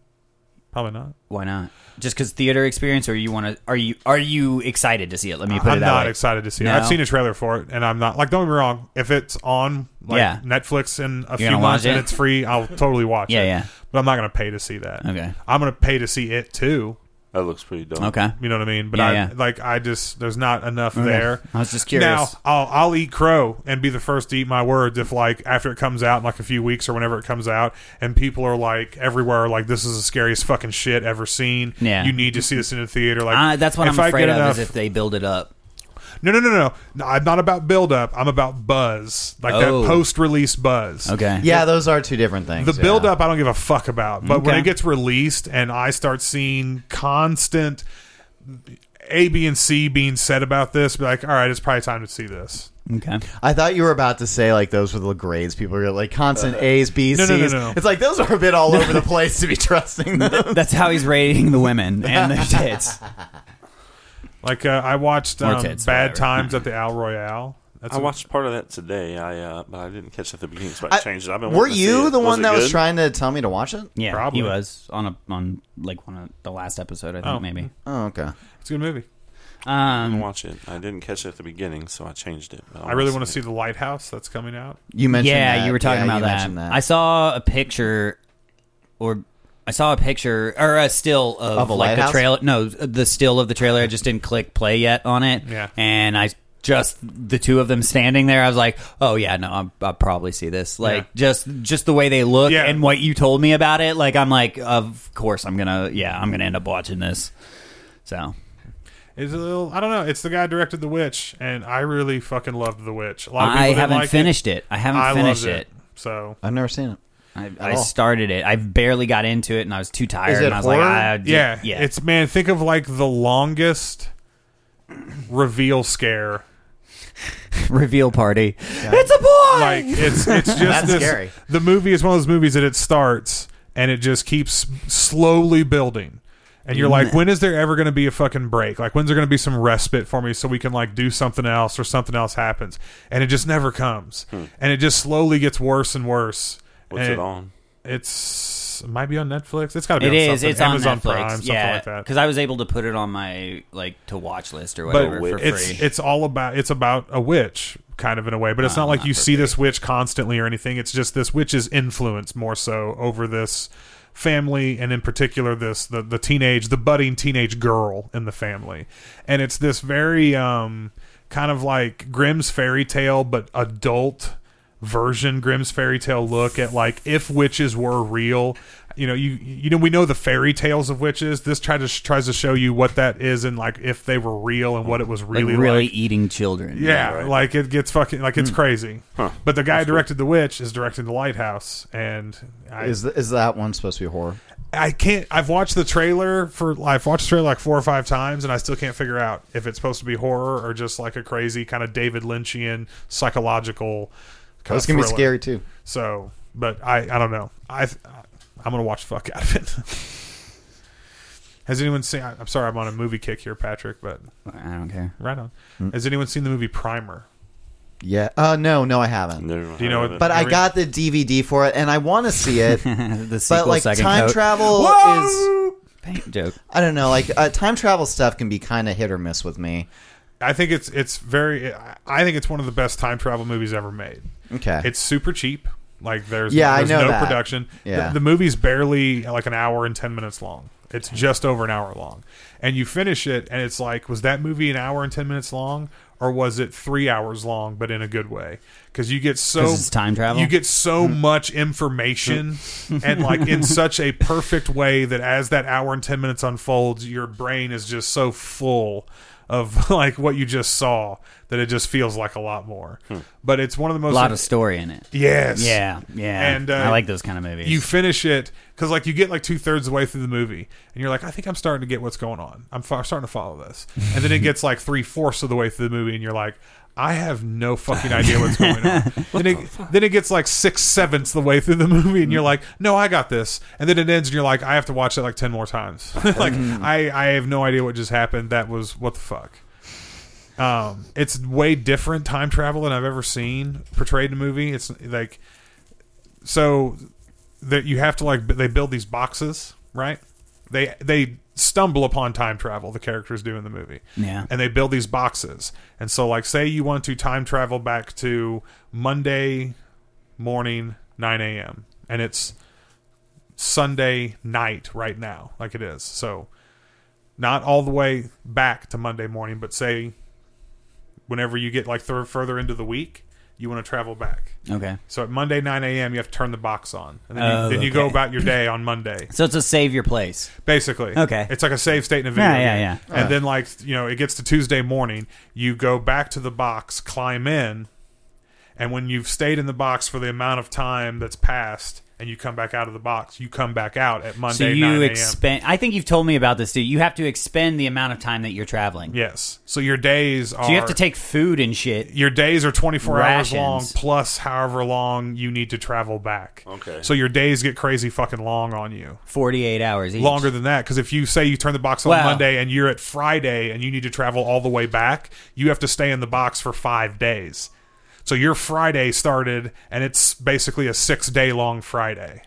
Speaker 2: probably not
Speaker 5: Why not? Just because theater experience, or you want to? Are you are you excited to see it? Let me put
Speaker 2: i'm
Speaker 5: it that
Speaker 2: not
Speaker 5: way.
Speaker 2: excited to see it
Speaker 5: No?
Speaker 2: i've seen a trailer for it and i'm not like don't get me wrong if it's on like
Speaker 5: Yeah.
Speaker 2: netflix in a
Speaker 5: gonna
Speaker 2: few
Speaker 5: watch
Speaker 2: months and
Speaker 5: it?
Speaker 2: it's free i'll totally watch
Speaker 5: Yeah,
Speaker 2: it
Speaker 5: yeah.
Speaker 2: but i'm not gonna pay to see that
Speaker 5: Okay.
Speaker 2: i'm gonna pay to see it too
Speaker 1: that looks pretty dope.
Speaker 5: Okay.
Speaker 2: you know what I mean? But
Speaker 5: Yeah,
Speaker 2: I
Speaker 5: yeah.
Speaker 2: like I just there's not enough there.
Speaker 5: I was just curious.
Speaker 2: Now I'll I'll eat crow and be the first to eat my words if like after it comes out in like a few weeks or whenever it comes out and people are like everywhere like this is the scariest fucking shit ever seen.
Speaker 5: Yeah.
Speaker 2: You need to see this in a theater. Like
Speaker 5: Uh, that's what
Speaker 2: if
Speaker 5: I'm
Speaker 2: I
Speaker 5: afraid
Speaker 2: get
Speaker 5: of
Speaker 2: enough,
Speaker 5: is if they build it up.
Speaker 2: no, no no no no I'm not about build up. I'm about buzz. Like
Speaker 5: Oh.
Speaker 2: that post release buzz.
Speaker 5: Okay.
Speaker 4: Yeah, those are two different things.
Speaker 2: The
Speaker 4: yeah.
Speaker 2: build up I don't give a fuck about. But when
Speaker 5: Okay.
Speaker 2: it gets released and I start seeing constant A, B, and C being said about this, be like, all right, it's probably time to see this.
Speaker 5: Okay.
Speaker 4: I thought you were about to say like those were the grades people were like constant A's, B's,
Speaker 2: Uh, no, no, no,
Speaker 4: C's.
Speaker 2: no.
Speaker 4: It's like those are a
Speaker 5: <laughs>
Speaker 4: bit all over the place to be trusting them.
Speaker 5: That's how he's rating the women and
Speaker 2: <laughs>
Speaker 5: their tits.
Speaker 2: Like uh, I watched
Speaker 5: Or
Speaker 2: um,
Speaker 5: tits,
Speaker 2: Bad
Speaker 5: whatever.
Speaker 2: Times at the Al Royale. That's
Speaker 1: I
Speaker 2: a-
Speaker 1: watched part of that today. I uh, but I didn't catch it at the beginning, so I,
Speaker 4: I-
Speaker 1: changed it. I've been
Speaker 4: were
Speaker 1: wanting to see
Speaker 4: you
Speaker 1: it.
Speaker 4: the one
Speaker 1: it
Speaker 4: that was
Speaker 1: good?
Speaker 4: trying to tell me to watch it?
Speaker 5: Yeah,
Speaker 2: Probably.
Speaker 5: he was on a on like one of the last episode, I think
Speaker 2: Oh.
Speaker 5: maybe.
Speaker 4: Oh, okay.
Speaker 2: It's a good movie.
Speaker 1: I didn't
Speaker 5: Um,
Speaker 1: watch it. I didn't catch it at the beginning, so I changed it.
Speaker 2: I really want to see The Lighthouse that's coming out.
Speaker 4: You mentioned
Speaker 5: yeah,
Speaker 4: that.
Speaker 5: you were talking about
Speaker 4: Yeah, you
Speaker 5: that.
Speaker 4: mentioned
Speaker 5: I saw a picture, or I saw a picture or a still of,
Speaker 4: Of a
Speaker 5: like
Speaker 4: lighthouse?
Speaker 5: the trailer. No, the still of the trailer. I just didn't click play yet on it.
Speaker 2: Yeah.
Speaker 5: and I just the two of them standing there. I was like, oh yeah, no, I'm, I'll probably see this. Like
Speaker 2: Yeah.
Speaker 5: just just the way they look
Speaker 2: Yeah.
Speaker 5: and what you told me about it. Like I'm like, of course I'm gonna yeah I'm gonna end up watching this. So
Speaker 2: It's a little. I don't know. It's the guy who directed The Witch, and I really fucking loved The Witch. A lot of people
Speaker 5: I
Speaker 2: didn't
Speaker 5: haven't
Speaker 2: like
Speaker 5: finished it. I
Speaker 2: It.
Speaker 5: haven't
Speaker 2: I
Speaker 5: finished
Speaker 2: loved
Speaker 5: it.
Speaker 2: it. So
Speaker 4: I've never seen it.
Speaker 5: I,
Speaker 4: all.
Speaker 5: I started it. I barely got into it, and I was too tired.
Speaker 4: Is it
Speaker 5: and I was
Speaker 4: horror?
Speaker 5: like, I,
Speaker 2: yeah, <laughs>
Speaker 5: yeah.
Speaker 2: It's man. Think of like the longest reveal scare.
Speaker 5: reveal party. It's a boy.
Speaker 2: Like it's
Speaker 5: <laughs>
Speaker 2: it's just
Speaker 4: That's
Speaker 2: this,
Speaker 4: scary.
Speaker 2: The movie is one of those movies that it starts and it just keeps slowly building. And you're like, when is there ever going to be a fucking break? Like, when's there going to be some respite for me so we can like do something else or something else happens? And it just never comes.
Speaker 5: Hmm.
Speaker 2: And it just slowly gets worse and worse.
Speaker 1: What's
Speaker 2: And
Speaker 1: it on?
Speaker 2: It's it might be on Netflix. It's got to be
Speaker 5: it
Speaker 2: on
Speaker 5: is.
Speaker 2: something.
Speaker 5: It's
Speaker 2: Amazon
Speaker 5: on Netflix.
Speaker 2: Prime, something
Speaker 5: yeah,
Speaker 2: like that.
Speaker 5: because I was able to put it on my like to watch list or
Speaker 2: but
Speaker 5: whatever for
Speaker 2: it's
Speaker 5: free.
Speaker 2: it's all about it's about a witch kind of in a way but it's not like you see this witch constantly or anything it's just this witch's influence more so over this family and in particular this the the teenage the budding teenage girl in the family and it's this very um kind of like grimm's fairy tale but adult version grimm's fairy tale look at like if witches were real you know you you know we know the fairy tales of witches this try to tries to show you what that is and like if they were real and what it was
Speaker 5: Like
Speaker 2: really
Speaker 5: really,
Speaker 2: like.
Speaker 5: eating children.
Speaker 2: Yeah, like it gets fucking like
Speaker 4: Hmm.
Speaker 2: it's crazy. But the guy who directed The Witch is directing The Lighthouse, and I,
Speaker 4: Is th- is that one supposed to be horror?
Speaker 2: I can't. I've watched the trailer for I've watched the trailer like four or five times, and I still can't figure out if it's supposed to be horror or just like a crazy kind of David Lynchian psychological. Kind
Speaker 4: It's
Speaker 2: of
Speaker 4: gonna be
Speaker 2: thriller.
Speaker 4: scary too.
Speaker 2: So, but I I don't know. I I'm gonna watch the fuck out of it. <laughs> Has anyone seen? I'm sorry, I'm on a movie kick here, Patrick. But
Speaker 5: I don't care.
Speaker 2: right on.
Speaker 4: Hmm.
Speaker 2: Has anyone seen the movie Primer?
Speaker 4: Yeah. Uh, no, no, I haven't.
Speaker 1: Never
Speaker 2: Do you know
Speaker 1: heard of
Speaker 2: what-
Speaker 1: it.
Speaker 4: But I
Speaker 2: Every-
Speaker 4: got the DVD for it, and I want to see
Speaker 5: <laughs>
Speaker 4: it.
Speaker 5: The sequel,
Speaker 4: but like
Speaker 5: second
Speaker 4: time
Speaker 5: coat.
Speaker 4: travel is,
Speaker 5: Paint joke.
Speaker 4: I don't know. Like uh, time travel stuff can be kind of hit or miss with me.
Speaker 2: I think it's it's very. I think it's one of the best time travel movies ever made.
Speaker 4: Okay.
Speaker 2: It's super cheap. Like there's
Speaker 4: Yeah, I
Speaker 2: there's
Speaker 4: know
Speaker 2: no
Speaker 4: that.
Speaker 2: production.
Speaker 4: Yeah.
Speaker 2: The, the movie's barely like an hour and ten minutes long. It's just over an hour long, and you finish it, and it's like, was that movie an hour and ten minutes long, or was it three hours long, but in a good way? Because you get so
Speaker 5: 'Cause it's time travel?
Speaker 2: You get so much information, and like in such a perfect way that as that hour and ten minutes unfolds, your brain is just so full of <laughs> like what you just saw that it just feels like a lot more. But it's one of the most
Speaker 5: A lot of story in it.
Speaker 2: Yes.
Speaker 5: Yeah, yeah.
Speaker 2: Oh, And, uh,
Speaker 5: I like those kind of movies.
Speaker 2: You finish it because like you get like two thirds of the way through the movie, and you're like, I think I'm starting to get what's going on. I'm fo- starting to follow this, and then it gets like three fourths of the way through the movie, and you're like. I have no fucking idea what's going on. then, it, then it gets like six sevenths the way through the <laughs> movie, and you're like, "No, I got this." And then it ends, and you're like, "I have to watch it like ten more times." <laughs> like, I, I have no idea what just happened. That was what the fuck. Um, it's way different time travel than I've ever seen portrayed in a movie. It's like so that you have to like b- they build these boxes, right? They they stumble upon time travel. The characters do in the movie,
Speaker 5: Yeah.
Speaker 2: And they build these boxes, and so like say you want to time travel back to Monday morning nine a.m. and it's Sunday night right now, like it is. So not all the way back to Monday morning, but say whenever you get like th- further into the week, you want to travel back.
Speaker 5: okay.
Speaker 2: So at Monday 9 a.m. you have to turn the box on, and then, you,
Speaker 5: Oh,
Speaker 2: then you go
Speaker 5: okay.
Speaker 2: about your day on Monday.
Speaker 5: So it's a save your place.
Speaker 2: Basically,
Speaker 5: Okay.
Speaker 2: it's like a save state in a video.
Speaker 5: Yeah, yeah,
Speaker 2: game.
Speaker 5: yeah.
Speaker 2: And then like you know, it gets to Tuesday morning, you go back to the box, climb in, and when you've stayed in the box for the amount of time that's passed, and you come back out of the box, you come back out at Monday
Speaker 5: So you
Speaker 2: 9 a.m.
Speaker 5: expend. I think you've told me about this too. You have to expend the amount of time that you're traveling.
Speaker 2: yes, so your days are.
Speaker 5: So you have to take food and shit.
Speaker 2: your days are 24 hours
Speaker 5: Rations.
Speaker 2: long plus however long you need to travel back.
Speaker 1: Okay.
Speaker 2: So your days get crazy fucking long on you.
Speaker 5: Forty-eight hours. Each.
Speaker 2: longer than that because if you say you turn the box on
Speaker 5: Wow.
Speaker 2: Monday and you're at Friday and you need to travel all the way back, you have to stay in the box for five days. So your Friday started and it's basically a six day long Friday,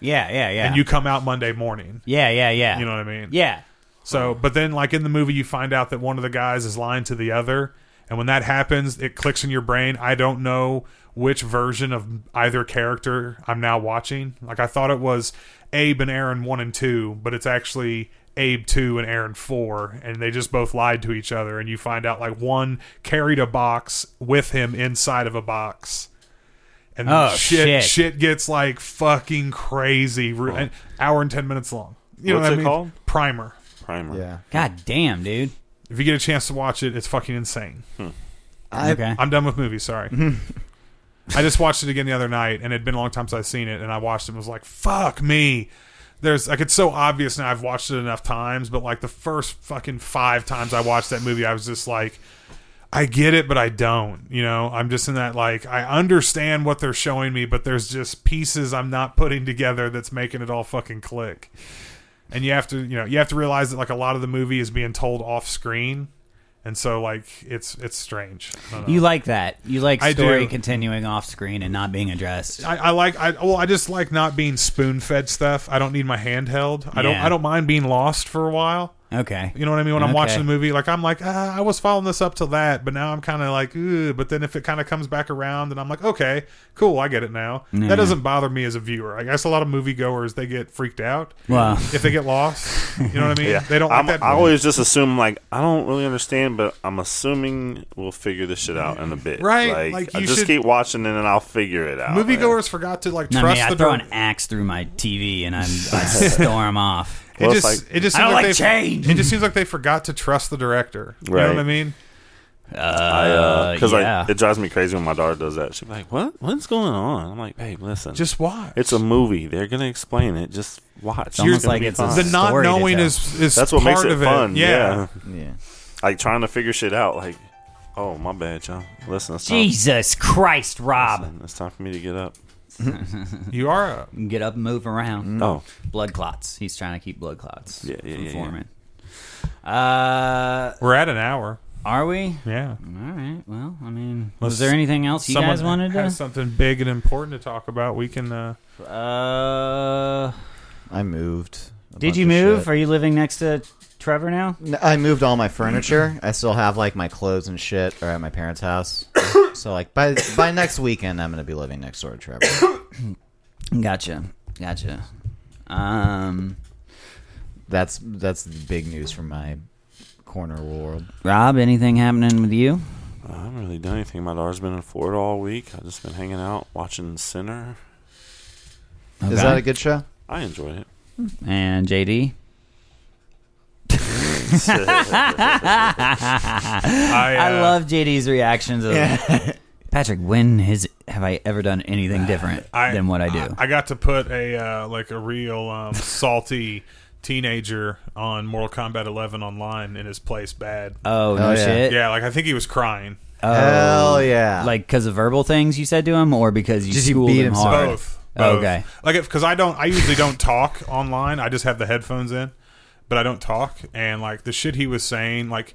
Speaker 5: Yeah, yeah, yeah.
Speaker 2: and you come out Monday morning.
Speaker 5: Yeah, yeah, yeah.
Speaker 2: You know what I mean?
Speaker 5: Yeah.
Speaker 2: So, but then like in the movie, you find out that one of the guys is lying to the other, and when that happens, it clicks in your brain. I don't know which version of either character I'm now watching. Like I thought it was Abe and Aaron one and two, but it's actually Abe two and Aaron four, and they just both lied to each other. And you find out like one carried a box with him inside of a box. And
Speaker 5: Oh, shit.
Speaker 2: shit, gets like fucking crazy. Ru- An hour and ten minutes long. You know
Speaker 1: What's
Speaker 2: what I
Speaker 1: it
Speaker 2: mean?
Speaker 1: called?
Speaker 2: Primer.
Speaker 1: Primer.
Speaker 4: yeah.
Speaker 5: God damn, dude.
Speaker 2: If you get a chance to watch it, it's fucking insane.
Speaker 4: I,
Speaker 5: okay.
Speaker 2: I'm done with movies, sorry. I just watched it again the other night, and it'd been a long time since I'd seen it, and I watched it and was like, fuck me. There's like it's so obvious now I've watched it enough times, but like the first fucking five times I watched that movie, I was just like I get it, but I don't. You know, I'm just in that like I understand what they're showing me, but there's just pieces I'm not putting together that's making it all fucking click. And you have to, you know, you have to realize that like a lot of the movie is being told off screen, and so like it's it's strange. I don't know.
Speaker 5: You like that. You like
Speaker 2: I
Speaker 5: story
Speaker 2: do.
Speaker 5: continuing off screen and not being addressed.
Speaker 2: I, I like I well I just like not being spoon fed stuff. I don't need my handheld. I don't
Speaker 5: Yeah.
Speaker 2: I don't mind being lost for a while.
Speaker 5: Okay.
Speaker 2: You know what I mean? When I'm watching
Speaker 5: Okay.
Speaker 2: the movie, like I'm like, ah, I was following this up till that, but now I'm kind of like, Ugh. but then if it kind of comes back around, then I'm like, okay, cool, I get it now. That doesn't bother me as a viewer. I guess a lot of moviegoers they get freaked out
Speaker 5: Wow.
Speaker 2: if they get lost. You know what I mean?
Speaker 1: Yeah,
Speaker 2: They don't
Speaker 1: I'm,
Speaker 2: like that.
Speaker 1: I always just assume like I don't really understand, but I'm assuming we'll figure this shit out in a bit.
Speaker 2: Right,
Speaker 1: Like,
Speaker 2: like,
Speaker 1: I
Speaker 2: you
Speaker 1: just
Speaker 2: should-
Speaker 1: keep watching and then I'll figure it out. man.
Speaker 2: moviegoers forgot to like
Speaker 5: I
Speaker 2: trust
Speaker 5: mean, I
Speaker 2: the
Speaker 5: throw
Speaker 2: dir-
Speaker 5: an axe through my TV and I'm,
Speaker 1: <laughs>
Speaker 5: I storm off.
Speaker 1: Well,
Speaker 2: it
Speaker 1: it's
Speaker 2: just
Speaker 1: like-
Speaker 2: it just
Speaker 5: I
Speaker 2: seems
Speaker 5: don't
Speaker 2: like,
Speaker 5: like
Speaker 2: they-
Speaker 5: change.
Speaker 2: It just seems like they forgot to trust the director. You know
Speaker 1: Right.
Speaker 2: what I mean?
Speaker 5: Uh,
Speaker 1: because
Speaker 5: yeah.
Speaker 1: like it drives me crazy when my daughter does that. She's like, "What? What's going on?" I'm like, "Babe, listen,
Speaker 2: Just watch.
Speaker 1: it's a movie. They're gonna explain it. Just watch." It's
Speaker 5: almost
Speaker 1: gonna
Speaker 5: like
Speaker 1: be
Speaker 5: it's a-
Speaker 1: fine."
Speaker 2: the not
Speaker 5: story to
Speaker 2: knowing
Speaker 5: tell.
Speaker 2: is is
Speaker 1: That's what
Speaker 2: part
Speaker 1: makes it
Speaker 2: of
Speaker 1: fun.
Speaker 2: It.
Speaker 1: yeah.
Speaker 4: Yeah.
Speaker 1: like trying to figure shit out. Like, oh my bad, y'all. Listen,
Speaker 2: uh,
Speaker 1: it's time,
Speaker 5: Jesus Christ, Rob.
Speaker 1: listen, it's time for me to get up.
Speaker 2: you are. A,
Speaker 5: Get up and move around.
Speaker 1: Oh,
Speaker 5: Blood clots. He's trying to keep blood clots
Speaker 1: Yeah, yeah,
Speaker 5: from
Speaker 1: yeah, yeah.
Speaker 5: forming. Uh,
Speaker 2: we're at an hour.
Speaker 5: are we?
Speaker 2: Yeah.
Speaker 5: All right. Well, I mean,
Speaker 2: Unless
Speaker 5: was there anything else you
Speaker 2: someone
Speaker 5: guys wanted
Speaker 2: has
Speaker 5: to?
Speaker 2: something big and important to talk about. We can. Uh,
Speaker 5: Uh,
Speaker 4: I moved. a
Speaker 5: did
Speaker 4: bunch
Speaker 5: you
Speaker 4: of
Speaker 5: move?
Speaker 4: shit.
Speaker 5: Are you living next to Trevor now?
Speaker 4: N- I moved all my furniture. I still have like my clothes and shit are at my parents' house. <coughs> so like by by next weekend, I'm gonna be living next door to Trevor.
Speaker 5: Gotcha. Gotcha. Um,
Speaker 4: That's that's the big news from my corner of the world.
Speaker 5: Rob, anything happening with you?
Speaker 1: I haven't really done anything. My daughter's been in Florida all week. I've just been hanging out, watching Sinner.
Speaker 5: Okay.
Speaker 4: Is that a good show?
Speaker 1: I enjoyed it.
Speaker 5: and JD?
Speaker 2: I, uh,
Speaker 5: I love JD's reactions of <laughs> Patrick. When has have I ever done anything different
Speaker 2: I-
Speaker 5: than what <sighs> I do?
Speaker 2: I got to put a uh, like a real um, salty teenager on Mortal Kombat 11 online in his place. Bad.
Speaker 5: oh no
Speaker 4: Oh, yeah.
Speaker 5: shit!
Speaker 2: yeah, like I think he was crying.
Speaker 5: Oh,
Speaker 4: Hell yeah!
Speaker 5: Like because of verbal things you said to him, or because you
Speaker 4: Just you
Speaker 5: schooled
Speaker 4: beat
Speaker 5: him
Speaker 4: him so
Speaker 5: hard?
Speaker 2: Both.
Speaker 5: Oh,
Speaker 2: Both.
Speaker 5: okay.
Speaker 2: Like because I don't. I usually don't talk online. I just have the headphones in, but I don't talk. And like the shit he was saying, like.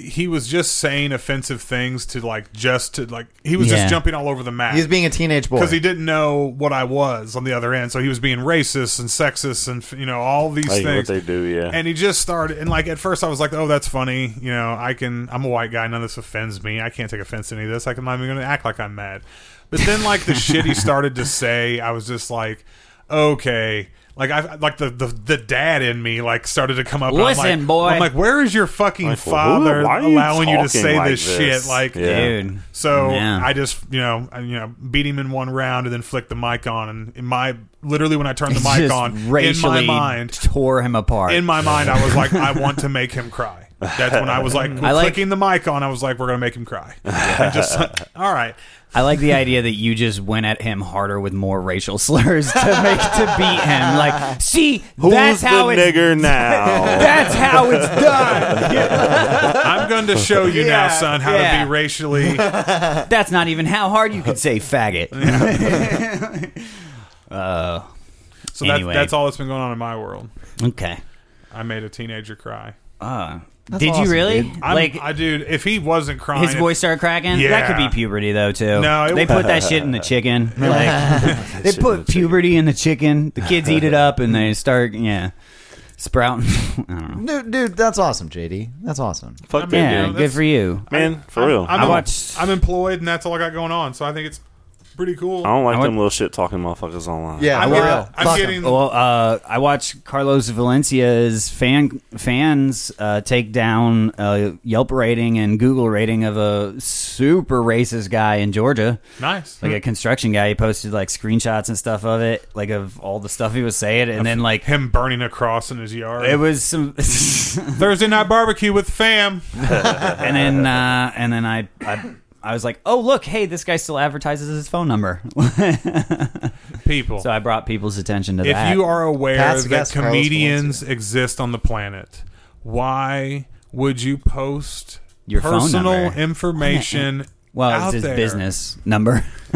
Speaker 2: He was just saying offensive things to like just to like he was
Speaker 5: Yeah.
Speaker 2: just jumping all over the map.
Speaker 4: he's being a teenage boy.
Speaker 2: because he didn't know what I was on the other end. So he was being racist and sexist and you know all these
Speaker 1: Like
Speaker 2: things.
Speaker 1: what they do, yeah.
Speaker 2: and he just started and like at first I was like, oh, that's funny. You know, I can. I'm a white guy. None of this offends me. I can't take offense to any of this. Like, I'm not even going to act like I'm mad. But then like the shit he started to say, I was just like, okay. Like I like the, the the dad in me like started to come up. and I'm
Speaker 5: Listen,
Speaker 2: like,
Speaker 5: boy.
Speaker 2: I'm like, where is your fucking
Speaker 1: Like, who-
Speaker 2: father
Speaker 1: why are you
Speaker 2: allowing you to
Speaker 1: talking
Speaker 2: say
Speaker 1: like
Speaker 2: this,
Speaker 1: this?
Speaker 2: shit? Like,
Speaker 1: Yeah.
Speaker 5: Dude,
Speaker 2: so
Speaker 5: Yeah.
Speaker 2: I just you know I, you know beat him in one round and then flicked the mic on and in my literally when I
Speaker 5: <laughs>
Speaker 2: turned the mic
Speaker 5: just
Speaker 2: on in
Speaker 5: racially
Speaker 2: my mind
Speaker 5: tore him apart.
Speaker 2: in my mind I was like I want to make him cry. That's when I was like
Speaker 5: I like-
Speaker 2: clicking the mic on. I was like we're gonna make him cry. And just <laughs> all right.
Speaker 5: I like the idea that you just went at him harder with more racial <laughs> slurs to make to beat him. Like, see,
Speaker 1: Who's
Speaker 5: that's
Speaker 1: the
Speaker 5: how it's
Speaker 1: nigger now?
Speaker 5: that's how it's done.
Speaker 2: I'm going to show you now,
Speaker 5: Yeah,
Speaker 2: son, how
Speaker 5: yeah.
Speaker 2: to be racially.
Speaker 5: That's not even how hard you could say faggot.
Speaker 2: So that's,
Speaker 5: Anyway.
Speaker 2: that's all that's been going on in my world.
Speaker 5: okay.
Speaker 2: I made a teenager cry.
Speaker 5: Uh, did you
Speaker 4: awesome,
Speaker 5: really?
Speaker 4: dude.
Speaker 2: I'm,
Speaker 5: like
Speaker 2: I dude, if he wasn't crying,
Speaker 5: his voice started cracking.
Speaker 2: Yeah.
Speaker 5: That could be puberty though too.
Speaker 2: No, it
Speaker 5: they
Speaker 2: w-
Speaker 1: <laughs>
Speaker 5: put that shit in the chicken. Like they put puberty in the chicken. The kids eat it up and they start yeah sprouting. <laughs> I don't know.
Speaker 4: dude, dude, that's awesome, JD. That's awesome.
Speaker 1: Fuck
Speaker 2: mean,
Speaker 1: that,
Speaker 5: Yeah,
Speaker 2: dude,
Speaker 5: good
Speaker 2: that's-
Speaker 5: for you.
Speaker 1: man. For real,
Speaker 2: I'm,
Speaker 1: I'm,
Speaker 2: I'm,
Speaker 5: I
Speaker 2: em-
Speaker 5: watched-
Speaker 2: I'm employed, and that's all I got going on. So I think it's pretty cool.
Speaker 1: I do not like
Speaker 5: I want-
Speaker 1: them little shit talking motherfuckers online.
Speaker 4: Oh, Yeah,
Speaker 2: I'm
Speaker 4: for
Speaker 2: getting-
Speaker 4: real.
Speaker 2: I'm
Speaker 4: Fuck 'em.
Speaker 2: getting-
Speaker 5: Well, uh, I watched Carlos Valencia's fan fans uh, take down a Yelp rating and Google rating of a super racist guy in Georgia,
Speaker 2: Nice.
Speaker 5: like a construction guy. He posted like screenshots and stuff of it, like of all the stuff he was saying, and then like
Speaker 2: him burning a cross in his yard.
Speaker 5: it was some. <laughs>
Speaker 2: Thursday night barbecue with fam.
Speaker 5: and then uh, and then I. I I was like, "Oh, look! Hey, this guy still advertises his phone number." <laughs>
Speaker 2: People,
Speaker 5: so I brought people's attention to
Speaker 2: if
Speaker 5: that.
Speaker 2: you are aware
Speaker 4: Pass the
Speaker 2: that
Speaker 4: gas, Carlos
Speaker 2: comedians exist on the planet, why would you post
Speaker 5: Your phone
Speaker 2: personal
Speaker 5: number.
Speaker 2: information
Speaker 5: <laughs> Well,
Speaker 2: out
Speaker 5: it's his
Speaker 2: there.
Speaker 5: business number, <laughs>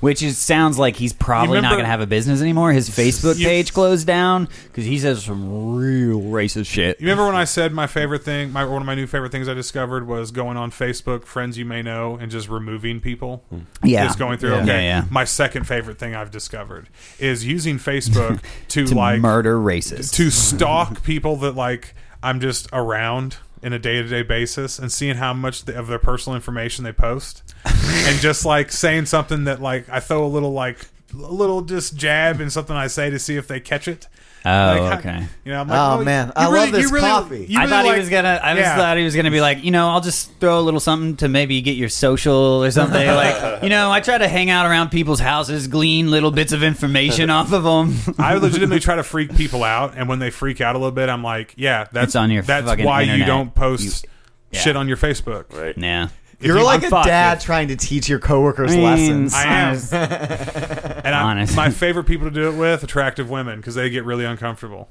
Speaker 5: which is, sounds like he's probably not
Speaker 2: remember-
Speaker 5: going to have a business anymore. His Facebook
Speaker 2: You-
Speaker 5: page closed down because he says some real racist shit.
Speaker 2: You remember when I said my favorite thing, my one of my new favorite things I discovered was going on Facebook, friends you may know, and just removing people.
Speaker 5: Hmm. Yeah.
Speaker 2: just going through.
Speaker 5: Yeah.
Speaker 2: Okay,
Speaker 5: Yeah, yeah.
Speaker 2: My second favorite thing I've discovered is using
Speaker 5: <laughs>
Speaker 2: Facebook to,
Speaker 5: to
Speaker 2: like
Speaker 5: murder racists.
Speaker 2: to stalk people that like I'm just around in a day to day basis and seeing how much th- of their personal information they
Speaker 5: <laughs>
Speaker 2: post, and just like saying something that like I throw a little like a little just jab in something I say to see if they catch it.
Speaker 5: oh,
Speaker 2: Like, how-
Speaker 5: okay.
Speaker 2: You know, I'm
Speaker 4: Oh,
Speaker 2: like,
Speaker 4: man.
Speaker 2: you
Speaker 4: I love
Speaker 2: really-
Speaker 4: this
Speaker 2: you really-
Speaker 4: coffee.
Speaker 2: you
Speaker 5: I
Speaker 2: really
Speaker 5: thought
Speaker 2: like-
Speaker 5: he was gonna. I just
Speaker 2: Yeah.
Speaker 5: thought he was gonna be like, you know, I'll just throw a little something to maybe get your social or
Speaker 2: <laughs>
Speaker 5: something. like, you know, I try to hang out around people's houses, glean little bits of information off of them.
Speaker 2: <laughs>
Speaker 5: <laughs>
Speaker 2: I legitimately try to freak people out, and when they freak out a little bit, I'm like, yeah, that's
Speaker 5: It's on your
Speaker 2: That's
Speaker 5: fucking
Speaker 2: why you
Speaker 5: internet.
Speaker 2: don't post
Speaker 5: yeah.
Speaker 2: shit on your Facebook.
Speaker 1: Right.
Speaker 5: nah.
Speaker 4: You're
Speaker 2: you-
Speaker 4: like
Speaker 5: I'm
Speaker 4: a
Speaker 5: fucked
Speaker 4: dad
Speaker 5: if-
Speaker 4: trying to teach your coworkers lessons.
Speaker 2: I am,
Speaker 5: Honest.
Speaker 2: and I,
Speaker 5: Honest.
Speaker 2: my favorite people to do it with attractive women because they get really uncomfortable.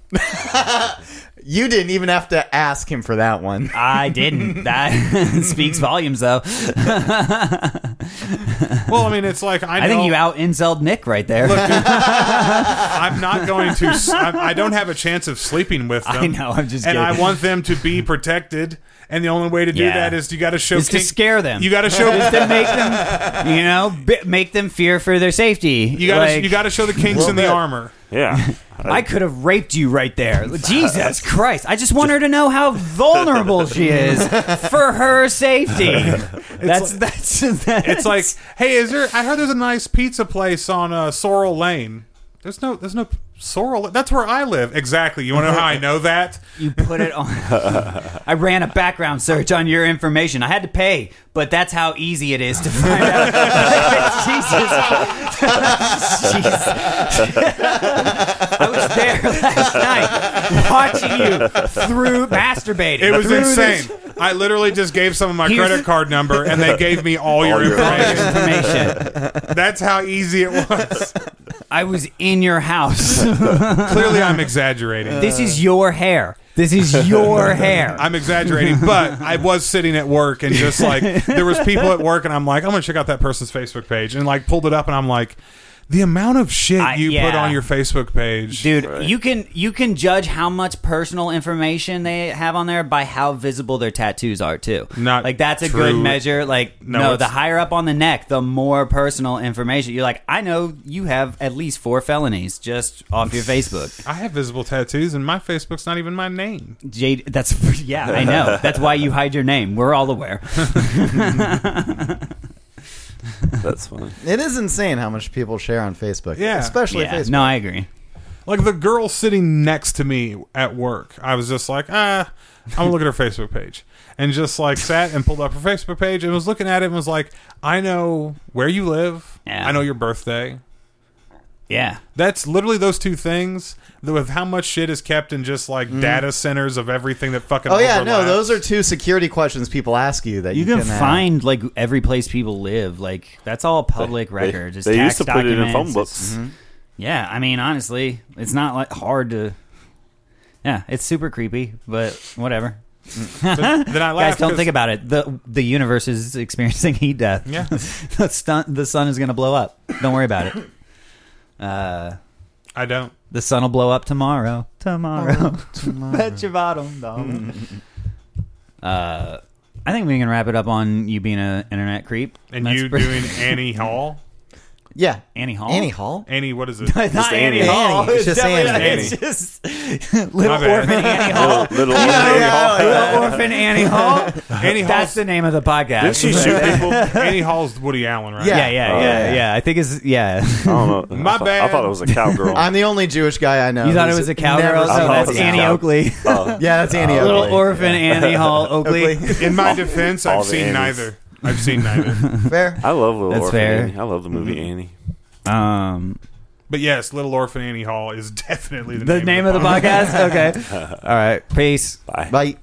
Speaker 4: you didn't even have to ask him for that one.
Speaker 5: I didn't. That <laughs> speaks volumes, though.
Speaker 2: Well, I mean, it's like I, know,
Speaker 5: <laughs> I think you out incelled Nick right there.
Speaker 2: I'm not going to. s- I'm, I don't have a chance of sleeping with them.
Speaker 5: <laughs> I know, I'm just
Speaker 2: and
Speaker 5: kidding.
Speaker 2: I want them to be protected. And the only way to do
Speaker 5: Yeah.
Speaker 2: that is you got to show
Speaker 5: Is to
Speaker 2: kink-
Speaker 5: scare them.
Speaker 2: You got to show.
Speaker 5: Just to make them,
Speaker 2: <laughs>
Speaker 5: you know, bi- make them fear for their safety.
Speaker 2: You got to
Speaker 5: Like,
Speaker 2: you got to show the kinks in the armor.
Speaker 1: Yeah.
Speaker 5: I could have raped you right
Speaker 2: <laughs>
Speaker 5: there. Jesus Christ! I just want her to know how vulnerable
Speaker 2: <laughs>
Speaker 5: she is for her safety. That's that's, <laughs> that's
Speaker 2: It's like, hey, is there? I heard there's a nice pizza place on uh, Sorrel Lane. There's no, there's no Sorrel. That's where I live. Exactly. You want to know how I know that?
Speaker 5: You put it on. I ran a background search on your information. I had to pay, but that's how easy it is to find <laughs> out. <laughs> Jesus. Jeez. I was there last night watching you through masturbating.
Speaker 2: It was
Speaker 5: through
Speaker 2: insane. I literally just gave someone my
Speaker 5: Here's-
Speaker 2: credit card number, and they gave me all, your
Speaker 1: your
Speaker 5: this
Speaker 2: information.
Speaker 5: Information.
Speaker 2: That's how easy it was.
Speaker 5: I was in your house.
Speaker 2: Clearly, I'm exaggerating.
Speaker 5: this is your hair. This <laughs> is your hair.
Speaker 2: I'm exaggerating, but I was sitting at work and just like there was people at work, and I'm like, I'm gonna check out that person's Facebook page, and like pulled it up, and I'm like, the amount of shit
Speaker 5: I-
Speaker 2: you put
Speaker 5: yeah.
Speaker 2: on your Facebook page,
Speaker 5: dude you can you can judge how much personal information they have on there by how visible their tattoos are too
Speaker 2: Not
Speaker 5: like that's a
Speaker 2: true.
Speaker 5: good measure like
Speaker 2: No,
Speaker 5: no,
Speaker 2: it's-
Speaker 5: the higher up on the neck the more personal information you're like i know you have at least four felonies just off
Speaker 1: <laughs>
Speaker 5: your facebook
Speaker 2: I have visible tattoos, and my Facebook's not even my name.
Speaker 5: jade that's <laughs> yeah i know that's why you hide your name we're all aware
Speaker 1: That's funny.
Speaker 4: It is insane how much people share on Facebook.
Speaker 2: Yeah.
Speaker 4: Especially
Speaker 5: yeah
Speaker 4: Facebook.
Speaker 5: no i agree
Speaker 2: Like the girl sitting next to me at work, I was just like, ah, I'm gonna look at her Facebook page, and just like sat and pulled up her Facebook page and was looking at it and was like, I know where you live,
Speaker 5: Yeah.
Speaker 2: I know your birthday,
Speaker 5: yeah
Speaker 2: That's literally those two things. th- With how much shit is kept in just like data centers of everything that fucking.
Speaker 4: Oh yeah, no,
Speaker 2: overlaps.
Speaker 4: those are two security questions people ask you that you,
Speaker 5: you can
Speaker 4: uh,
Speaker 5: find like every place people live like that's all public
Speaker 1: They-
Speaker 5: record
Speaker 1: They,
Speaker 5: It's
Speaker 1: they
Speaker 5: tax
Speaker 1: used to put it in phone
Speaker 5: documents, it's-
Speaker 1: books.
Speaker 5: Yeah, I mean, honestly, it's not like hard to. Yeah, it's super creepy, but whatever.
Speaker 2: But then I
Speaker 5: Guys,
Speaker 2: laugh.
Speaker 5: don't
Speaker 2: 'cause-
Speaker 5: think about it. the The universe is experiencing heat death.
Speaker 2: Yeah.
Speaker 5: <laughs> the, sun, the sun is going to blow up. Don't worry
Speaker 2: <coughs>
Speaker 5: about it. Uh,
Speaker 2: I don't.
Speaker 5: the sun will blow up tomorrow. Tomorrow,
Speaker 2: Oh,
Speaker 5: <laughs> bet your
Speaker 2: <laughs>
Speaker 5: bottom dollar. uh, I think we can wrap it up on you being an internet creep
Speaker 2: And
Speaker 5: That's
Speaker 2: you
Speaker 5: pretty-
Speaker 2: doing Annie Hall?
Speaker 4: Yeah.
Speaker 5: Annie Hall.
Speaker 4: Annie Hall?
Speaker 2: Annie, what is it?
Speaker 5: Not Annie,
Speaker 1: Annie.
Speaker 5: Hall.
Speaker 4: Annie. It's just
Speaker 5: definitely not-
Speaker 2: Annie.
Speaker 5: It's <laughs> just <laughs> little
Speaker 2: My bad.
Speaker 5: orphan Annie Hall.
Speaker 1: Oh,
Speaker 2: <laughs>
Speaker 1: Little, little Annie Hall.
Speaker 5: Little Orphan Annie Hall.
Speaker 2: Annie
Speaker 5: That's
Speaker 2: Hall's
Speaker 5: the name of the podcast.
Speaker 1: Did she shoot people?
Speaker 2: Annie Hall's Woody Allen, right?
Speaker 5: Yeah, yeah,
Speaker 1: Oh,
Speaker 5: yeah,
Speaker 1: yeah.
Speaker 5: yeah. I think it's yeah.
Speaker 1: I don't know.
Speaker 2: My
Speaker 1: I thought, I
Speaker 2: bad.
Speaker 1: thought it was a
Speaker 2: <laughs>
Speaker 1: cowgirl.
Speaker 4: I'm the only Jewish guy I know.
Speaker 5: You thought it was
Speaker 4: who's
Speaker 5: a
Speaker 4: never
Speaker 5: cowgirl?
Speaker 4: seen
Speaker 5: No, that's
Speaker 1: it.
Speaker 4: Facebook.
Speaker 5: Annie
Speaker 1: Cow-
Speaker 5: Oakley.
Speaker 1: Oh.
Speaker 4: Yeah, that's Annie Oakley.
Speaker 5: Little orphan Annie Hall Oakley.
Speaker 4: Oakley.
Speaker 2: In my defense,
Speaker 1: All
Speaker 2: I've
Speaker 1: the
Speaker 2: seen
Speaker 1: Annies.
Speaker 2: neither. I've seen neither.
Speaker 4: Fair.
Speaker 1: I love Little
Speaker 5: That's
Speaker 1: Orphan
Speaker 5: fair. Mm-hmm.
Speaker 1: Annie. I love the movie Annie.
Speaker 5: Um,
Speaker 2: But yes, Little Orphan Annie Hall is <laughs> definitely the,
Speaker 5: the name of the podcast. Okay. All right. Peace.
Speaker 1: Bye.
Speaker 4: Bye.